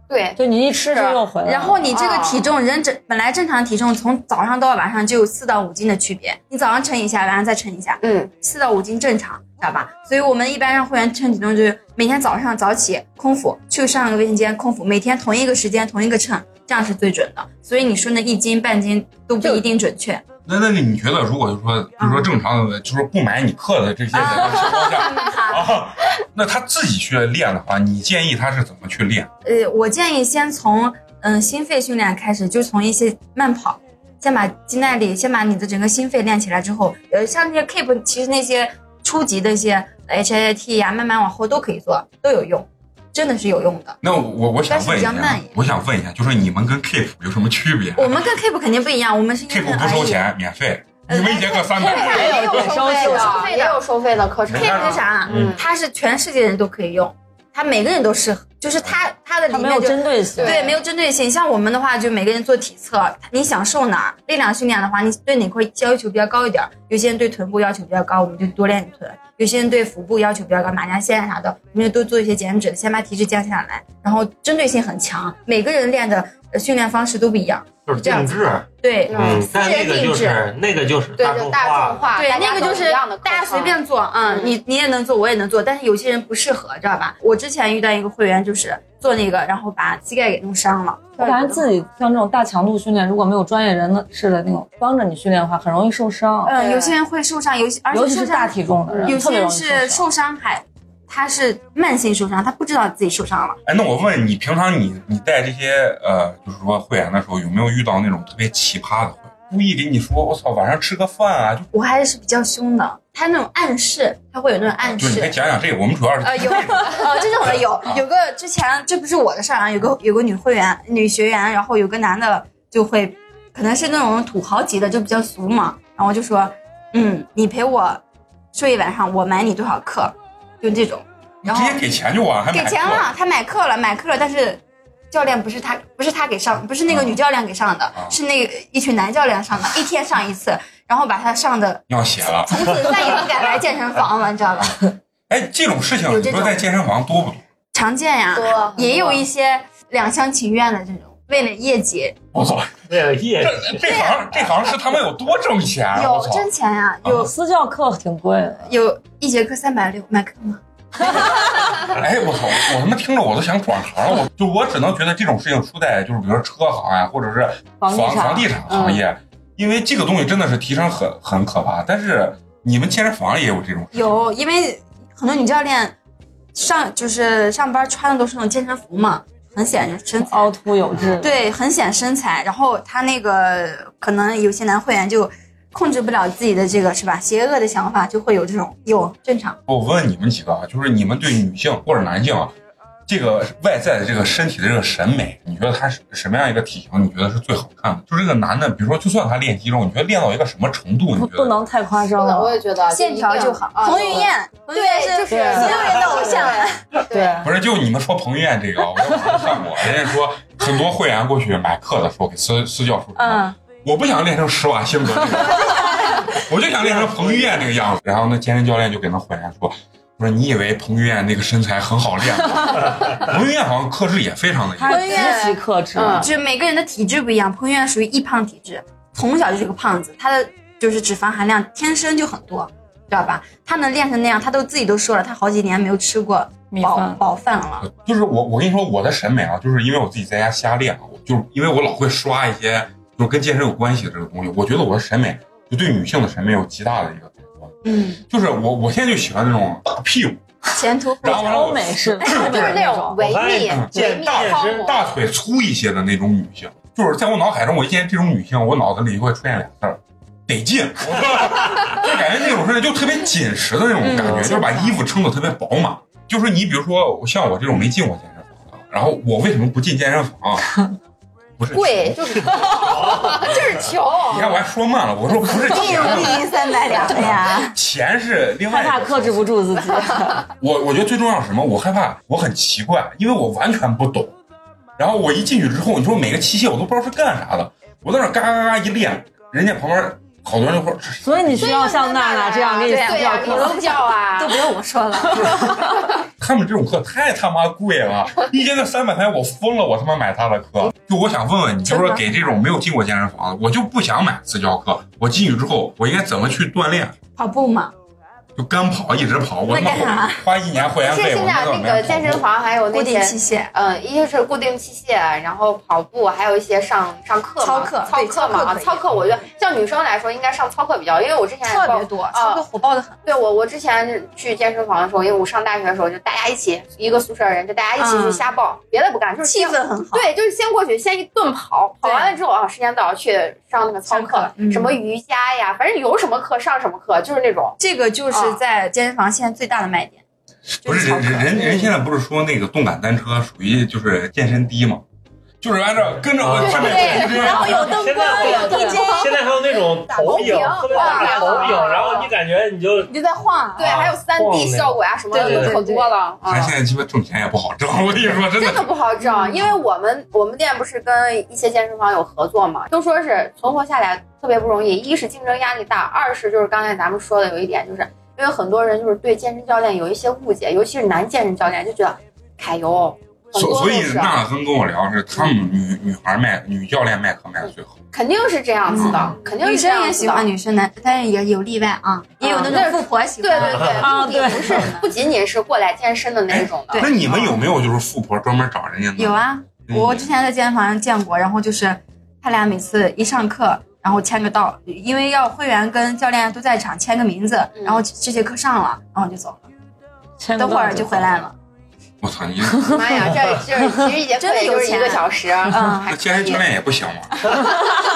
S6: 对，
S4: 就你一吃
S12: 就
S4: 又回来了哦
S12: 然后你这个体重，人正本来正常体重从早上到晚上就有四到五斤的区别，你早上称一下，晚上再称一下，
S6: 嗯，
S12: 四到五斤正常，知道吧？所以我们一般让会员称体重就是每天早上早起空腹去上个卫生间空腹，每天同一个时间同一个秤，这样是最准的。所以你说那一斤半斤都不一定准确。
S1: 那那你觉得，如果就说，比如说正常的，就是不买你课的这些人的 情况下，啊，那他自己去练的话，你建议他是怎么去练？
S12: 呃，我建议先从嗯、心肺训练开始，就从一些慢跑，先把肌耐力，先把你的整个心肺练起来之后，呃，像那些 Keep，其实那些初级的一些呃 HIIT 呀、慢慢往后都可以做，都有用，真的是有用的。
S1: 那我我想问
S12: 但是
S1: 一下
S12: 比较慢一，
S1: 我想问一下，就是你们跟 Keep 有什么区别
S12: 我们跟 Keep 肯定不一样，我们是因人
S1: ？Keep 不
S12: 而
S1: 收
S12: 异。
S1: 钱，免费，
S12: 呃
S1: 你们一节课三百，
S6: 也有收费的，也有收费的课程。
S12: Keep 那啥，嗯它是全世界人都可以用，它每个人都适合，就是它它的里面
S4: 它没有
S12: 就
S4: 针对性
S12: 对，没有针对性。像我们的话，就每个人做体测，你想瘦哪儿，力量训练的话，你对哪块要求比较高一点儿？有些人对臀部要求比较高，我们就多练臀；有些人对腹部要求比较高，马甲线啥的，我们就多做一些减脂，先把体脂降下来。然后针对性很强，每个人练的呃训练方式都不一样，
S2: 就是
S12: 这样
S2: 定
S12: 子
S2: 制。
S12: 对，
S2: 嗯，
S12: 私
S2: 但那
S12: 人
S2: 个
S12: 定
S2: 就
S12: 制。
S2: 是那个就是
S12: 对，
S2: 大
S12: 就
S2: 众
S12: 大
S2: 化，
S6: 化
S12: 对，
S6: 大
S12: 那
S6: 家
S12: 个
S6: 都
S12: 就
S6: 一
S12: 是
S6: 样的课
S12: 大家随便做，嗯，你你也能做，我也能做，但是有些人不适合，知道吧？我之前遇到一个会员就是做那个，然后把膝盖给弄伤了。
S4: 我感觉自己像这种大强度训练，如果没有专业人的似的那种帮着你训练的话，很容易受伤。
S12: 嗯，有些人会受伤，有些而且
S4: 尤其是
S12: 受伤
S4: 大体重的人
S12: 有些
S4: 特别容
S12: 人
S4: 易
S12: 是受伤还他是慢性受伤，他不知道自己受伤了。
S1: 哎，那我问你，平常你你带这些呃，就是说会员的时候，有没有遇到那种特别奇葩的会员？故意给你说，我操，晚上吃个饭啊，就
S12: 我还是比较凶的，他那种暗示，他会有那种暗
S1: 就你
S12: 示
S1: 先。讲讲这个，我们主要是
S12: 呃，有，呃，这种的 有，
S1: 啊
S12: 有个之前这不是我的事儿啊，有个有个女会员、女学员，然后有个男的就会，可能是那种土豪级的，就比较俗嘛，然后我就说，嗯，你陪我睡一晚上，我买你多少课，就这种，
S1: 你直接给钱就完，还买
S12: 给钱
S1: 课
S12: 了，他买课了，买课了，但是教练不是他，不是他给上，不是那
S1: 啊
S12: 个女教练给上的，是那个一群男教练上的，一天上一次，然后把他上的
S1: 尿血了。
S12: 从此再也不敢来健身房了，你知道吧？
S1: 哎，这种事情
S12: 有
S1: 你
S12: 这
S1: 说
S12: 种
S1: 在健身房多不多？
S12: 常见呀、
S6: 多
S12: 也有一些两厢情愿的这种，为了业绩，
S1: 我操，
S2: 这业
S1: 这这行这行是他们有多挣钱啊？我
S12: 啊有
S1: 操，
S12: 挣钱呀、有
S4: 私教课挺贵的，
S12: 有一节课三百六，买课吗？
S1: 哎，我操！我他妈听着我都想转行了。我就我只能觉得这种事情出在就是比如说车行呀、或者是
S4: 房
S1: 房
S4: 地产
S1: 地产行业，
S12: 嗯
S1: 因为这个东西真的是提升很很可怕。但是你们健身房也有这种，
S12: 有，因为很多女教练上就是上班穿的都是那种健身服嘛，很显身材，
S4: 凹凸有致。
S12: 对，很显身材。然后他那个可能有些男会员就控制不了自己的这个是吧？邪恶的想法就会有这种有正常。
S1: 我问你们几个啊，就是你们对女性或者男性啊，这个外在的这个身体的这个审美，你觉得他是什么样一个体型？你觉得是最好看的？就这个男的，比如说就算他练肌肉，你觉得练到一个什么程度？你觉得？
S4: 不能太夸张啊了。
S6: 我也觉得
S12: 线条就好。
S6: 啊
S12: 彭于晏，彭于晏是所有人的偶像。
S4: 对，
S1: 不是，就你们说彭于晏这个，我在网上看过，人家说很多会员过去买课的时候给私私教说，
S12: 嗯，
S1: 我不想练成施瓦辛格这个，我就想练成彭于晏这个样子。然后那健身教练就给那会员说，我说你以为彭于晏那个身材很好练吗？ 彭于晏好像克制也非常的严，
S12: 彭于晏
S4: 极其克制
S12: 嗯就是每个人的体质不一样。彭于晏属于易胖体质，从小就是个胖子，他的就是脂肪含量天生就很多，知道吧？他能练成那样，他都自己都说了，他好几年没有吃过饱饱饭了。
S1: 就是我，我跟你说我的审美啊，就是因为我自己在家瞎练啊，我就是因为我老会刷一些就是跟健身有关系的这个东西，我觉得我的审美就对女性的审美有极大的一个改观。
S12: 嗯，
S1: 就是我我现在就喜欢那种大屁股。
S12: 前途哎
S1: 然后呢我
S6: 就是那种维密
S1: 嗯、
S6: 维
S1: 健
S6: 密
S1: 大
S6: 康
S1: 身、大腿粗一些的那种女性，就是在我脑海中，我一见这种女性，我脑子里会出现俩字儿：得劲。就感觉那种是就特别紧实的那种感觉，
S3: 嗯
S1: 就是把衣服撑得特别饱满。就是你比如说像我这种没进过健身房的，然后我为什么不进健身房啊？不是
S6: 贵就是 就是穷。
S1: 你看我还说慢了，我说 不是
S6: 一
S1: 钱，
S6: 如一三百两呀，
S1: 钱是另外一个
S4: 克制不住自己。
S1: 我我觉得最重要是什么？我害怕，我很奇怪，因为我完全不懂。然后我一进去之后，你说每个器械我都不知道是干啥的，我在那儿嘎嘎嘎一练，人家旁边好多人就说这是
S4: 所以你需要像娜娜这样给你私
S6: 对
S4: 教
S6: 呀，你
S4: 课
S6: 能。叫啊，
S12: 都不用我说 了。
S1: 他们这种课太他妈贵了，一节课三百块钱，我疯了，我他妈买他的课。就我想问问你，就是说给这种没有进过健身房的，我就不想买私教课，我进去之后我应该怎么去锻炼？
S12: 跑步嘛，
S1: 就干跑，一直跑，我他
S12: 那干
S1: 妈
S12: 啥
S1: 花一年会员
S6: 啊是
S1: 费，我
S6: 现在
S1: 没
S6: 那个健身房还有那
S12: 固
S6: 些
S12: 定器械，
S6: 嗯，一是固定器械，然后跑步，还有一些上上课嘛
S12: 操课
S6: 操
S12: 对
S6: 课
S12: 操课
S6: 嘛，
S12: 可以
S6: 操课我觉得像女生来说应该上操课比较，因为我之前也
S12: 特
S6: 报
S12: 别多，
S6: 啊
S12: 操课火爆的很。
S6: 对我，我之前去健身房的时候，因为我上大学的时候，就大家一起一个宿舍人，就大家一起去
S12: 嗯
S6: 瞎报，别的不干，就是
S12: 气
S6: 先
S12: 氛很好
S6: 对，就是先过去，先一顿跑，跑完了之后啊，时间到了去上那个操课，
S12: 嗯
S6: 什么瑜伽呀，反正有什么课上什么课，就是那种。哦
S12: 这个就是在健身房现在最大的卖点。
S1: 不是人人人人现在不是说那个动感单车属于就是健身低吗？就是按照跟着我
S6: 啊
S12: 啊
S1: 上面
S12: 对对然后有灯
S2: 现在
S12: 光
S2: 还
S12: 有 DJ
S2: 现在还有那种投影，特别大的投影，然后你感觉你就
S12: 你就在晃，
S6: 对，还有三
S1: 晃
S6: D
S1: 那个
S6: 效果呀，什么的
S1: 对对
S6: 都
S1: 对
S6: 可多了啊
S1: 咱。现在鸡巴挣钱也不好挣，我跟你说真的
S6: 真的不好整，因为我们我们店不是跟一些健身房有合作嘛，都说是存活下来特别不容易，一是竞争压力大，二是就是刚才咱们说的有一点，就是因为很多人就是对健身教练有一些误解，尤其是男健身教练就觉得揩油，很
S1: 所
S6: 多
S1: 所
S6: 都
S1: 以
S6: 是啊
S1: 娜娜跟跟我聊是，他们女女孩卖女教练卖课卖的最好，
S6: 肯定是这样子的，
S1: 嗯
S6: 肯定
S12: 女
S6: 是这
S12: 生
S6: 样子的。
S12: 也喜欢女生的，但是也有例外啊，也有那种富婆喜
S6: 对
S12: 欢。
S6: 对 对，
S12: 啊，
S6: 目的不
S12: 对，
S6: 是不仅仅是过来健身的那种
S12: 哎
S6: 的。
S1: 那你们有没有就是富婆专门找人家呢？
S12: 有啊，
S1: 嗯
S12: 我之前在健身房上见过，然后就是他俩每次一上课，然后签个到，因为要会员跟教练都在场签个名字，
S6: 嗯
S12: 然后这节课上了，然后就走了，
S4: 签
S12: 等会儿就回来了。
S1: 我操你！
S6: 妈呀，这这 其实一节课
S12: 真的
S6: 也
S12: 有
S6: 就是一个
S12: 钱
S6: 小时，
S12: 嗯
S1: 那健身教练也不行吗？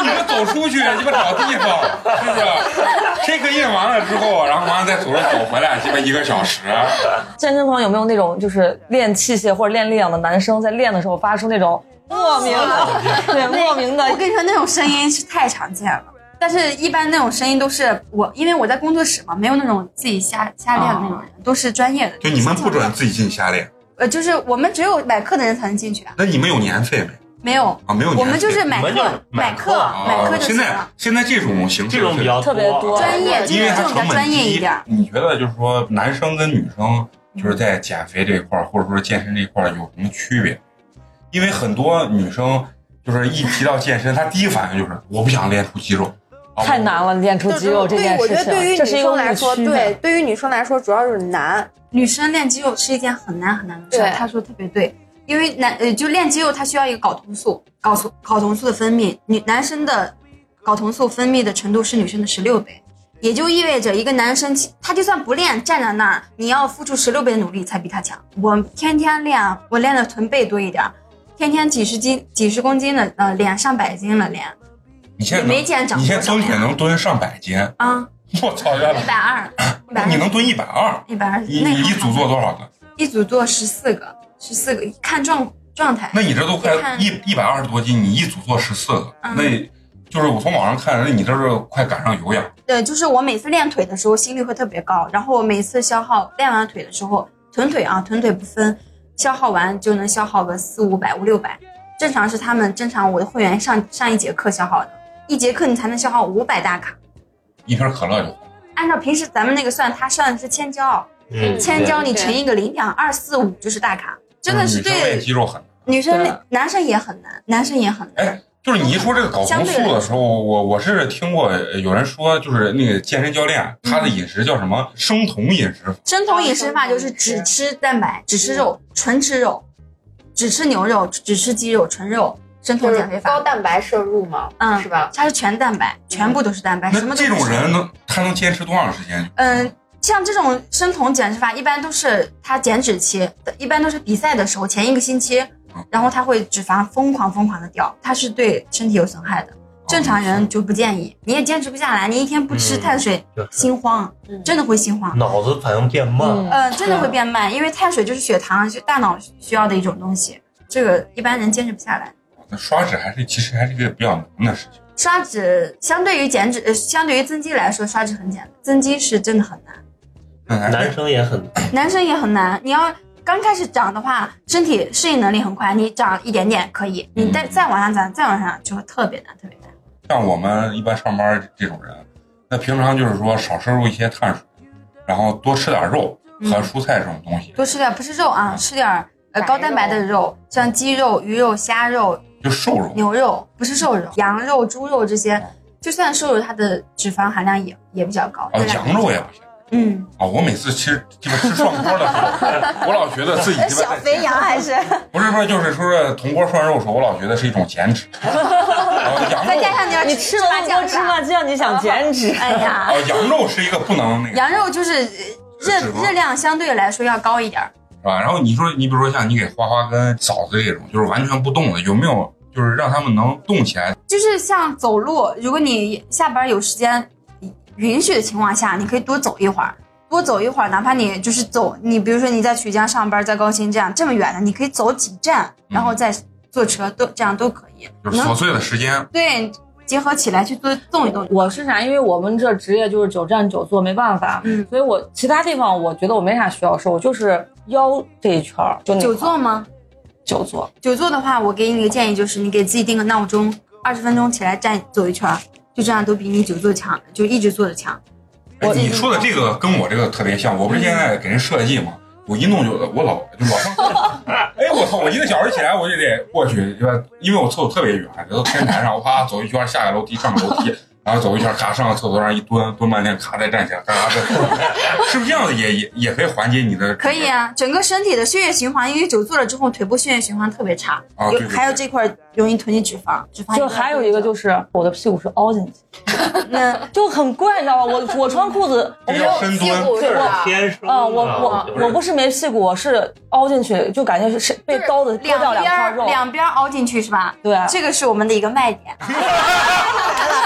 S1: 你们走出去，你们找地方，是不是？这个印完了之后，然后完了再走着走回来，鸡巴一个小时。啊
S4: 健身房有没有那种就是练器械或者练力量的男生在练的时候发出那种莫名的 对莫名的？
S12: 我跟你说，那种声音是太常见了。但是，一般那种声音都是我，因为我在工作室嘛，没有那种自己瞎瞎练的那种人，
S6: 哦
S12: 都是专业的。
S1: 就你们不准自己进瞎练，
S12: 呃，就是我们只有买课的人才能进去啊，
S1: 那你们有年费没？
S12: 没有
S1: 啊没有年费
S12: 我们就是买
S1: 你们就是
S12: 课，买课，买课
S1: 啊
S12: 就
S1: 现
S12: 行
S1: 在
S12: 了。
S1: 现在这种形式
S2: 这种比较
S12: 特别多专业
S1: 因为它
S12: 就是这种比较
S1: 成本
S12: 专业嗯
S1: 低
S12: 一 点儿
S1: 你觉得就是说，男生跟女生就是在减肥这一块儿，或者说健身这一块儿有什么区别？因为很多女生就是一提到健身，她第一反应就是我不想练出肌肉。啊
S4: 太难了，练出肌肉这件
S6: 对，我
S4: 事
S6: 觉
S4: 情，
S6: 得对于
S4: 这是
S6: 女
S4: 一个
S6: 生
S4: 误
S6: 来说，
S4: 区呢
S6: 对，对于女生来说主要是难。
S12: 女生练肌肉是一件很难很难的事儿，
S6: 对
S12: 他说特别对，因为男呃就练肌肉，它需要一个睾酮素，睾酮睾酮素的分泌，女男生的睾酮素分泌的程度是女生的十六倍，也就意味着一个男生其他就算不练，站在那儿，你要付出十六倍的努力才比他强。我天天练，啊我练的臀背多一点儿，天天几十斤几十公斤的呃练上百斤了练
S1: 你现在能
S12: 没见长
S1: 你现
S12: 多
S1: 在
S12: 少
S1: 蹲铁能蹲上百斤，
S12: 啊，
S1: 我操！原
S12: 一百
S1: 来
S12: 二，一百二，
S1: 你能蹲一百二，
S12: 一百二，
S1: 你你一组做多少个？
S12: 一组做十四个，十四个看状状态。
S1: 那你这都快
S12: 也哎看
S1: 一一百二十多斤，你一组做十四个，
S12: 嗯
S1: 那就是我从网上看，那你这是快赶上有氧。
S12: 对，就是我每次练腿的时候心率会特别高，然后我每次消耗练完腿的时候，臀腿啊臀腿不分，消耗完就能消耗个四五百五六百，正常是他们正常我的会员上上一节课消耗的，一节课你才能消耗五百大卡。
S1: 一瓶可乐就好。
S12: 按照平时咱们那个算，它算的是千焦，
S1: 嗯
S12: 千焦你乘
S1: 对
S12: 一个零点二四五就是大卡，真的是
S1: 嗯女生练
S12: 对
S1: 肌肉很，
S12: 女生练、男生也很难，男生也很难。
S1: 就是你一说这个睾
S12: 相
S1: 酮
S12: 对来
S1: 素
S12: 说
S1: 的时候，我我是听过呃有人说，就是那个健身教练他的
S12: 嗯
S1: 饮食叫什么生酮饮食法，
S12: 生酮饮食法就是只吃蛋白，只吃
S6: 嗯
S12: 肉，纯吃肉，只吃牛肉，只吃鸡肉，纯肉。生酮减肥法，高
S6: 蛋白摄入嘛，
S12: 嗯，是吧？它是全蛋白，全部都是蛋白，哎什么
S1: 那
S12: 都
S1: 这
S12: 不
S1: 种
S12: 吃
S1: 人，能他能坚持多长时间？
S12: 嗯，像这种生酮减脂法，一般都是它减脂期，一般都是比赛的时候前一个星期，
S1: 嗯
S12: 然后它会脂肪疯狂疯狂的掉，它是对身体有损害的。
S1: 哦
S12: 正常人就不建议，你也坚持不下来，你一天不吃
S2: 嗯
S12: 碳水，
S2: 就是
S12: 心慌，
S6: 嗯
S12: 真的会心慌。
S2: 脑子反应变慢了。
S12: 呃，真的会变慢，因为碳水就是血糖，就大脑需要的一种东西，这个一般人坚持不下来。
S1: 那刷脂还是其实还是一个比较难的事情。
S12: 刷脂相对于减脂，呃，相对于增肌来说，刷脂很简单，增肌是真的很难，
S2: 男生也很
S12: 男生也很难。你要刚开始长的话，身体适应能力很快，你长一点点可以，你再再往上长，再往上就会特别难，特别难。
S1: 像我们一般上班这种人，那平常就是说少摄入一些碳水，然后多吃点肉
S12: 嗯
S1: 和蔬菜这种东西，
S12: 多吃点不是肉啊，吃点儿呃高蛋白的肉，像鸡肉、鱼肉、虾肉、
S1: 就瘦肉。
S12: 牛肉，不是瘦
S1: 嗯
S12: 肉，羊肉、猪肉这些，就算瘦肉，它的脂肪含量也也比较高。
S1: 啊，羊肉也不行
S12: 嗯，
S1: 啊！我每次吃鸡巴吃涮锅的时 候，哎我老觉得自己哦鸡巴在
S12: 肥羊还是
S1: 不是说就是说是铜锅涮肉的时候，我老觉得是一种减脂。
S12: 再加上点
S4: 你
S12: 吃
S4: 吃了
S12: 麻酱
S4: 多吃麻酱，你想减脂？
S12: 哎呀
S1: 啊，羊肉是一个不能那个
S12: 羊肉就是呃热
S1: 脂肪
S12: 热量相对来说要高一点儿。
S1: 是吧？然后你说，你比如说像你给花花跟嫂子这种，就是完全不动的，有没有就是让他们能动起来？
S12: 就是像走路，如果你下班有时间允许的情况下，你可以多走一会儿，多走一会儿，哪怕你就是走，你比如说你在曲江上班，在高新这样这么远的，你可以走几站，然后再坐车，都这样都可以。
S1: 就是琐碎的时间，哎
S12: 对，结合 起来去做动一动。
S4: 我是啥？因为我们这职业就是久站久坐，没办法。
S12: 嗯，
S4: 所以我其他地方我觉得我没啥需要瘦，我就是腰这一圈儿就那
S12: 久
S4: 块
S12: 坐吗？
S4: 久坐。
S12: 久坐的话，我给你一个建议，就是你给自己定个闹钟，二十分钟起来站走一圈儿，就这样都比你久坐强，就一直坐着强。
S1: 哎你说的这个跟我这个特别像，我不是现在给人设计嘛，我一弄就我老就老上厕所，哎我操，我一个小时起来我就得过去，对吧？因为我厕所特别远，然后天台上我啪走一圈，下个楼梯上个楼梯，然后走一圈，咔上个厕所上一蹲，蹲半天，咔再站起来，咔咔再蹲， 是不是这样子也也也可以缓解你的
S12: 可以啊，整个身体的血液循环，因为久坐了之后，腿部血液循环特别差，
S1: 啊
S12: 有
S1: 对对对
S12: 还有这块儿容易囤积脂肪，脂肪
S4: 就还有一个就是我的屁股是凹进去，
S12: 那
S4: 就很怪，你知道吧？我我穿裤子，我没
S1: 这叫
S4: 有
S1: 深蹲
S4: 对
S1: 这是
S4: 我
S1: 天生的
S4: 嗯，我我
S1: 啊不是
S4: 我不是没屁股，我是凹进去，就感觉是被刀子割掉
S12: 两边
S4: 块
S12: 儿
S4: 肉。
S12: 两边儿凹进去是吧？
S4: 对啊
S12: 这个是我们的一个卖 点。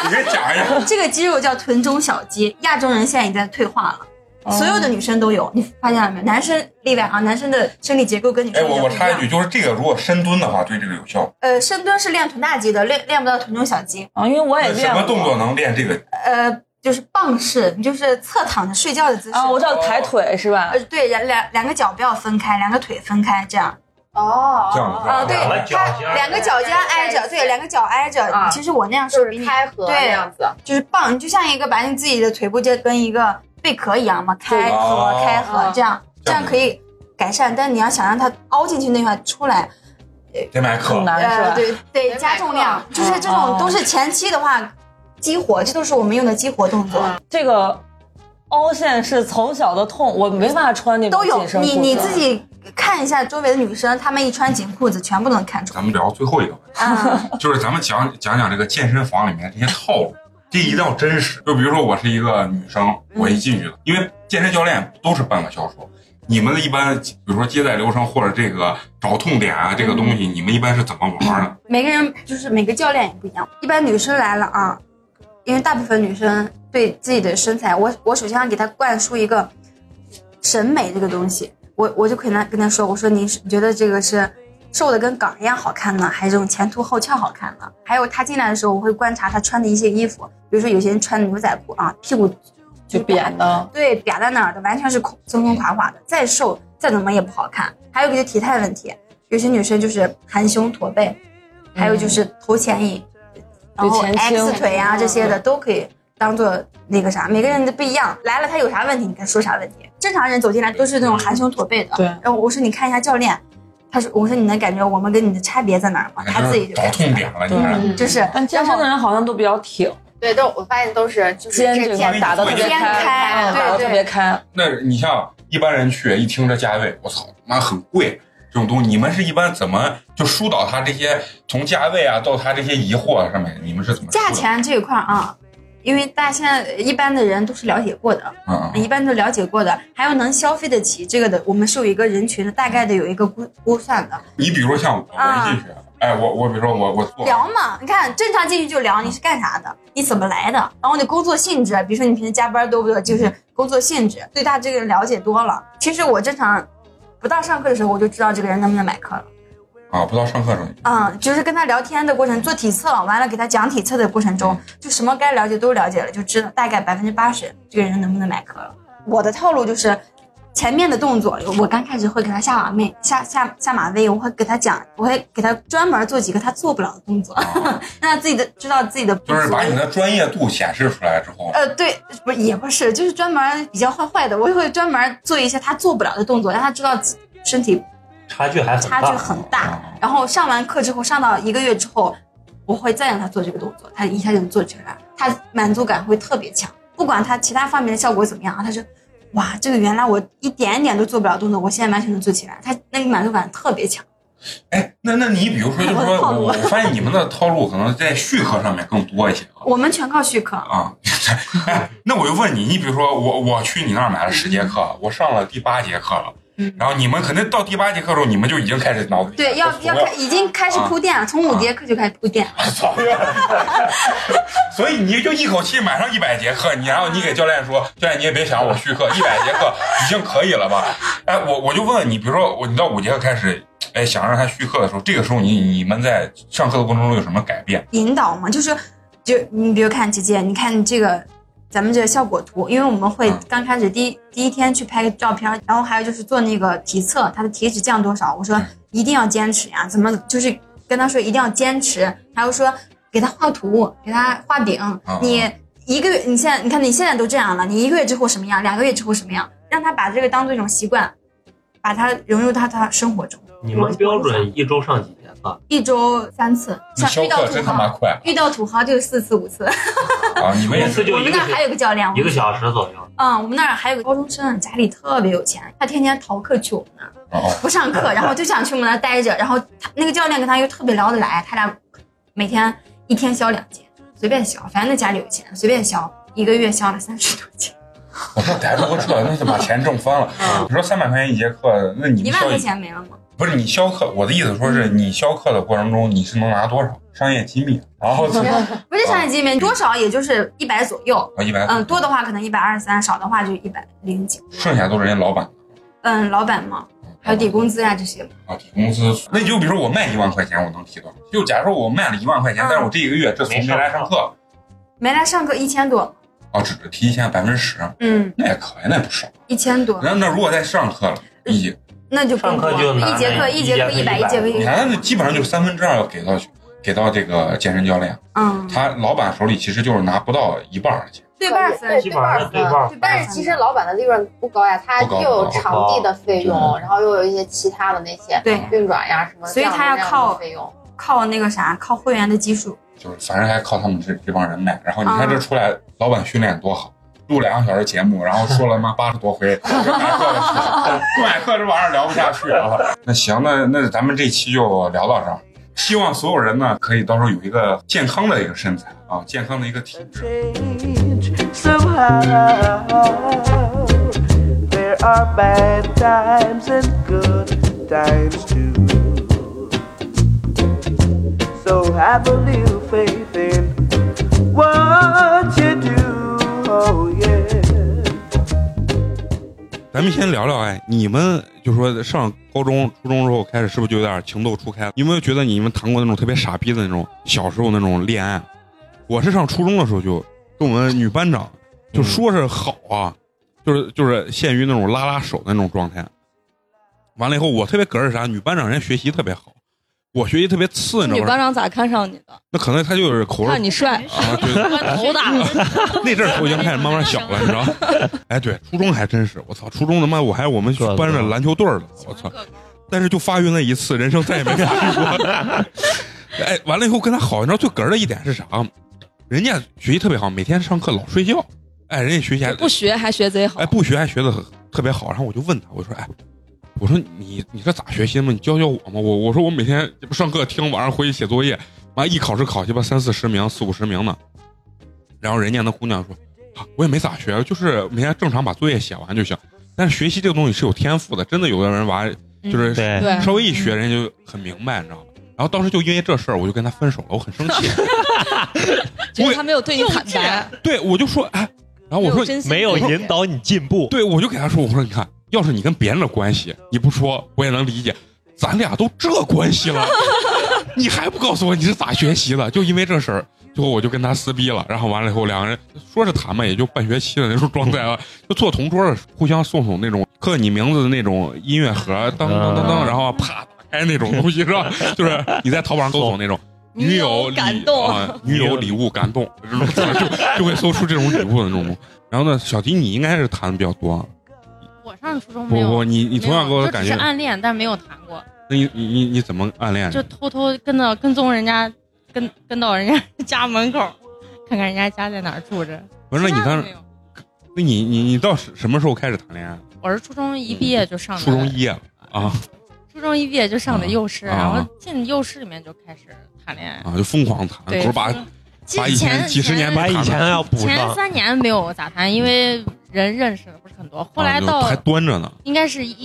S1: 你给讲一下。
S12: 这个肌肉叫臀中小肌，亚洲人现在已经退化了，
S1: 哦
S12: 所有的女生都有，你发现了没有？男生例外啊，男生的生理结构跟女
S1: 哎，
S12: 生比较
S1: 我
S12: 不
S1: 我
S12: 一
S1: 插一句，
S12: 样。
S1: 就是这个如果深蹲的话，对这个有效。
S12: 呃，深蹲是练臀大肌的，练练不到臀中小肌
S4: 啊，因为我
S1: 那什么动作能练这个？
S12: 呃，就是棒式，你就是侧躺着睡觉的姿势
S4: 啊，我知道
S1: 哦
S4: 抬腿是吧
S12: 呃？，对，两两两个脚不要分开，两个腿分开，这样。
S1: 啊
S12: 哦
S4: 这样是吧
S12: 啊，对，
S4: 两个脚
S12: 它
S4: 尖儿
S12: 两个脚尖
S6: 哎
S12: 挨着，对，两个脚挨着。
S4: 啊
S12: 其实我那样是比你开合
S6: 那样
S12: 子，就是棒，你就像一个把你自己的腿部就跟一个贝壳一样嘛，开合
S1: 啊
S6: 哦
S12: 开
S4: 啊
S12: 合，这样这样可以改善。但你要想让它凹进去那块出来，
S1: 得买可
S12: 呃，对，得加重量，就是这种都是前期的话，激活，这都是我们用的激活动作。
S4: 这个凹陷是从小的痛，我没办法穿那种
S12: 都有
S4: 紧身，裤
S12: 你
S4: 子
S12: 你自己看一下周围的女生，她们一穿紧裤子，全部都能看出来。嗯
S1: 咱们聊最后一个问题， 就是咱们讲讲讲这个健身房里面这些套路，这一定要真实。就比如说我是一个女生，我一进去了，因为健身教练都是半个销售，你们一般比如说接待流程或者这个找痛点啊这个东西，你们一般是怎么玩的？
S12: 每个人就是每个教练也不一样。一般女生来了啊，因为大部分女生对自己的身材，我我首先要给她灌输一个审美这个东西。我我就可以跟她跟她说，我说你是你觉得这个是瘦的跟杆儿一样好看呢，还是这种前凸后翘好看呢？还有她进来的时候，我会观察她穿的一些衣服，比如说有些人穿牛仔裤啊，屁股
S4: 就扁的，
S12: 对，瘪在那儿的，完全是空松松垮垮的，再瘦再怎么也不好看。还有一个就是体态问题，有些女生就是含胸驼背，还有就是头前引，然后
S4: 嗯对嗯前倾
S12: X 腿啊这些的都可以当做那个啥，每个人的不一样。来了他有啥问题，你该说啥问题。正常人走进来都是那种含胸驼背的，
S4: 嗯对
S12: 然后我说你看一下教练，他说我说你能感觉我们跟你的差别在哪儿吗？他 自己就嗯
S1: 找痛点了，你看。
S12: 就是，
S4: 但健身的人好像都比较挺，
S6: 对，都我发现都是就是
S4: 肩这块打得特别
S6: 肩
S4: 开，嗯打得特别开。
S1: 那你像一般人去一听这价位，我操，妈很贵。这种东西，你们是一般怎么就疏导他这些从价位啊到他这些疑惑上面，你们是怎么疏导
S12: 价钱这一块儿啊，因为大家现在一般的人都是了解过的，
S1: 嗯
S12: 一般都了解过的，还有能消费得起这个的，我们是有一个人群的，大概的有一个估估算的。
S1: 你比如像我，我一
S12: 啊
S1: 进去，哎，我我比如说我我做
S12: 聊嘛，你看正常进去就聊，你是干啥的，你怎么来的，然后你工作性质，比如说你平时加班多不多，就是工作性质，对他这个人了解多了。其实我正常不到上课的时候，我就知道这个人能不能买课了。
S13: 啊，不到上课上去。
S12: 嗯，就是跟他聊天的过程，做体测，完了给他讲体测的过程
S13: 嗯
S12: 中，就什么该了解都了解了，就知道大概百分之八十这个人能不能买课了。我的套路就是，前面的动作，我刚开始会给他下马妹，下下下马威，我会给他讲，我会给他专门做几个他做不了的动作， 让他自己的知道自己的不足。
S13: 哦就是把你的专业度显示出来之后，
S12: 呃，对，不是也不是，就是专门比较坏坏的，我会专门做一些他做不了的动作，让他知道自身体
S14: 差距还很
S12: 差
S14: 大，啊
S12: 距很大。然后上完课之后，上到一个月之后，我会再让他做这个动作，他一下就能做出来，他满足感会特别强。不管他其他方面的效果怎么样啊，他说，哇，这个原来我一点一点都做不了动作，我现在完全能做起来，他那个满足感特别强。
S13: 哎那那你比如说，就是说我我发现你们的套路可能在续课上面更多一些
S12: 我们全靠续课，
S13: 啊。 哎，那我就问你，你比如说我我去你那儿买了十节课，我上了第八节课了，然后你们可能到第八节课的时候，你们就已经开始脑子里
S12: 对，要
S13: 服
S12: 要
S13: 了
S12: 开已经开始铺垫了，从五节课就开始铺垫 了。
S13: 操！所以你就一口气买上一百节课，你然后你给教练说，教练你也别想我续课，一百节课已经可以了吧？哎，我我就问你，比如说我你到五节课开始，哎，想让他续课的时候，这个时候你你们在上课的过程中有什么改变？
S12: 引导嘛，就是就你比如看姐姐，你看这个咱们这个效果图，因为我们会刚开始第一第一天去拍个照片，然后还有就是做那个体测，他的体脂降多少，我说一定要坚持呀、怎么就是跟他说一定要坚持，还有说给他画图，给他画饼，你一个月你现在你看你现在都这样了，你一个月之后什么样，两个月之后什么样，让他把这个当做一种习惯，把它融入到他的生活中。
S14: 你们标准一周上几节课？
S12: 一周三次，
S14: 你
S12: 像遇
S14: 消
S13: 呃
S12: 到
S14: 课
S12: 土
S14: 真他妈
S12: 豪
S14: 快啊，
S12: 遇到土豪就四次五次。
S13: 啊，你们也是
S14: 就
S12: 我
S14: 一
S12: 们
S14: 个
S12: 那儿还有个教练，我
S14: 一
S12: 们
S14: 个小时左右。
S12: 嗯，我们那儿还有个高中生，家里特别有钱，他天天逃课去我们那儿，
S13: 哦
S12: 不上课，然后就想去我们那儿待着。然后他那个教练跟他又特别聊得来，他俩每天一天消两节，随便消，反正那家里有钱，随便消，一个月消了三十多节，
S13: 我说逮住个这，那就把钱挣翻了。你说三百块钱一节课，那你
S12: 嗯一
S13: 们
S12: 万
S13: 校
S12: 块钱没了吗？
S13: 不是你消课，我的意思说是你消课的过程中你是能拿多少商业机密，然 后
S12: 不是商业机密，多少也就是一百左右。
S13: 啊一百，
S12: 嗯，多的话可能一百二三，少的话就一百零几。
S13: 剩下都是人家老板
S12: 嗯，老板嘛，还有底工资呀、这些。
S13: 啊，底工资。那你就比如说我卖一万块钱，我能提多少？就假如说我卖了一万块钱，
S12: 嗯
S13: 但是我这一个月这从没来上课，
S12: 没来上课一千多，
S13: 哦，只是提一千百分之十，
S12: 嗯，
S13: 那也可以，那也不少。
S12: 一千多，
S13: 那那如果再上课了，一
S12: 那就更多了一节嗯课一节课一百，一节课
S13: 你
S12: 一
S1: 哎
S13: 看那
S12: 百，
S13: 基本上就是三分之二要给到给到这个健身教练，
S12: 嗯，
S13: 他老板手里其实就是拿不到一半儿的钱。
S12: 对半分，
S13: 基本上是对半儿分
S6: 但是其实老板的利润不高呀，他
S13: 不高
S6: 又有
S13: 不高
S6: 场地的费用，然后又有一些其他的那些
S12: 对
S6: 运转呀什么，
S12: 所以他要
S6: 这样的那样
S12: 靠
S6: 的费用。
S12: 靠那个啥，靠会员的基数。
S13: 就是反正还靠他们这这帮人卖。然后你看
S12: 嗯
S13: 这出来，老板训练多好，录两个小时节目，然后说了妈八十多回，不买课这玩意儿聊不下去啊了。 那行，那那咱们这期就聊到这儿。希望所有人呢，可以到时候有一个健康的一个身材啊，健康的一个体质。啊
S3: so hard. There are bad times and good times too. So have a little faith in what you do. Oh yeah.
S1: 咱们先聊聊，哎，你们就说上高中、初中之后开始，是不是就有点情窦初开？有没有觉得你们谈过那种特别傻逼的那种小时候那种恋爱？我是上初中的时候就跟我们女班长就说是好啊， 就是就是限于那种拉拉手的那种状态。完了以后，我特别哏儿是啥？女班长人家学习特别好，我学习特别次，你知
S4: 女
S1: 道吗
S4: 班？长咋看上你的？
S1: 那可能她就是口味儿
S4: 看你帅，
S1: 啊，对，
S4: 头大了。
S1: 那阵儿头已经开始慢慢小了，你知道？ 哎，对，初中还真是，我操，初中他妈我还我们班
S4: 啊
S1: 上篮球队儿的，我操！但是就发育那一次，人生再也没发育过。 哎，完了以后跟他好，你知道最哏儿的一点是啥吗？人家学习特别好，每天上课老睡觉。哎，人家学习还
S4: 不学还学贼好，
S1: 哎，不学还学的特别好。然后我就问他，我说，哎，我说你你这咋学习嘛？你教教我嘛。我我说我每天上课听，晚上回去写作业，妈一考试考鸡巴三四十名、四五十名呢。然后人家那姑娘说，啊我也没咋学，就是每天正常把作业写完就行。但是学习这个东西是有天赋的，真的有的人娃就是
S14: 嗯对
S1: 稍微一学，人家就很明白，你知道吗？然后当时就因为这事儿，我就跟他分手了，我很生气。
S4: 觉得他没有对你坦白。
S1: 对，我就说，哎，然后我说
S4: 没有真心没有引
S1: 导你进步，对，我就给他说，我说你看，要是你跟别人的关系你不说，我也能理解，咱俩都这关 系了，你还不告诉我你是咋学习的？就因为这事儿，最后我就跟他撕逼了。然后完了以后，两个人说是谈嘛，也就半学期的那种状态了，就坐同桌的，互相送送那种刻你名字的那种音乐盒，当当当
S4: 嗯
S1: 当，然后啪打开那种东西是吧？就是你在淘宝上搜索那种。女友礼
S9: 感动
S1: 啊，女友礼物感动， 这种词儿就就会搜出这种礼物的那种。然后呢，小迪你应该是谈的比较多，啊
S10: 我上初中没
S1: 不
S10: 有，
S1: 不，你你同样给
S10: 就
S1: 我的
S10: 只
S1: 感
S10: 是
S1: 觉，
S10: 暗恋，但没有谈过，
S1: 那你你你你怎么暗恋的？
S10: 就偷偷跟到跟踪人家，跟跟到人家 家门口，看看人家家在哪儿住着。
S1: 不是，那你当时
S10: 没有，
S1: 那你你你到什什么时候开始谈恋爱？
S10: 我是初中一毕业就上的，
S1: 嗯初中一夜了啊
S10: 初中一毕业就上的幼师，
S1: 啊
S10: 然后进幼师里面就开始谈恋爱。
S1: 啊，就疯狂谈，
S10: 对
S1: 不是把
S10: 初中
S1: 把以前
S10: 前
S1: 几十年
S10: 前
S1: 没谈的
S10: 前三年没有咋谈，因为人认识的不是很多。后
S1: 啊
S10: 来
S1: 就
S10: 到
S1: 还端着呢，
S10: 应该是一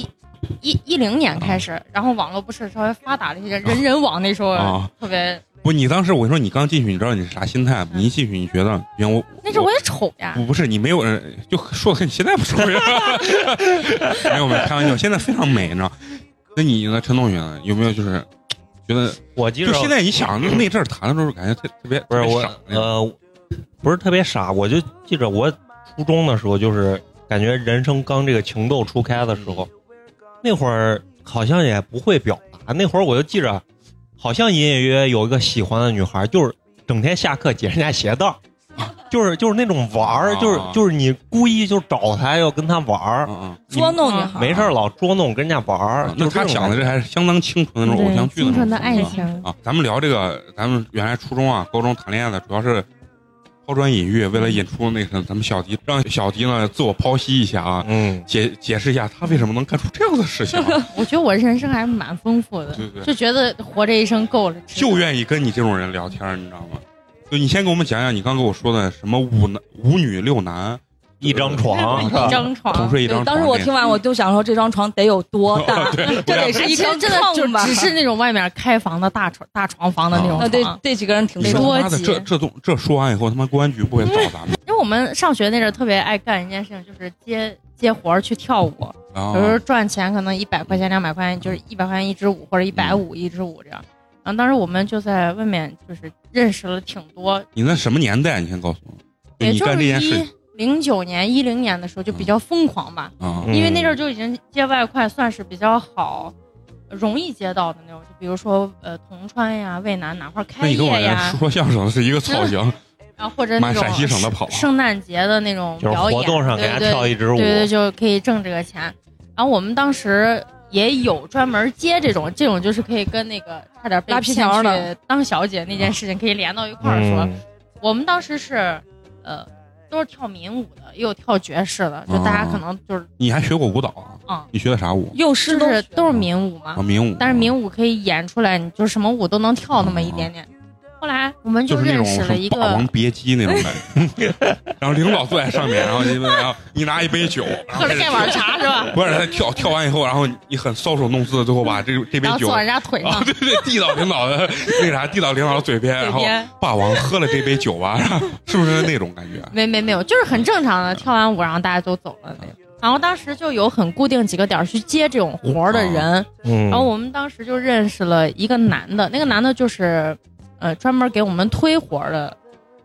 S10: 一一零年开始，然后网络不是稍微发达了一些，人人网那时候
S1: 啊
S10: 特别，
S1: 不，你当时我跟你说你刚进去，你知道你是啥心态吗？你一进去你觉得，原我
S10: 那时候我也丑呀
S1: 不，不是你没有人，就说的跟你现在不是一样。没有没有，开玩笑，现在非常美，你知道？那你呢，陈同学呢有没有就是觉得
S2: 我记
S1: 就
S2: 着
S1: 现在你想那阵儿谈的时候，感觉特特别
S2: 不是
S1: 特别
S2: 我
S1: 傻那种
S2: 呃，不是特别傻，我就记着我初中的时候，就是感觉人生刚这个情窦初开的时候，那会儿好像也不会表达，那会儿我就记着，好像隐隐约约有一个喜欢的女孩，就是整天下课解人家鞋带儿。就是就是那种玩儿，就是
S1: 啊
S2: 就是你故意就找她要跟她玩
S1: 嗯
S2: 儿，你
S4: 捉弄女孩
S2: 没事儿老捉弄跟人家玩儿。
S1: 那他想的这还是相当清纯的那种偶像剧的那种
S10: 爱情，
S1: 啊，咱们聊这个，咱们原来初中啊、高中谈恋爱的，主要是抛砖引玉，为了引出那个咱们小迪，让小迪呢自我剖析一下啊，
S2: 嗯，
S1: 解解释一下他为什么能干出这样的事情啊，
S10: 我觉得我人生还蛮丰富的
S1: 对对，
S10: 就觉得活这一生够了。
S1: 就愿意跟你这种人聊天，你知道吗？就你先给我们讲讲你刚跟我说的什么五男五女六男
S2: 一张床
S4: 一张
S10: 床
S1: 啊同睡一张床，，
S4: 当时我听完，我就想说这张床得有
S10: 哦
S4: 多大
S1: 对
S4: 这得是
S10: 哎
S4: 一
S10: 其实
S4: 张
S10: 真的就
S4: 炕吧？
S10: 只是那种外面开房的大床大床房的哦那种
S4: 啊对
S10: 床，
S4: 这几个人挺
S1: 你说
S10: 多
S1: 他妈的
S10: 挤
S1: 这这东这说完以后，他妈公安局不会找咱们
S10: 因为我们上学那阵儿特别爱干一件事情，就是接接活儿去跳舞，
S1: 啊
S10: 有时候赚钱可能一百块钱、两百块钱，就是一百块钱一支舞或者一百五一支舞这样。然后当时我们就在外面就是认识了挺多，
S1: 你那什么年代？你先告诉我，
S10: 也
S1: 你
S10: 哎就
S1: 干
S10: 是
S1: 这件事
S10: 一
S1: 情
S10: 零九年、一零年的时候就比较疯狂吧，
S1: 啊，
S10: 因为那阵儿就已经接外快算是比较好。容易接到的那种，就比如说呃铜川呀、渭南哪块儿
S1: 那
S10: 开
S1: 你跟我
S10: 业呀，
S1: 这说相声是一个 造型，
S10: 啊，或者那
S1: 满
S10: 种
S1: 陕西省的跑啊
S10: 圣诞节的那种
S1: 就是
S10: 表演，
S1: 活动上给人家
S10: 对对
S1: 跳一支舞
S10: 对对，就可以挣这个钱。然后我们当时也有专门接这种，这种就是可以跟那个差点被
S4: 拉皮条的
S10: 骗去当小姐那件事情可以连到一
S1: 嗯
S10: 块儿说。我们当时是，呃，都是跳民舞的，也有跳爵士的，就大家
S1: 哦
S10: 可能就是
S1: 你还学过舞蹈啊？
S10: 啊，
S1: 你学的啥舞？
S10: 幼师就是都是民舞嘛，
S1: 啊民舞
S10: 但是民舞可以演出来，你就是什么舞都能跳那么一点点。后来我们
S1: 嗯就是那
S10: 认
S1: 种
S10: 识
S1: 什
S10: 了一
S1: 么
S10: 个
S1: 霸王别姬那种感 觉，然后领导坐在上面，然后你然后你拿一杯酒，然后
S10: 喝了
S1: 开
S10: 盖
S1: 始
S10: 碗茶是 吧？
S1: 不是他跳跳完以后，然后你很搔首弄姿的，最后把这这杯
S10: 然后
S1: 酒
S10: 坐人家 腿上
S1: 啊，对对，递到领导的那啥，递到领导的嘴边，然后
S10: 嘴边
S1: 霸王喝了这杯酒吧，然后是不是那种感觉？
S10: 没没没有，就是很正常的，跳完舞然后大家都走了那种。然后当时就有很固定几个点儿去接这种活儿的
S1: 啊
S10: 人，
S2: 嗯
S10: 然后我们当时就认识了一个男的，那个男的就是，呃，专门给我们推活儿的，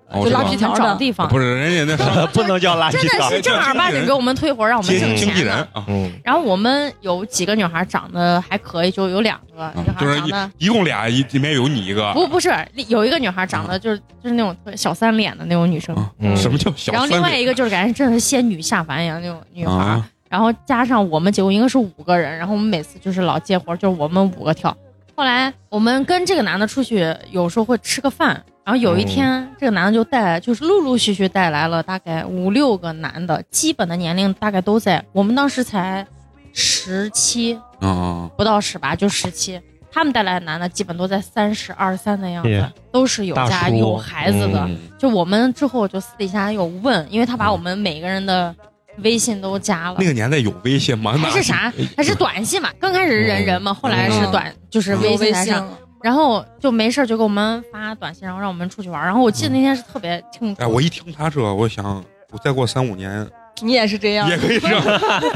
S1: 哦我
S10: 就
S1: 知道
S10: 拉皮条找地方，
S1: 不是人家那啥
S2: 不能叫拉
S10: 真的是正儿八经给我们推活儿，让我们
S1: 接
S10: 挣
S1: 经纪
S10: 钱
S1: 人
S10: 的。
S1: 啊，
S10: 然后我们有几个女孩长得还可以，就有两个女孩
S1: 嗯就
S10: 啊
S1: 是
S10: 长得
S1: 一一啊共俩，一里面有你一个，
S10: 不不是有一个女孩长
S1: 嗯
S10: 得就是就是那种特别小三脸的那种女生，
S1: 什么叫嗯小
S10: 然后
S1: 三
S10: 另外
S1: 脸
S10: 一个就是感觉真的是仙女下凡一样那种女孩儿，
S1: 啊
S10: 然后加上我们几个应该是五个人，然后我们每次就是老接活儿，就是我们五个跳。后来我们跟这个男的出去，有时候会吃个饭，然后有一天、
S2: 嗯
S10: 这个男的就带，就是陆陆续续带来了大概五六个男的，基本的年龄大概都在，我们当时才十七
S1: 嗯，
S10: 不到十八，就十七。他们带来的男的基本都在三十二三的样子，
S2: 耶
S10: 都是有
S2: 大
S10: 家
S2: 叔
S10: 有孩子的。
S2: 嗯
S10: 就我们之后就私底下有问，因为他把我们每个人的微信都加了。
S1: 那个年代有微信吗？
S10: 还
S1: 那
S10: 是 啥？还是短信嘛？刚开始是人人嘛，
S4: 嗯
S10: 后来
S12: 嗯
S10: 是短，就是微信啊来上
S4: 有微信。
S10: 然后就没事儿就给我们发短信，然后让我们出去玩儿。然后我
S4: 嗯
S10: 记得那天是特别清楚，
S1: 哎，我一听他这，我想我再过三五年
S4: 你也是这样，
S1: 也可以这样，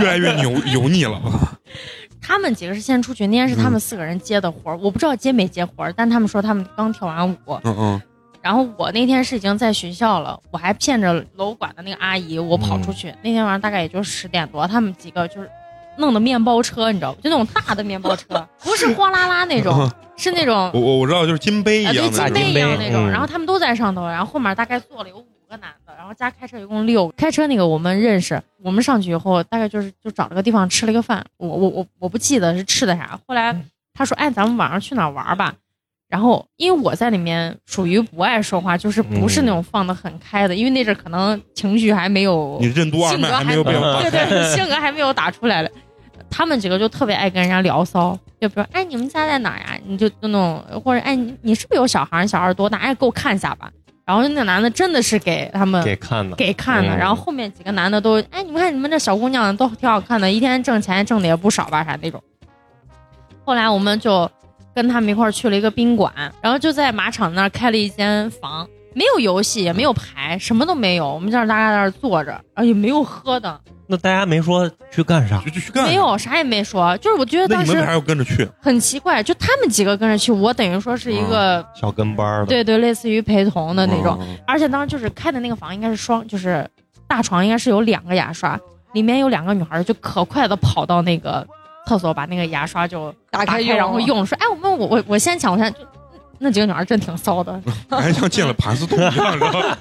S1: 越来越油油腻了。
S10: 他们几个是先出去，那天是
S4: 嗯
S10: 他们四个人接的活儿，我不知道接没接活儿，但他们说他们刚跳完舞，
S1: 嗯嗯，
S10: 然后我那天是已经在学校了，我还骗着楼管的那个阿姨，我跑出
S4: 嗯
S10: 去。那天晚上大概也就十点多，他们几个就是弄的面包车，你知道吗？就那种大的面包车， 不是货拉拉那种，是那种
S1: 我我我知道，就是金杯一
S10: 哦啊，对，
S1: 样
S10: 金
S1: 的嗯
S10: 杯一样那种。然后他们都在上头，然后后面大概坐了有五个男的，然后加开车一共六个。开车那个我们认识，我们上去以后，大概就是就找了个地方吃了一个饭，我我我我不记得是吃的啥。后来他说：“哎，咱们晚上去哪儿玩吧？”然后因为我在里面属于不爱说话，就是不是那种放得很开的，因为那阵儿可能情绪还没有，
S1: 嗯你任督二
S10: 性格
S1: 脉还没有被我
S10: 对对，性格还没有打出来了。他们几个就特别爱跟人家聊骚，就比如哎你们家在哪儿呀？你就就那种或者哎你你是不是有小孩儿？你小孩儿多大？哎给我看一下吧。然后那男的真的是给他们
S2: 给看的
S10: 给看的。
S2: 嗯
S10: 然后后面几个男的都哎你们看你们这小姑娘都挺好看的，一天挣钱挣的也不少吧啥那种。后来我们就跟他们一块儿去了一个宾馆，然后就在马场那儿开了一间房，没有游戏，也没有牌，什么都没有。我们在那儿大概在那儿坐着，啊也没有喝的，
S2: 那大家没说去干啥，
S1: 就去
S10: 没有啥也没说。就是我觉得
S2: 那
S10: 当
S2: 你们
S10: 时
S2: 为啥要
S1: 跟着去，
S10: 很奇怪，就他们几个跟着去，我等于说是一个、
S2: 小跟班
S15: 嗯
S2: 儿的，
S10: 对对，类似于陪同的那
S15: 哦
S10: 种。
S2: 嗯嗯嗯
S10: 而且当时就是开的那个房应该是双，就是大床应该是有两个牙刷，里面有两个女孩儿就可快的跑到那个厕所把那个牙刷就
S4: 打
S10: 开
S4: 开用
S10: 然后用了，说哎我们我我我先抢我先抢。就那几个女孩儿真挺 骚的，
S1: 还像进了盘丝洞一样，你知道吗？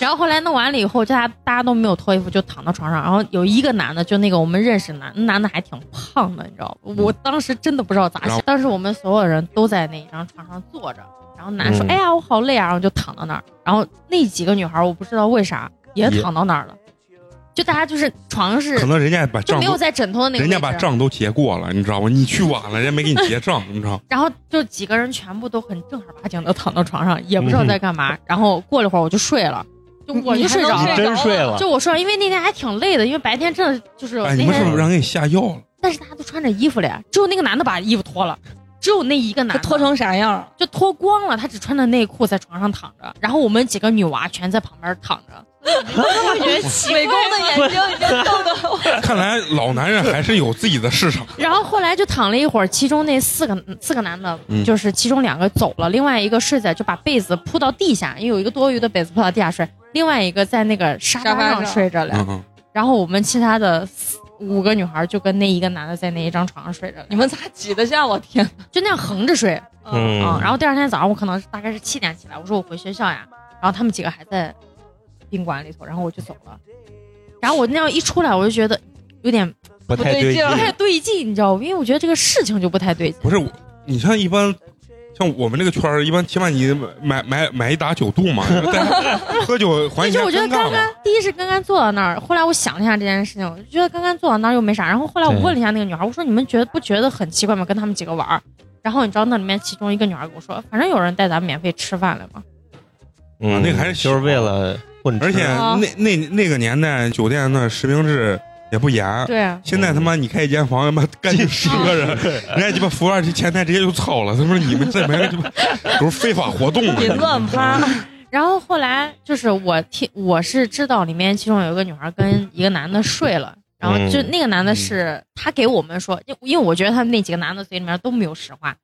S10: 然后后来弄完了以后，就大家大家都没有脱衣服，就躺到床上。然后有一个男的，就那个我们认识的男，那男的还挺胖的，你知道吗？我当时真的不知道咋
S15: 然
S10: 想
S15: 后。
S10: 当时我们所有人都在那张床上坐着，然后男说：“
S15: 嗯
S10: 哎呀，我好累啊！”然后就躺到那儿。然后那几个女孩，我不知道为啥也
S1: 也
S10: 躺到那儿了。就大家就是床 是，
S1: 可能人家把账
S10: 就
S1: 都
S10: 没有在枕头的那个
S1: 人家把
S10: 位置
S1: 账都结过了，你知道吗？你去晚了，人家没给你结账，你知道吗？
S10: 然后就几个人全部都很正儿八经的躺到床上，也不知道在干嘛。然后过了会儿我就睡了，就我
S1: 嗯你
S10: 就
S1: 还
S10: 睡着
S1: 能
S10: 了，
S1: 睡着你真睡了
S10: 就我睡了，因为那天还挺累的，因为白天真的就是
S1: 哎，
S10: 哦那
S1: 你们是不是
S10: 天，
S1: 让人给下药 了？
S10: 但是大家都穿着衣服嘞，只有那个男的把衣服脱了。只有那一个男的脱成啥样就脱光了，他只穿着内裤在床上躺着，然后我们几个女娃全在旁边躺着。我觉得奇怪
S4: 美工的眼睛已经瞪得我。
S1: 看来老男人还是有自己的市场。
S10: 然后后来就躺了一会儿，其中那四个四个男的，
S1: 嗯
S10: 就是其中两个走了，另外一个睡在就把被子铺到地下，因为有一个多余的被子铺到地下睡，另外一个在那个沙
S4: 沙发
S10: 发上
S4: 上
S10: 睡着嘞。
S4: 嗯
S1: 嗯
S10: 然后我们其他的四五个女孩就跟那一个男的在那一张床上睡着嘞。你们咋挤得下？我天，就那样横着睡。
S2: 嗯
S10: 然后第二天早上我可能大概是七点起来，我说我回学校呀，然后他们几个还在宾馆里头，然后我就走了。然后我那样一出来，我就觉得有点
S1: 不太对劲
S10: 不太对劲，你知道吗？因为我觉得这个事情就不太对劲。
S1: 不是，我，你像一般，像我们这个圈儿，一般起码你买买买一打九 度嘛，带喝酒缓解
S10: 就
S1: 一
S10: 我觉
S1: 下
S10: 得
S1: 尴尬
S10: 刚
S1: 嘛啊
S10: 刚。第一是刚刚坐到那儿，后来我想了一下这件事情，我就觉得刚刚坐到那儿又没啥。然后后来我问了一下那个女孩，我说你们觉得不觉得很奇怪吗？跟他们几个玩儿，然后你知道那里面其中一个女孩跟我说，反正有人带咱们免费吃饭来嘛。
S1: 啊，那个还是就是为
S2: 了混
S1: 而且
S10: 啊
S1: 那那那个年代，酒店那实名制也不严。
S10: 对啊
S1: 现在他妈你开一间房，他妈干净十个人， 人家鸡巴服务员去前台直接就操了。他说你们这门 鸡巴都是非法活动啊。
S10: 你乱趴。嗯然后后来就是我听，我是知道里面其中有一个女孩跟一个男的睡了，然后就
S15: 嗯
S10: 那个男的是他给我们说，因因为我觉得他们那几个男的嘴里面都没有实话，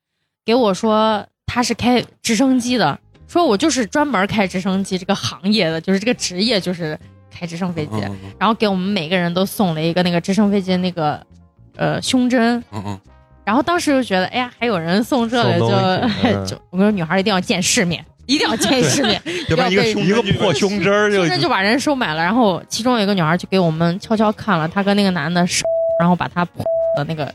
S10: 给我说他是开直升机的，说我就是专门开直升机这个行业的，就是这个职业就是开直升飞机，
S15: 嗯嗯嗯
S10: 然后给我们每个人都送了一个那个直升飞机那个呃胸针，
S1: 嗯嗯，
S10: 然后当时就觉得，哎呀，还有人送这个
S2: 送
S10: 就
S2: 东西嗯
S10: 就， 我跟你说，女孩一定要见世面， 一定要见世面
S2: ，要不然一个
S10: 被
S2: 胸一个 破胸针儿就
S10: 真的就把人收买了。然后其中有一个女孩就给我们悄悄看了她跟那个男的手，然后把他的那个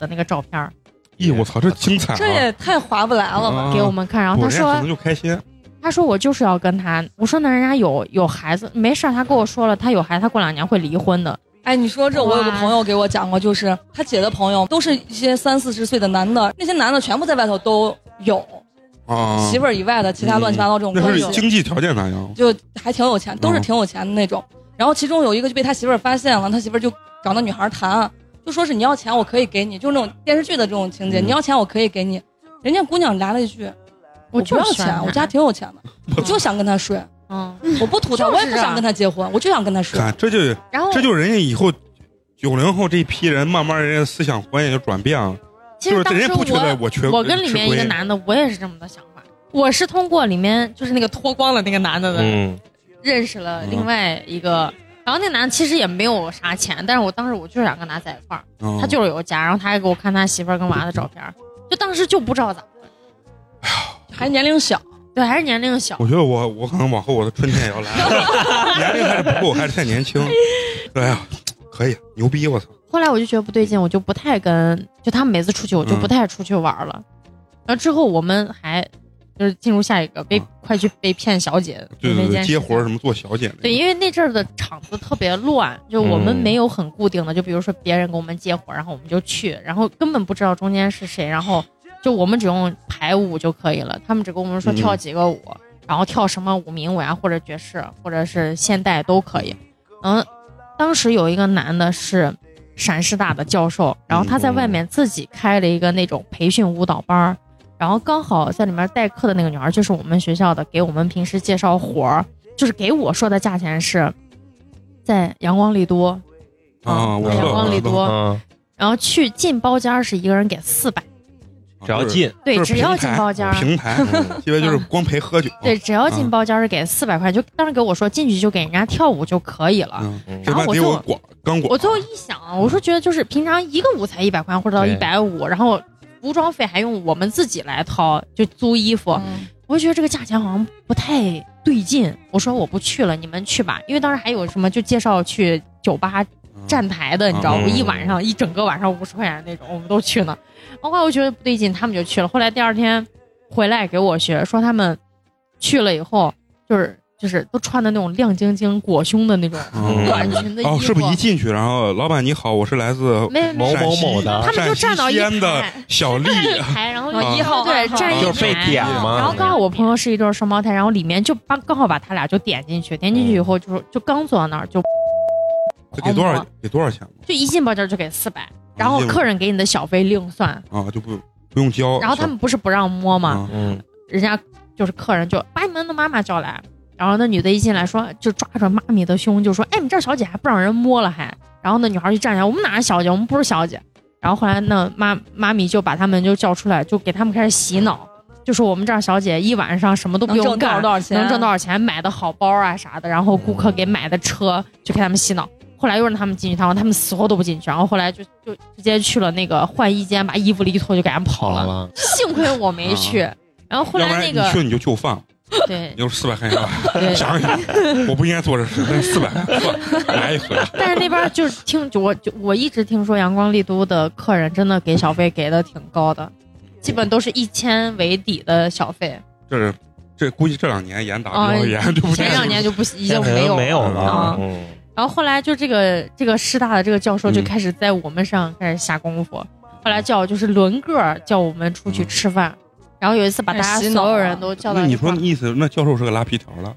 S10: 的那个照片儿
S1: 咦，我操，这精彩啊！
S10: 这也
S4: 太划不来了吧？
S1: 啊
S10: 给我们看，然后
S1: 果
S10: 她
S1: 人家
S10: 说
S1: 可能就开心。
S10: 他说我就是要跟他，我说那人家有有孩子，没事儿，他跟我说了，他有孩子，他过两年会离婚的。
S4: 哎，你说这，我有个朋友给我讲过，就是他姐的朋友都是一些三四十岁的男的，那些男的全部在外头都有
S1: 啊，嗯
S4: 媳妇儿以外的其他乱七八糟这种
S1: 那
S4: 关
S1: 是
S4: 系，
S1: 经济条件咋样？
S4: 就还挺有钱，都
S1: 嗯
S4: 是挺有钱的那种。然后其中有一个就被他媳妇儿发现了，他媳妇儿就找那女孩谈，就说是你要钱我可以给你，就那种电视剧的这种情
S1: 嗯
S4: 节，你要钱我可以给你。人家姑娘来了一句：“我不
S10: 就
S4: 要
S10: 喜欢
S4: 钱，
S10: 他
S4: 我家挺有钱的，我就想跟他睡，
S10: 嗯，
S4: 我不图他，
S10: 就是
S4: 我也不
S10: 啊
S4: 想跟他结婚，我就想跟他睡。
S1: 哎看，这就
S10: 然后
S1: 这就是人家以后九零后这一批人，慢慢人家思想观也就转变了，
S10: 其实
S1: 就
S10: 当
S1: 是人
S10: 时
S1: 家不觉得
S10: 我
S1: 缺，
S10: 跟里面一个男的，我也是这么的想法。我是通过里面就是那个脱光了那个男的的，
S2: 嗯
S10: 认识了另外一个，然后那男的其实也没有啥钱，但是我当时我就是想跟他在一块儿，
S1: 嗯
S10: 他就是有家，然后他还给我看他媳妇儿跟娃的照片儿，就当时就不知道咋回
S1: 哎
S10: 事，
S4: 还年龄小，
S10: 对，还是年龄小，
S1: 我觉得我我可能往后我的春天也要 来了，年龄还是不够，还是太年轻。哎呀，可以牛逼！我操，
S10: 后来我就觉得不对劲，我就不太跟，就他们每次出去，我就
S1: 嗯
S10: 不太出去玩了。然后之后我们还就是进入下一个被、快去被骗小姐
S1: 嗯对
S10: 那
S1: 对
S10: 件
S1: 对，
S10: 事
S1: 接活儿什么做小姐
S10: 对，因为那阵儿的场子特别乱，就我们
S1: 嗯
S10: 没有很固定的，就比如说别人给我们接活，然后我们就去，然后根本不知道中间是谁，然后就我们只用排舞就可以了，他们只跟我们说
S15: 嗯
S10: 跳几个舞，然后跳什么舞民舞啊，或者爵士，或者是现代都可以。嗯，当时有一个男的是陕师大的教授，然后他在外面自己开了一个那种培训舞蹈班儿。然后刚好在里面代课的那个女孩，就是我们学校的，给我们平时介绍活儿，就是给我说的价钱是在阳光丽都，
S1: 啊，我
S10: 阳
S1: 知道
S10: 光
S1: 我
S10: 丽
S1: 知道
S10: 都，
S2: 嗯
S10: 然后去进包间儿是一个人给四百，
S2: 只要进
S10: 对
S1: 啊就是
S10: 只要
S1: 平台
S10: 进包间儿
S1: 平台，嗯基本就是光陪喝酒。
S10: 对，只要进
S1: 啊
S10: 包间儿是给四百块，就当时给我说进去就给人家跳舞就可以了。
S1: 嗯
S10: 然
S1: 这
S10: 后
S1: 边
S10: 我就
S1: 得有广钢管
S10: 我，最后一想，啊我说觉得就是平常一个舞才一百块或者到
S1: 对
S10: 一百五，然后服装费还用我们自己来掏，就租衣服。我就觉得这个价钱好像不太对劲，我说我不去了，你们去吧。因为当时还有什么就介绍去酒吧
S1: 嗯
S10: 站台的，你知道吗？
S15: 嗯
S10: 一晚上一整个晚上五十块钱那种，我们都去呢。然后后来我觉得不对劲，他们就去了。后来第二天回来给我学，说他们去了以后，就是就是都穿的那种亮晶晶裹胸的那种
S1: 嗯
S10: 短裙的衣服，
S1: 哦，是不是一进去，然后老板你好，我是来自
S10: 没有没有
S1: 陕西
S10: 某某某的他们就站到一
S1: 陕西西安的
S10: 排
S1: 小丽，
S10: 排，然后
S1: 啊
S10: 一号对
S1: 二号
S10: 站一
S1: 就是被
S10: 排
S1: 点嘛
S10: 然后刚好我朋友是一对双胞胎，然后里面就把刚好把他俩就点进去，点进
S1: 嗯
S10: 去以后就是就刚坐到那儿就
S1: 这给多少给多少钱
S10: 就一进包间就给四百，然后
S1: 一进
S10: 客人给你的小费另算，
S1: 啊？就不不用交。
S10: 然后他们不是不让摸吗？
S1: 嗯，
S10: 人家就是客人就把你们的妈妈叫来，然后那女的一进来说就抓着妈咪的胸就说：“哎，你这小姐还不让人摸了还？”然后那女孩就站起来：“我们哪是小姐，我们不是小姐。”然后后来那妈妈咪就把他们就叫出来，就给他们开始洗脑，就说我们这儿小姐一晚上什么都不用
S4: 能挣多
S10: 干，
S4: 少多少钱
S10: 能挣多少钱，买的好包啊啥的，然后顾客给买的车，就给他们洗脑。后来又让他们进去，然后他们死活都不进去，然后后来就就直接去了那个换衣间，把衣服里一脱就给人跑了。
S1: 了
S10: 幸亏我没去。然后后
S1: 要不
S10: 来
S1: 然
S10: 那
S1: 你
S10: 个
S1: 去你就 就范，
S10: 对，
S1: 你就四百块 钱吧
S10: 对。
S1: 想想，我不应该做这事，但四百块算了来一回。
S10: 但是那边就是听我就我一直听说阳光丽都的客人真的给小费给的挺高的，基本都是一千为底的小费。
S1: 这是这估计这两年严打
S10: 啊
S1: 比较严，对不对？
S10: 前两年就 不已经没有
S2: 没有了
S10: 啊。
S2: 嗯
S10: 然后后来就这个这个师大的这个教
S4: 嗯
S10: 授就开始在我们身上开始下功夫，后来叫就是轮个儿叫我们出去吃饭，然后有一次把大家
S4: 嗯开始洗脑啊
S10: 所有人都叫到
S1: 那
S10: 一
S1: 你
S10: 块
S1: 说
S10: 儿，
S1: 意思，那教授是个拉皮条了？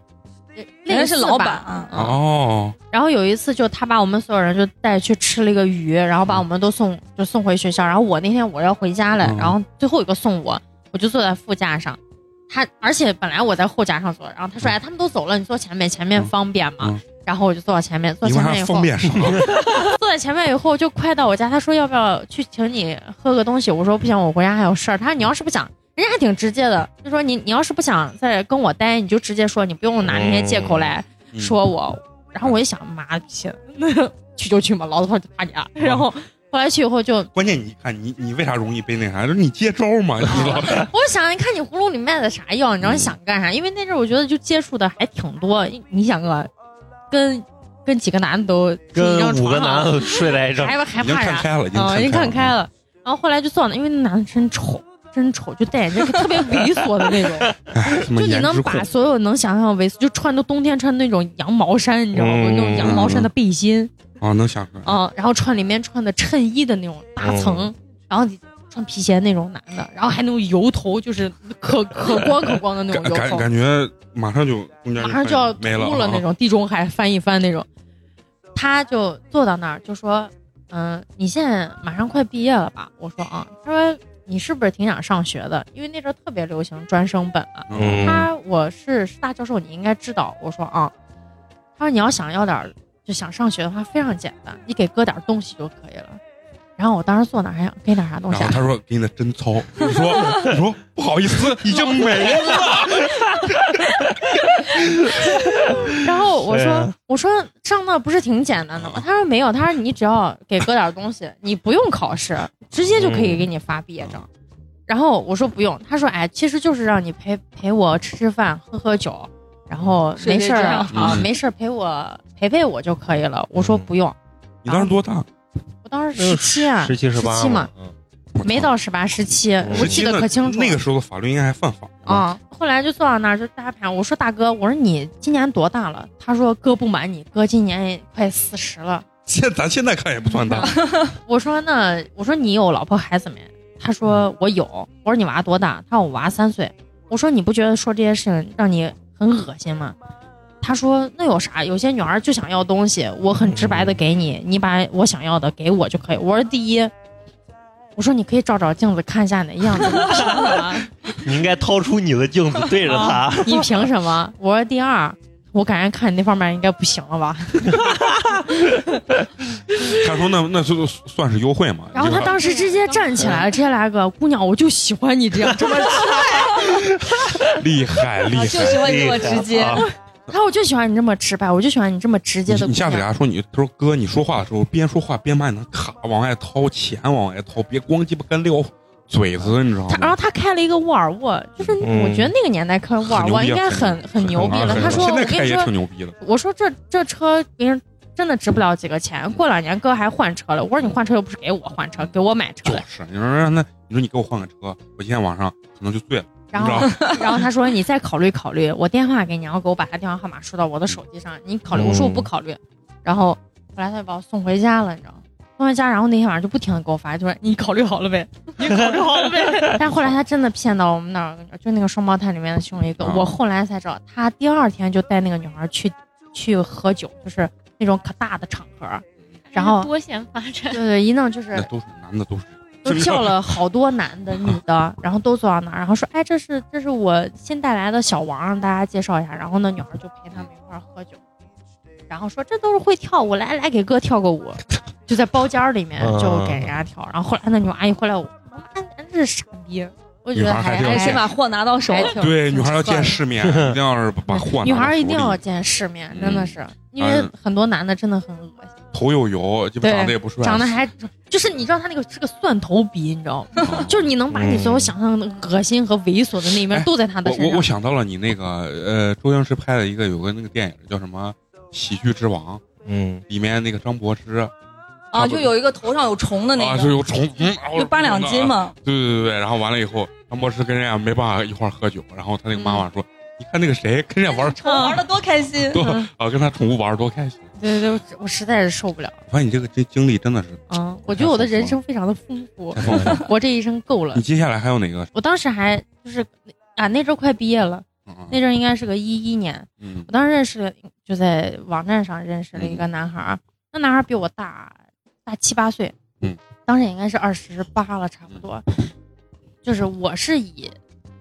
S10: 类
S4: 人家是
S10: 似
S4: 老
S10: 吧
S4: 板啊
S10: 嗯
S1: 哦，
S10: 然后有一次，就他把我们所有人就带去吃了一个鱼，然后把我们都送就送回学校。然后我那天我要回家了，然后最后一个送我，我就坐在副驾上。他而且本来我在后驾上坐，然后他说：“哎，他们都走了，你坐前面，前面方便嘛。然后我就坐到前面，坐
S1: 你
S10: 前
S1: 们
S10: 面以
S1: 还
S10: 后，
S1: 方便啥？
S10: 坐在前面以后就快到我家，他说要不要去请你喝个东西？我说不行，我回家还有事儿。他说你要是不想，人家还挺直接的，就说你你要是不想再跟我待，你就直接说，你不用拿那些借口
S2: 哦
S10: 来
S2: 嗯
S10: 说我。然后我一想，妈的，那 去就去嘛，老子放打你啊！
S2: 哦
S10: 然后后来去以后就
S1: 关键你看你你为啥容易被那啥？就是你接招嘛，你知 道吧？
S10: 我想，你看你葫芦里卖的啥药，你知道你想干啥？因为那阵儿我觉得就接触的还挺多，你你想啊，跟跟几个男的都睡一张
S2: 跟五
S10: 床
S2: 个
S10: 上
S2: 男的睡在一张，
S10: 还还怕啥？嗯，已经看开了。然后后来就坐那，因为那男的真丑，真丑，就戴眼镜，就特别猥琐的那 种，就
S1: 就
S10: 你能把所有能想象的猥琐，就穿着冬天穿那种羊毛衫，你知道吗？
S1: 嗯
S10: 那种羊毛衫的背心，
S1: 啊，能想出来。
S10: 嗯，然后穿里面穿的衬衣的那种大层，然后你穿皮鞋那种男的，然后还那种油头，就是可可光可光的那种
S1: 感
S10: 油
S1: 感
S10: 头，
S1: 感觉马上就中间
S10: 马上就要
S1: 没
S10: 吐了
S1: 了啊
S10: 那种，地中海翻一翻那种。他就坐到那儿就说：“嗯、你现在马上快毕业了吧？”我说：“啊。”他说：“你是不是挺想上学的？因为那阵儿特别流行专升本啊。
S15: 嗯
S10: 他说我是师大教授，你应该知道。我说：“啊。”他说：“你要想要点儿就想上学的话非常简单，你给哥点东西就可以了。然后我当时坐哪儿还想给点啥东西、
S1: 然后
S10: 啊，
S1: 他说给你的贞操，你说你说不好意思，已经没了。
S10: 然后我
S1: 对
S10: 说
S1: 啊
S10: 我说上那不是挺简单的吗？他说没有，他说你只要给哥点东西，你不用考试，直接就可
S1: 嗯
S10: 以给你发毕业证。然后我说不用，他说哎，其实就是让你陪陪我吃吃饭，喝喝酒，然后
S15: 睡
S10: 没
S15: 睡
S10: 事儿
S15: 觉
S10: 啊，
S1: 嗯
S10: 没事儿陪我陪陪我就可以了。我说不用，
S1: 你当时多大？
S10: 我当
S1: 呃
S10: 时十七啊，
S1: 17 18
S10: 17嘛，
S1: 嗯
S10: 没到十八，十七，我记
S1: 17
S10: 得
S1: 呢
S10: 可清楚了。
S1: 那个时候的法律应该还犯法。
S10: 啊、后来就坐到那儿，就大家盘。我说大哥，我说你今年多大了？他说哥不瞒你，哥今年也快四十了。
S1: 现咱现在看也不 算大，
S10: 我说那我说你有老婆孩子没？他说我有。我说你娃多大？他说我娃三岁。我说你不觉得说这些事情让你很恶心吗？他说那有啥？有些女孩就想要东西，我很直白的给你，你把我想要的给我就可以。我说第一，我说你可以照照镜子看一下你的样子，你凭什么？
S2: 你应该掏出你的 镜子对着他
S10: 啊。你凭什么？我说第二，我感觉看你那方面应该不行了吧。
S1: 他说那那就算是优惠嘛。
S10: 然后他当时直接站起来了，直接来个姑娘，我就喜欢你这 样这么
S1: 厉害厉 害，
S10: 就喜欢你这么直接
S1: 厉害啊
S10: 他说我就喜欢你这么直白，我就喜欢你啊这么直接的
S1: 你
S10: 姑
S1: 你下次给
S10: 娘。
S1: 他说你，他说哥，你说话的时候边说话边把你的卡往外掏，钱往外掏，别光鸡巴干撂嘴子，你知道
S10: 他然
S1: 吗？
S10: 后他开了一个沃尔沃，就是
S1: 嗯
S10: 我觉得那个年代开沃尔沃
S1: 很牛逼
S10: 应
S1: 啊
S10: 该很很牛逼啊了。他说
S1: 现
S10: 我
S1: 在
S10: 跟
S1: 开
S10: 你
S1: 也挺
S10: 说，
S1: 牛逼的。
S10: 我说这这车别人真的值不了几个钱，过两年哥还换车了。我说你换车又不是给我换车，给我买车的。
S1: 是，你说让他，你说你给我换个车，我今天晚上可能就醉了，
S10: 然
S1: 你知道
S10: 后
S1: 吗？，
S10: 然后他说：“你再考虑考虑，我电话给你，然后给我把他电话号码输到我的手机上，你考虑。”我说：“我
S1: 嗯
S10: 不考虑。”然后后来他就把我送回家了，你知道吗？送回家，然后那天晚上就不停的给我发，就说：“你考虑好了呗，你考虑好了 呗。”但后来他真的骗到我们那儿，我跟你说就那个双胞胎里面的其中一个，
S15: 啊
S10: 我后来才知道，他第二天就带那个女孩去去喝酒，就是那种可大的场合，然后
S11: 多线发展，
S10: 对对，一弄就是
S1: 那都是男的，都是
S10: 都叫 了好多男的、女的，然后都坐到那儿，然后说：“哎，这是这是我新带来的小王，让大家介绍一下。”然后那女孩就陪他们一块儿喝酒，然后说：“这都是会跳舞，来来，给哥跳个 舞。”就在包间儿里面
S15: 嗯
S10: 就给人家跳。然后后来那女娃一回来，我他妈真是傻逼，我觉
S1: 女
S10: 得
S1: 孩
S10: 还
S1: 还是要
S10: 还
S1: 见
S10: 先把货拿到手，
S1: 对，女孩要见 世面，一定要是把货拿到手里。
S10: 女孩一定要见世面，真的是，因为
S1: 嗯
S10: 很多男的真的很恶心，
S1: 头又油，鸡巴
S10: 对，
S1: 长得也不帅，
S10: 长得还就是你知道他那个是个蒜头鼻，你知道
S1: 嗯
S10: 吗？ 就是你能把你所有想象的恶心和猥琐的那一面都在他的
S1: 哎我
S10: 身
S1: 我
S10: 上。
S1: 我想到了你那个呃，周星驰拍的一个有个那个电影叫什么《喜剧之王》，
S2: 嗯，
S1: 里面那个张柏芝
S4: 啊，就有一个头上有虫的那
S1: 啊
S4: 个，
S1: 是有虫，嗯，啊
S4: 就八两金嘛，
S1: 对对对对，然后完了以后，张柏芝跟人家没办法一块儿喝酒，然后他那个妈妈
S10: 嗯
S1: 说，你看那个谁跟人家玩儿
S4: 虫玩的多开 心。
S1: 多啊，跟他宠物玩儿多开心。
S10: 对对对，我实在是受不了
S1: 我发现你这个经经历真的是，
S10: 啊！我觉得我的人生非常的丰富， 我这一生够了
S1: 你。接下来还有哪个？
S10: 我当时还就是啊，那阵儿快毕业了，那阵儿应该是个一一年。
S1: 嗯
S10: 我当时认识了，就在网站上认识了一个男孩儿，那男孩儿比我大大七八岁，
S1: 嗯，
S10: 当时也应该是二十八了，差不多。就是我是以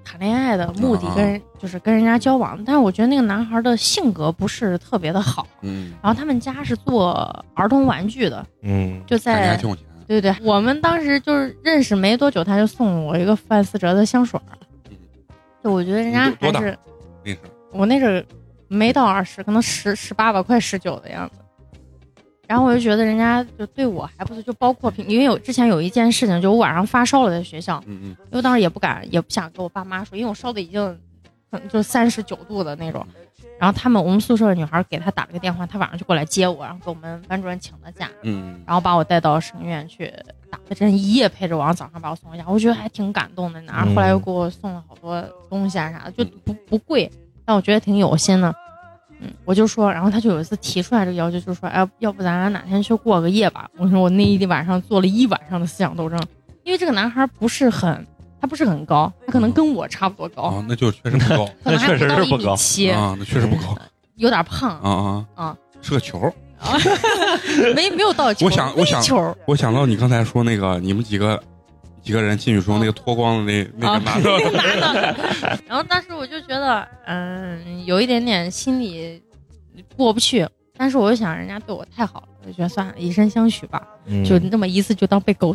S10: 谈恋爱的目
S1: 啊
S10: 的跟人、就是跟人家交往，但是我觉得那个男孩儿的性格不是特别的好，
S1: 嗯
S10: 然后他们家是做儿童玩具的，
S2: 嗯，
S10: 就在
S1: 感觉还挺有钱。
S10: 对对，我们当时就是认识没多久，他就送我一个范思哲的香水儿。就我觉得人家
S1: 多
S10: 还
S1: 大
S10: 是
S1: 那是
S10: 我那阵儿没到二十，可能十十八吧，快十九的样子。然后我就觉得人家就对我还不错，就包括平，因为有之前有一件事情，就我晚上发烧了在学校，
S1: 嗯嗯，
S10: 因为当时也不敢，也不想跟我爸妈说，因为我烧的已经很就三十九度的那种。
S1: 嗯
S10: 然后他们我们宿舍的女孩给他打了个电话，他晚上就过来接我，然后给我们班主任请的假。
S1: 嗯，
S10: 然后把我带到省医院去打个针，一夜陪着我，然后早上把我送回家，我觉得还挺感动的。然后后来又给我送了好多东西啊啥的，就不不贵，但我觉得挺有心的。嗯，我就说，然后他就有一次提出来这个要求，就说，哎，要不咱俩哪天去过个夜吧？我说我那一晚上做了一晚上的思想斗争，因为这个男孩不是很，他不是很高，他可能跟我差不多高，
S1: 啊，那就确实不高，
S10: 可能还不到一米七，
S1: 啊，那确实不高
S10: 有点胖
S1: 啊啊，
S10: 啊，
S1: 是个球儿。
S10: 没没有到球，
S1: 我想，我想
S10: 微球儿，
S1: 我想到你刚才说那个，你们几个几个人进去时候，那个脱光的那那
S10: 啊
S1: 个男的，
S10: 那个男的。然后当时我就觉得，嗯，有一点点心里过不去。但是我又想人家对我太好了，我就觉得算了，以身相许吧，
S2: 嗯
S10: 就那么一次就当被狗。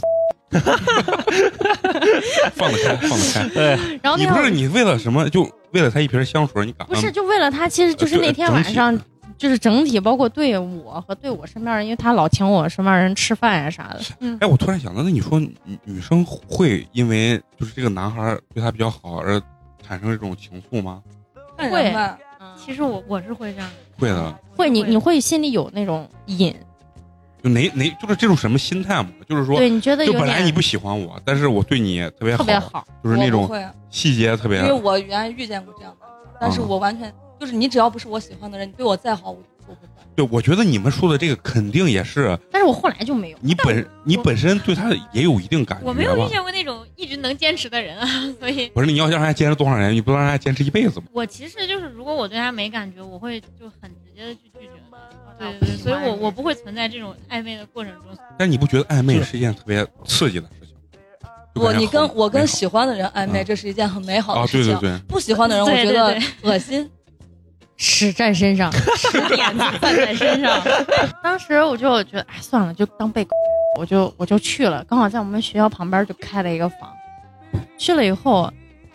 S1: 放得开，放得 开。
S10: 对然后那
S1: 你
S10: 样
S1: 不是你为了什么？就为了他一瓶香水，你敢？啊
S10: 不是，就为了他，其实就是那天晚上，就是整体包括对我和对我身边人，因为他老请我身边人吃饭呀、啥的。嗯，
S1: 哎，我突然想到，那你说女女生会因为就是这个男孩对她比较好而产生这种情愫吗？
S11: 会，
S10: 嗯
S11: 其实我我是会这样的，
S1: 会的，
S10: 会你你会心里有那种瘾，
S1: 就哪哪就是这种什么心态嘛？就是说，
S10: 对你觉得有
S1: 就
S10: 点
S1: 本来你不喜欢我，但是我对你特别
S4: 特别好
S1: 就是那
S4: 我
S1: 种
S4: 不会啊
S1: 细节特别
S4: 因为我原来遇见过这样的，但是
S1: 嗯
S4: 我完全就是你只要不是我喜欢的人，你对我再好，我
S1: 对。我觉得你们说的这个肯定也是
S10: 但是我后来就没有。
S1: 你本你本身对他也有一定感觉吧？
S11: 我没有遇见过那种一直能坚持的人啊，所以
S1: 不是你要让人家坚持多少年，你不能让人家坚持一辈子吗？
S11: 我其实就是，如果我对他没感觉，我会就很直接的去拒绝他。
S10: 哦
S11: 对对对，所以我我不会存在这种暧昧的过程中。
S1: 但你不觉得暧昧是一件特别刺激的事情？就
S4: 我
S1: 感觉
S4: 你
S1: 好
S4: 跟我跟喜欢的人暧昧，这是一件很美好
S1: 啊
S4: 的
S1: 对
S4: 事情。
S1: 对对
S4: 不喜欢的人，我
S11: 对
S4: 觉
S11: 对
S4: 得
S11: 对
S4: 恶心。
S10: 屎站身上，
S11: 屎点子攥在身上。
S10: 当时我就觉得，哎，算了，就当被狗，我就我就去了。刚好在我们学校旁边就开了一个房，去了以后，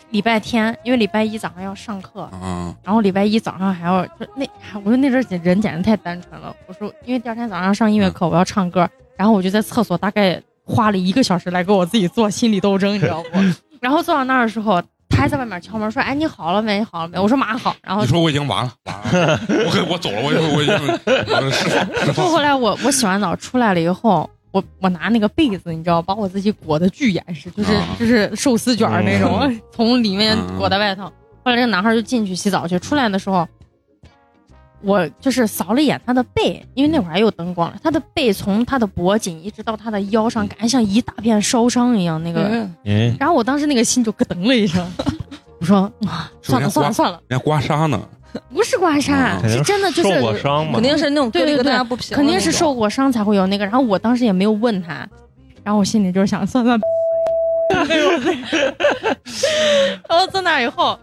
S10: 礼拜天，因为礼拜一早上要上课，
S4: 啊
S1: 嗯，
S10: 然后礼拜一早上还要就那，哎我说那阵儿人简直太单纯了。我说，因为第二天早上上音乐
S1: 嗯
S10: 课，我要唱歌，然后我就在厕所大 概花了一个小时来给我自己做心理斗争，你知道不？ 然后坐到那儿的时候，他还在外面敲门说：“哎，你好了没？你好了没？”我说：“马上好。”然后
S1: 你说我已经完了，完了，我可我走了，我我我已经我释放释
S10: 就后
S1: 放。
S10: 来我我洗完澡出来了以后，我我拿那个被子，你知道，把我自己裹得巨严实，就是、就是寿司卷儿那种，
S11: 啊嗯
S10: 从里面裹到外头。后来这个男孩就进去洗澡去，出来的时候，我就是扫了一眼他的背，因为那会儿还有灯光了，他的背从他的脖颈一直到他的腰上，感觉像一大片烧伤一样那个。
S4: 嗯
S1: 嗯
S10: 然后我当时那个心就咯噔了一声， 我说哇，算了算了算了，，
S1: 人家刮痧呢，
S10: 不是刮痧，
S1: 嗯
S10: 是真的就是
S1: 受过伤嘛肯定
S4: 是那种
S10: 对对对，
S4: 割裂跟大家不平衡
S10: 肯定是
S4: 那种
S10: 受过伤才会有那个。然后我当时也没有问他，然后我心里就是想算算，然
S4: 哦
S10: 后坐那以后，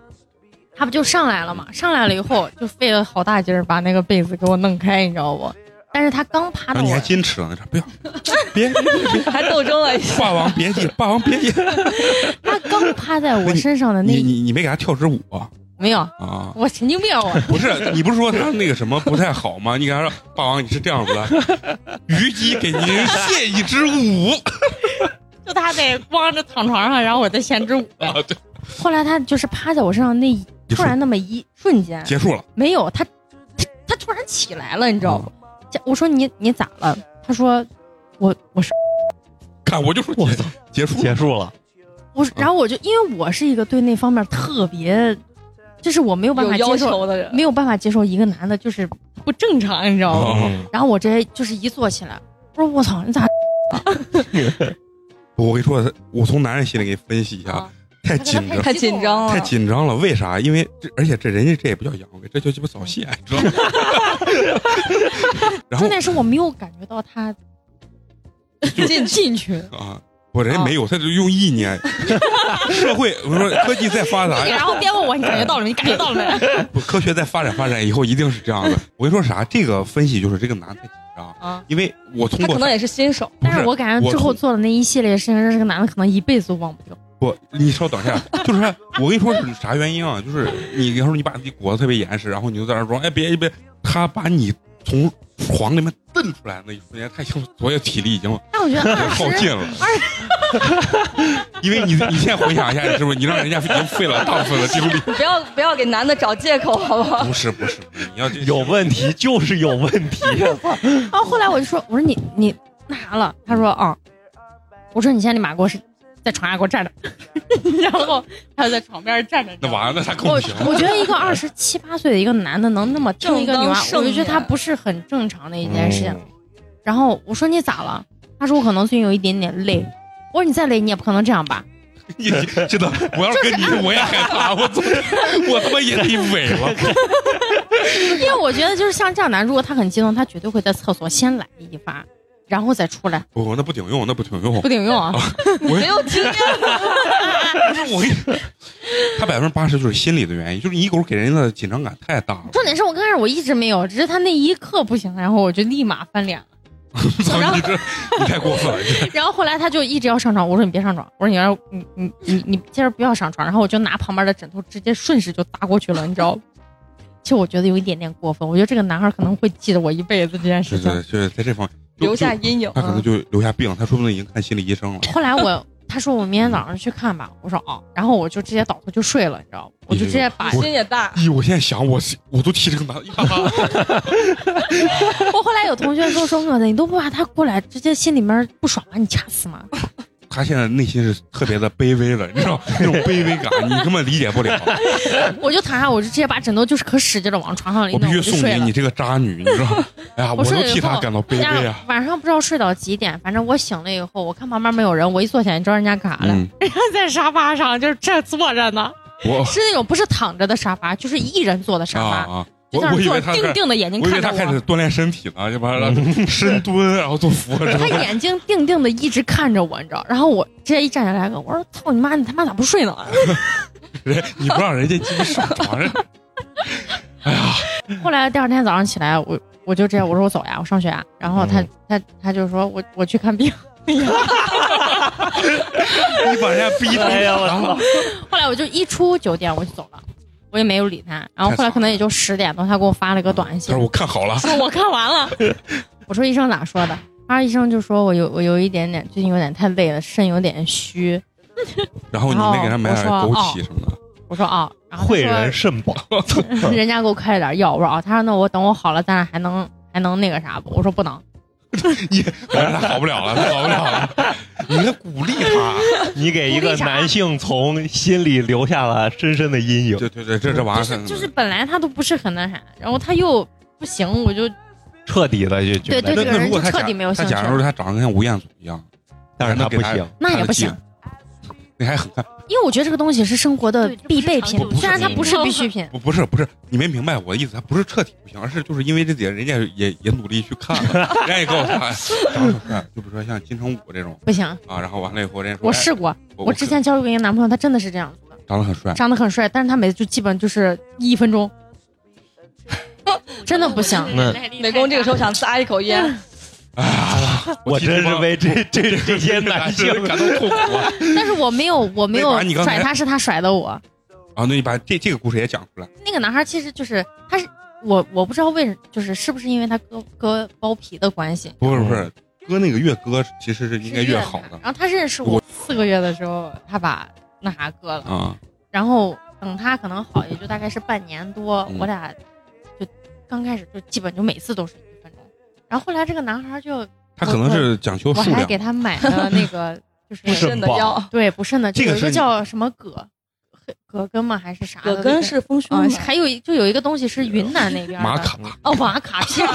S10: 他不就上来了嘛？上来了以后就费了好大劲儿把那个被子给我弄开，你知道不？但是他刚趴
S1: 然
S10: 到
S1: 后你
S10: 我
S1: 还矜持了，那啥，不要，别别别，
S4: 还斗争了一下
S1: 霸王别姬，霸王别姬，
S10: 他刚趴在我身上的那
S1: 你
S10: 一
S1: 你你没给他跳支舞啊？
S10: 没有，
S1: 啊
S10: 我神经病啊 我。
S1: 不是，你不是说他那个什么不太好吗？你给他说，霸王你是这样子的，虞姬给您献一支舞
S10: 就他得光着躺床上，然后我再献支舞。
S1: 啊，对，
S10: 后来他就是趴在我身上那一
S1: 结束
S10: 突然那么一瞬间
S1: 结束了，
S10: 没有他，他他突然起来了，你知道不？
S4: 嗯
S10: 这我说你你咋了？他说我我是
S1: 看我就说结结束
S2: 结束了，
S10: 我
S4: 嗯
S10: 是，然后我就因为我是一个对那方面特别，就是我没有办法
S4: 有要
S10: 接受
S4: 求的人
S10: 没有办法接受一个男的就是不正常，你知道吗？
S1: 嗯
S10: 然后我直接就是一坐起来，我说我操，你咋？
S1: 我跟你说，我从男人心里给你分析一下，
S10: 啊
S1: 太紧张，
S4: 太紧张了
S1: 太紧张了。为啥？因为这，而且这人家这也不叫阳痿，这叫鸡巴早泄，知
S10: 嗯
S1: 道吗？然后
S10: 重点是我没有感觉到他进进去，
S1: 啊，我人家没有，他就用意 念。社会，我说科技再发达，
S10: 然后边问我你感觉到了没？你感觉到了 没？
S1: 不科学再发展发展，以后一定是这样的。我跟你说啥？这个分析就是这个男的太紧张，
S10: 啊
S1: 因为我通
S4: 他
S1: 过
S4: 可能也是新手，
S1: 不
S10: 但是我感觉之后
S1: 我
S10: 做的那一系列事情，让这个男的可能一辈子都忘不 掉。
S1: 不，你稍等一下， 就是我跟你说是啥原因啊？就是你，然后你把自己裹得特别严实，然后你就在那儿装，哎别别，他把你从床里面蹬出来那一瞬间，他已经所有体力 已经
S10: 但我觉 得二十
S1: 耗尽了， 因为你你现在回想一下，是不是你让人家已经费了大部分的精力？
S4: 不要不要给男的找借口，好不好？
S1: 不是不是，你要
S2: 有问题就是有问题。
S10: 然后后来我就说，我说你你那啥了？他说啊、我说你先立马给我是在床下给我站着， 然后他就在床边站着。
S1: 那完了，那他
S10: 我
S1: 更不行了。
S10: 我觉得一个二十七八岁的一个男的能那么听一个女
S4: 正
S10: 娃
S4: 当，盛
S10: 我就觉得
S4: 年
S10: 他不是很正常的一件事情。
S1: 嗯
S10: 然后我说你咋了？他说我可能最近有一点点累。我说你再累你也不可能这样吧？
S1: 你真的，我要是跟你，我也害怕，我怎么我他妈也得萎了。
S10: 因为我觉得就是像这样的男，如果他很激动，他绝对会在厕所先来一发，然后再出来，
S1: 不，我那不顶哦
S10: 啊
S1: 用，那不顶用，啊
S10: 不顶用啊！
S1: 我
S10: 经验。
S1: 不是我跟你，他百分之八十就是心理的原因，就是你一狗给人的紧张感太大了。
S10: 重点是我刚开始我一直没有，只是他那一刻不行，然后我就立马翻脸了。
S1: 操你这你太过分了！你这
S10: 然后后来他就一直要上床，我说你别上床，我说你要你你你你今儿不要上床，然后我就拿旁边的枕头直接顺势就搭过去了，你知道吗？其实我觉得有一点点过分，我觉得这个男孩可能会记得我一辈子这件事
S1: 对
S10: 情。
S1: 对，就是在这方面就
S10: 留下
S1: 就
S10: 阴影
S1: 他可能
S10: 嗯
S1: 就留下病，他说不定已经看心理医生了。
S10: 后来我他说我明天早上去看吧，我说哦，然后我就直接倒头就睡了，你知道吗？我就直接把
S1: 我心
S10: 也大
S1: 咦，我现在想，我是我都替这个男的，一哈哈
S10: 我后来有同学说说我的，你都不怕他过来直接心里面不爽把你掐死吗？
S1: 他现在内心是特别的卑微了，你知道那种卑微感，你根本理解不 了。
S10: 我就躺下，我就直接把枕头就是可使劲的往床上一
S1: 我
S10: 弄，
S1: 必须
S10: 我就
S1: 送
S10: 睡
S1: 你
S10: 了
S1: 你。这个渣女，你知道？哎呀，我
S10: 睡
S1: 都
S10: 了以
S1: 替他
S10: 后哎
S1: 感到卑微啊！
S10: 晚上不知道睡到几点，反正我醒了以后，我看旁边没有人，我一坐起来，你知道人家干啥 了？
S1: 嗯
S10: 人家在沙发上就是这坐着呢，
S1: 我
S10: 是那种不是躺着的沙发，就是一人坐的沙发，
S1: 啊啊！
S10: 就
S1: 我
S10: 在那
S1: 我
S10: 儿
S1: 以
S10: 坐
S1: 为
S10: 着，
S1: 他
S10: 定定的眼睛
S1: 我以为
S10: 看
S1: 他
S10: 着
S1: 开
S10: 我。嗯
S1: 始锻炼身体呢，要不然他深蹲，然后做俯卧撑。
S10: 他眼睛定定的一直看着我，你知道？然后我直接一站起来，我说：“操你妈！你他妈咋不睡呢？”
S1: 人你不让人家鸡巴上床，人
S10: 后来第二天早上起来，我我就这样，我说我走呀，我上学呀。然后
S1: 嗯
S10: 他、他他就说我我去看病。
S1: 你把人家逼 的，
S10: 哎呀我
S1: 然后
S10: 后来我就一出酒店我就走了，我也没有理他。然后后来可能也就十点多，他给我发了一个短
S1: 他
S10: 信
S1: 说，我看好了，
S10: 说 我看完了。我说医生咋说的？他说医生就说我有我有一点点最近有点太累了，肾有点虚。
S1: 然后你没给他买点
S10: 然后
S1: 枸
S10: 我说
S1: 杞什么的，
S10: 我说哦，然后他说
S2: 汇仁肾宝，
S10: 人家给我开了点药，我说哦，他说那我等我好了，咱俩还能还能那个啥不？我说不能。
S1: 反哎正他好不了了，他好不了了。 你得鼓励他，
S2: 你给一
S10: 鼓
S2: 个
S10: 励啥
S2: 男性从心里留下了深深的阴影。
S1: 对对对，这这玩意儿
S10: 就是本来他都不是很那啥，然后他又不行，我就
S2: 彻底的就
S10: 对对这个
S1: 那
S10: 人
S1: 如果
S10: 就
S1: 他
S10: 彻
S1: 假
S10: 底没有
S1: 他
S10: 兴趣
S1: 假如他长得像吴彦祖一样，
S2: 但是
S1: 还能
S2: 他
S1: 给
S2: 不
S1: 他
S2: 行
S10: 那也不行，
S1: 那还很看。
S10: 因为我觉得这个东西是生活的必备品，虽然它不 是必需品。
S1: 不不是不是，你没明白我的意思，他不是彻底不行，而是就是因为这点，人家也也努力去看了，人家也告诉 他，哎长得好看，就比如说像金城武这种
S10: 不行
S1: 啊，然后完了以后，人家说
S10: 我试，过
S1: 哎，我
S10: 我之前交过一个男朋友，他真的是这样子，
S1: 长得很帅，
S10: 长得很帅，但是他每次就基本就是一分钟， 真的不行。
S2: 那
S4: 美工这个时候想撒一口 烟，
S2: 我真是为这这这些男性
S1: 感到 痛苦啊！
S10: 但是我没有，我没有
S1: 那把你刚才
S10: 甩他，是他甩的我。
S1: 啊，那你把这这个故事也讲出来，
S10: 那个男孩其实就是他是我，我不知道为什，就是是不是因为他割割包皮的关系，
S1: 不是不
S2: 嗯
S1: 是，哥那个越哥其实是应该越好的
S10: 然后他认识我四个月的时候，他把那啥割了，
S1: 啊，
S10: 然后等他可能好，也就大概是半年多，
S1: 嗯
S10: 我俩就刚开始就基本就每次都是一分钟，然后后来这个男孩就
S1: 他可能是讲究
S10: 我
S1: 数
S10: 还
S1: 量
S10: 给，他买 了那个 就是
S1: 补肾的药，
S10: 对补肾的，就
S1: 这个
S10: 有一个
S1: 是
S10: 叫什么葛葛根吗还是啥的？
S4: 葛根是丰胸
S10: 啊
S4: 的
S10: 还有一就有一个东西是云南那边的
S1: 玛卡
S10: 哦玛卡片儿。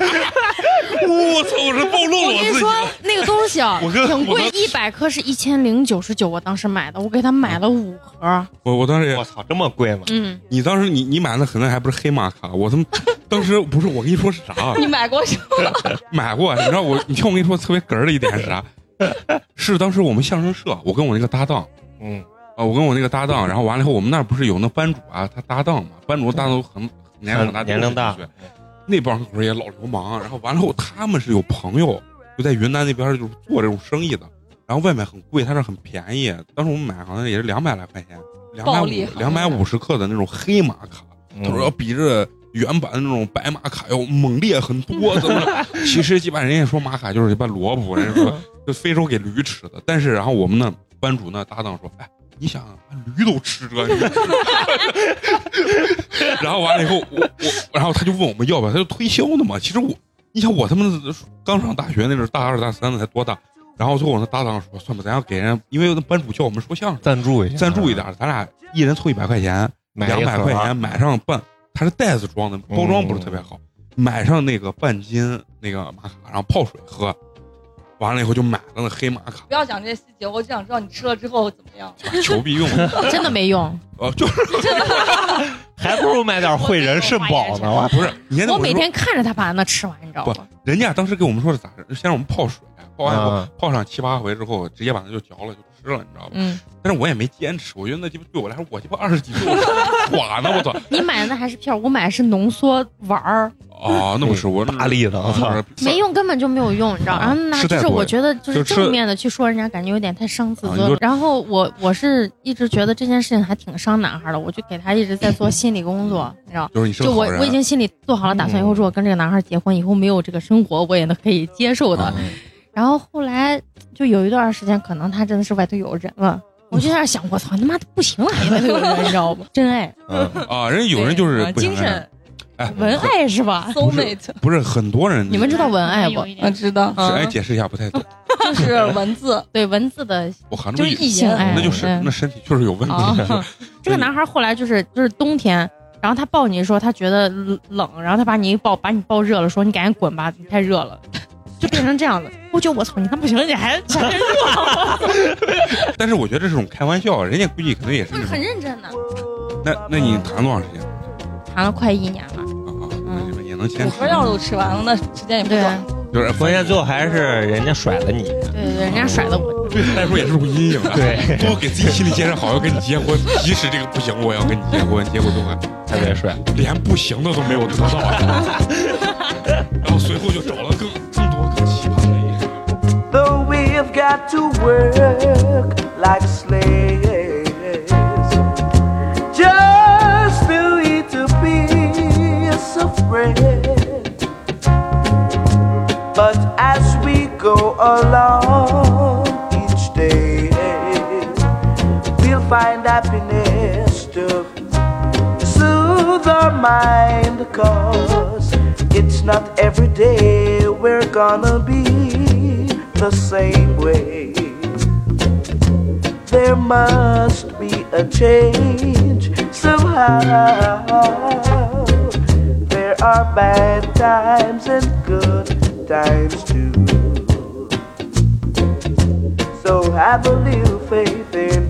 S1: 我操！我这暴露了
S10: 我跟
S1: 自
S10: 你
S1: 己
S10: 说，那个东西啊，
S1: 我跟
S10: 挺贵
S1: 我，
S10: 一百克是一千零九十九，我当时买的，我给他买了五盒。
S1: 我我当时也
S2: 我操这么贵吗？
S10: 嗯，
S1: 你当时你你买的可能还不是黑玛卡，我他妈当时不是我跟你说是啥啊？
S4: 你买过什么？
S1: 买过，你知道我，你听我跟你说特别哏儿的一点是啥？是当时我们相声社，我跟我那个搭档，
S2: 嗯，
S1: 啊，我跟我那个搭档，然后完了以后，我们那儿不是有那班主啊，他搭档嘛，班主搭档都很年龄很大，
S2: 年龄大
S1: 60几岁，那帮狗也老流氓，然后完了以后，他们是有朋友就在云南那边儿就是做这种生意的，然后外面很贵，他这很便宜，当时我们买好像也是两百来块钱，两百
S4: 暴
S1: 五
S4: 利
S1: 两百五十克的那种黑玛卡，他
S2: 嗯
S1: 说要比这原版的那种白玛卡要猛烈很多，怎么着？ 其实鸡巴人家说玛卡就是鸡巴萝卜，人 家说就非洲给驴吃的，但是然后我们呢班主呢搭档说，哎，你想
S2: 啊
S1: 想把驴都吃了，你 然后完了以后我我，然后他就问我们要不要，他就推销的嘛，其实我。你想我他妈刚上大学那阵儿，大二大三的才多大，然后最后我那搭档说，算吧，咱要给人，因为那班主叫我们说相声，
S2: 赞助一下，
S1: 赞助一点儿，咱俩一人凑一百块钱，
S2: 买
S1: 两
S2: 一
S1: 百
S2: 盒哦
S1: 块钱买上半，它是袋子装的，包装不是特别好，买上那个半斤那个玛卡，然后泡水喝，完了以后就买了那黑玛卡，
S4: 不要讲这些细节，我就想知道你吃了之后怎么样。
S1: 求 必用，
S10: 真的没用。
S1: 呃，就是
S2: 还不如买点汇仁肾宝呢。
S1: 不是，你先听
S10: 我
S1: 我
S10: 每
S1: 说
S10: 天看着他把那吃完，你知道
S1: 不
S10: 吗？，
S1: 人家当时给我们说是咋着，先让我们泡水，泡完以后
S2: 嗯
S1: 泡上七八回之后，直接把它就嚼了就吃了，你知道吧？
S10: 嗯，
S1: 但是我也没坚持，我觉得那鸡巴对我来说，我鸡巴二十几岁，我垮呢，我操！
S10: 你买的那还是片儿，我买的是浓缩丸儿，
S1: 哦，那不是
S2: 嗯
S1: 我大力的，我操！
S2: 啊
S10: 没用，根本就没有用，你知道？然后那
S1: 吃
S10: 就
S1: 啊太
S10: 是
S1: 多
S10: 我
S1: 了
S10: 觉得就是
S1: 就吃
S10: 正面的去说人家，感觉有点太伤自尊
S1: 啊你
S10: 了
S1: 就。
S10: 然后我我是一直觉得这件事情还挺伤男孩的，我就给他一直在做心理工作，你知道？
S1: 就是你是个
S10: 就我
S1: 好人啊
S10: 我已经心里做好了打算，以后如果跟这个男孩结婚，以后没有这个生活，我也能可以接受的。
S1: 嗯
S10: 然后后来就有一段时间，可能他真的是外头有人了，我就在那儿想，我操，你妈的不行了，还外头有人，你知道不？真爱，
S1: 嗯啊，人家有人就是不想那样，哎，
S10: 文爱是吧
S1: 不是不是很多人，
S10: 你们知道嗯文爱不？
S4: 我知道
S1: 是 哎，解释一下不太懂，
S10: 就是文字，对文字的
S1: 我含住
S10: 就是哎
S1: 一嗯
S10: 异性爱，嗯
S1: 那就是
S10: 对
S1: 那身体确实有问
S10: 啊
S1: 题。
S10: 这个男孩后来就是就是冬天，然后他抱你的时候，他觉得冷，然后他把你一抱，把你抱热了，说你赶紧滚吧，你太热了， 就变成这样子。我觉得我操，你他妈不行，你还想着
S1: 但是我觉得这是种开玩笑，啊人家估计可能也是那种。
S10: 很认真呢。
S1: 那那你谈多长时间？
S10: 谈了快一年了，
S1: 你们也能
S4: 五
S1: 先
S4: 盒药都吃完了，那时间也不短。
S1: 就是哎
S2: 关键最后还是人家甩了你，
S10: 啊对对，人家甩了我。
S1: 对他来说也是种阴影的。啊
S2: 对
S1: 多给自己心理建设好，要跟你结婚， 即使这个不行，我也要跟你结婚。结果就还
S2: 特别帅，
S1: 连不行的都没有得到啊。然后随后就找了更更多更奇葩的一个。
S3: Though we've got to work like slaves just to eat a piece of bread. But as we go along each day, we'll find happiness to soothe our mind cause it's not every day we're gonna be the same way there must be a change somehow there are bad times and good times too so have a little faith in Oh,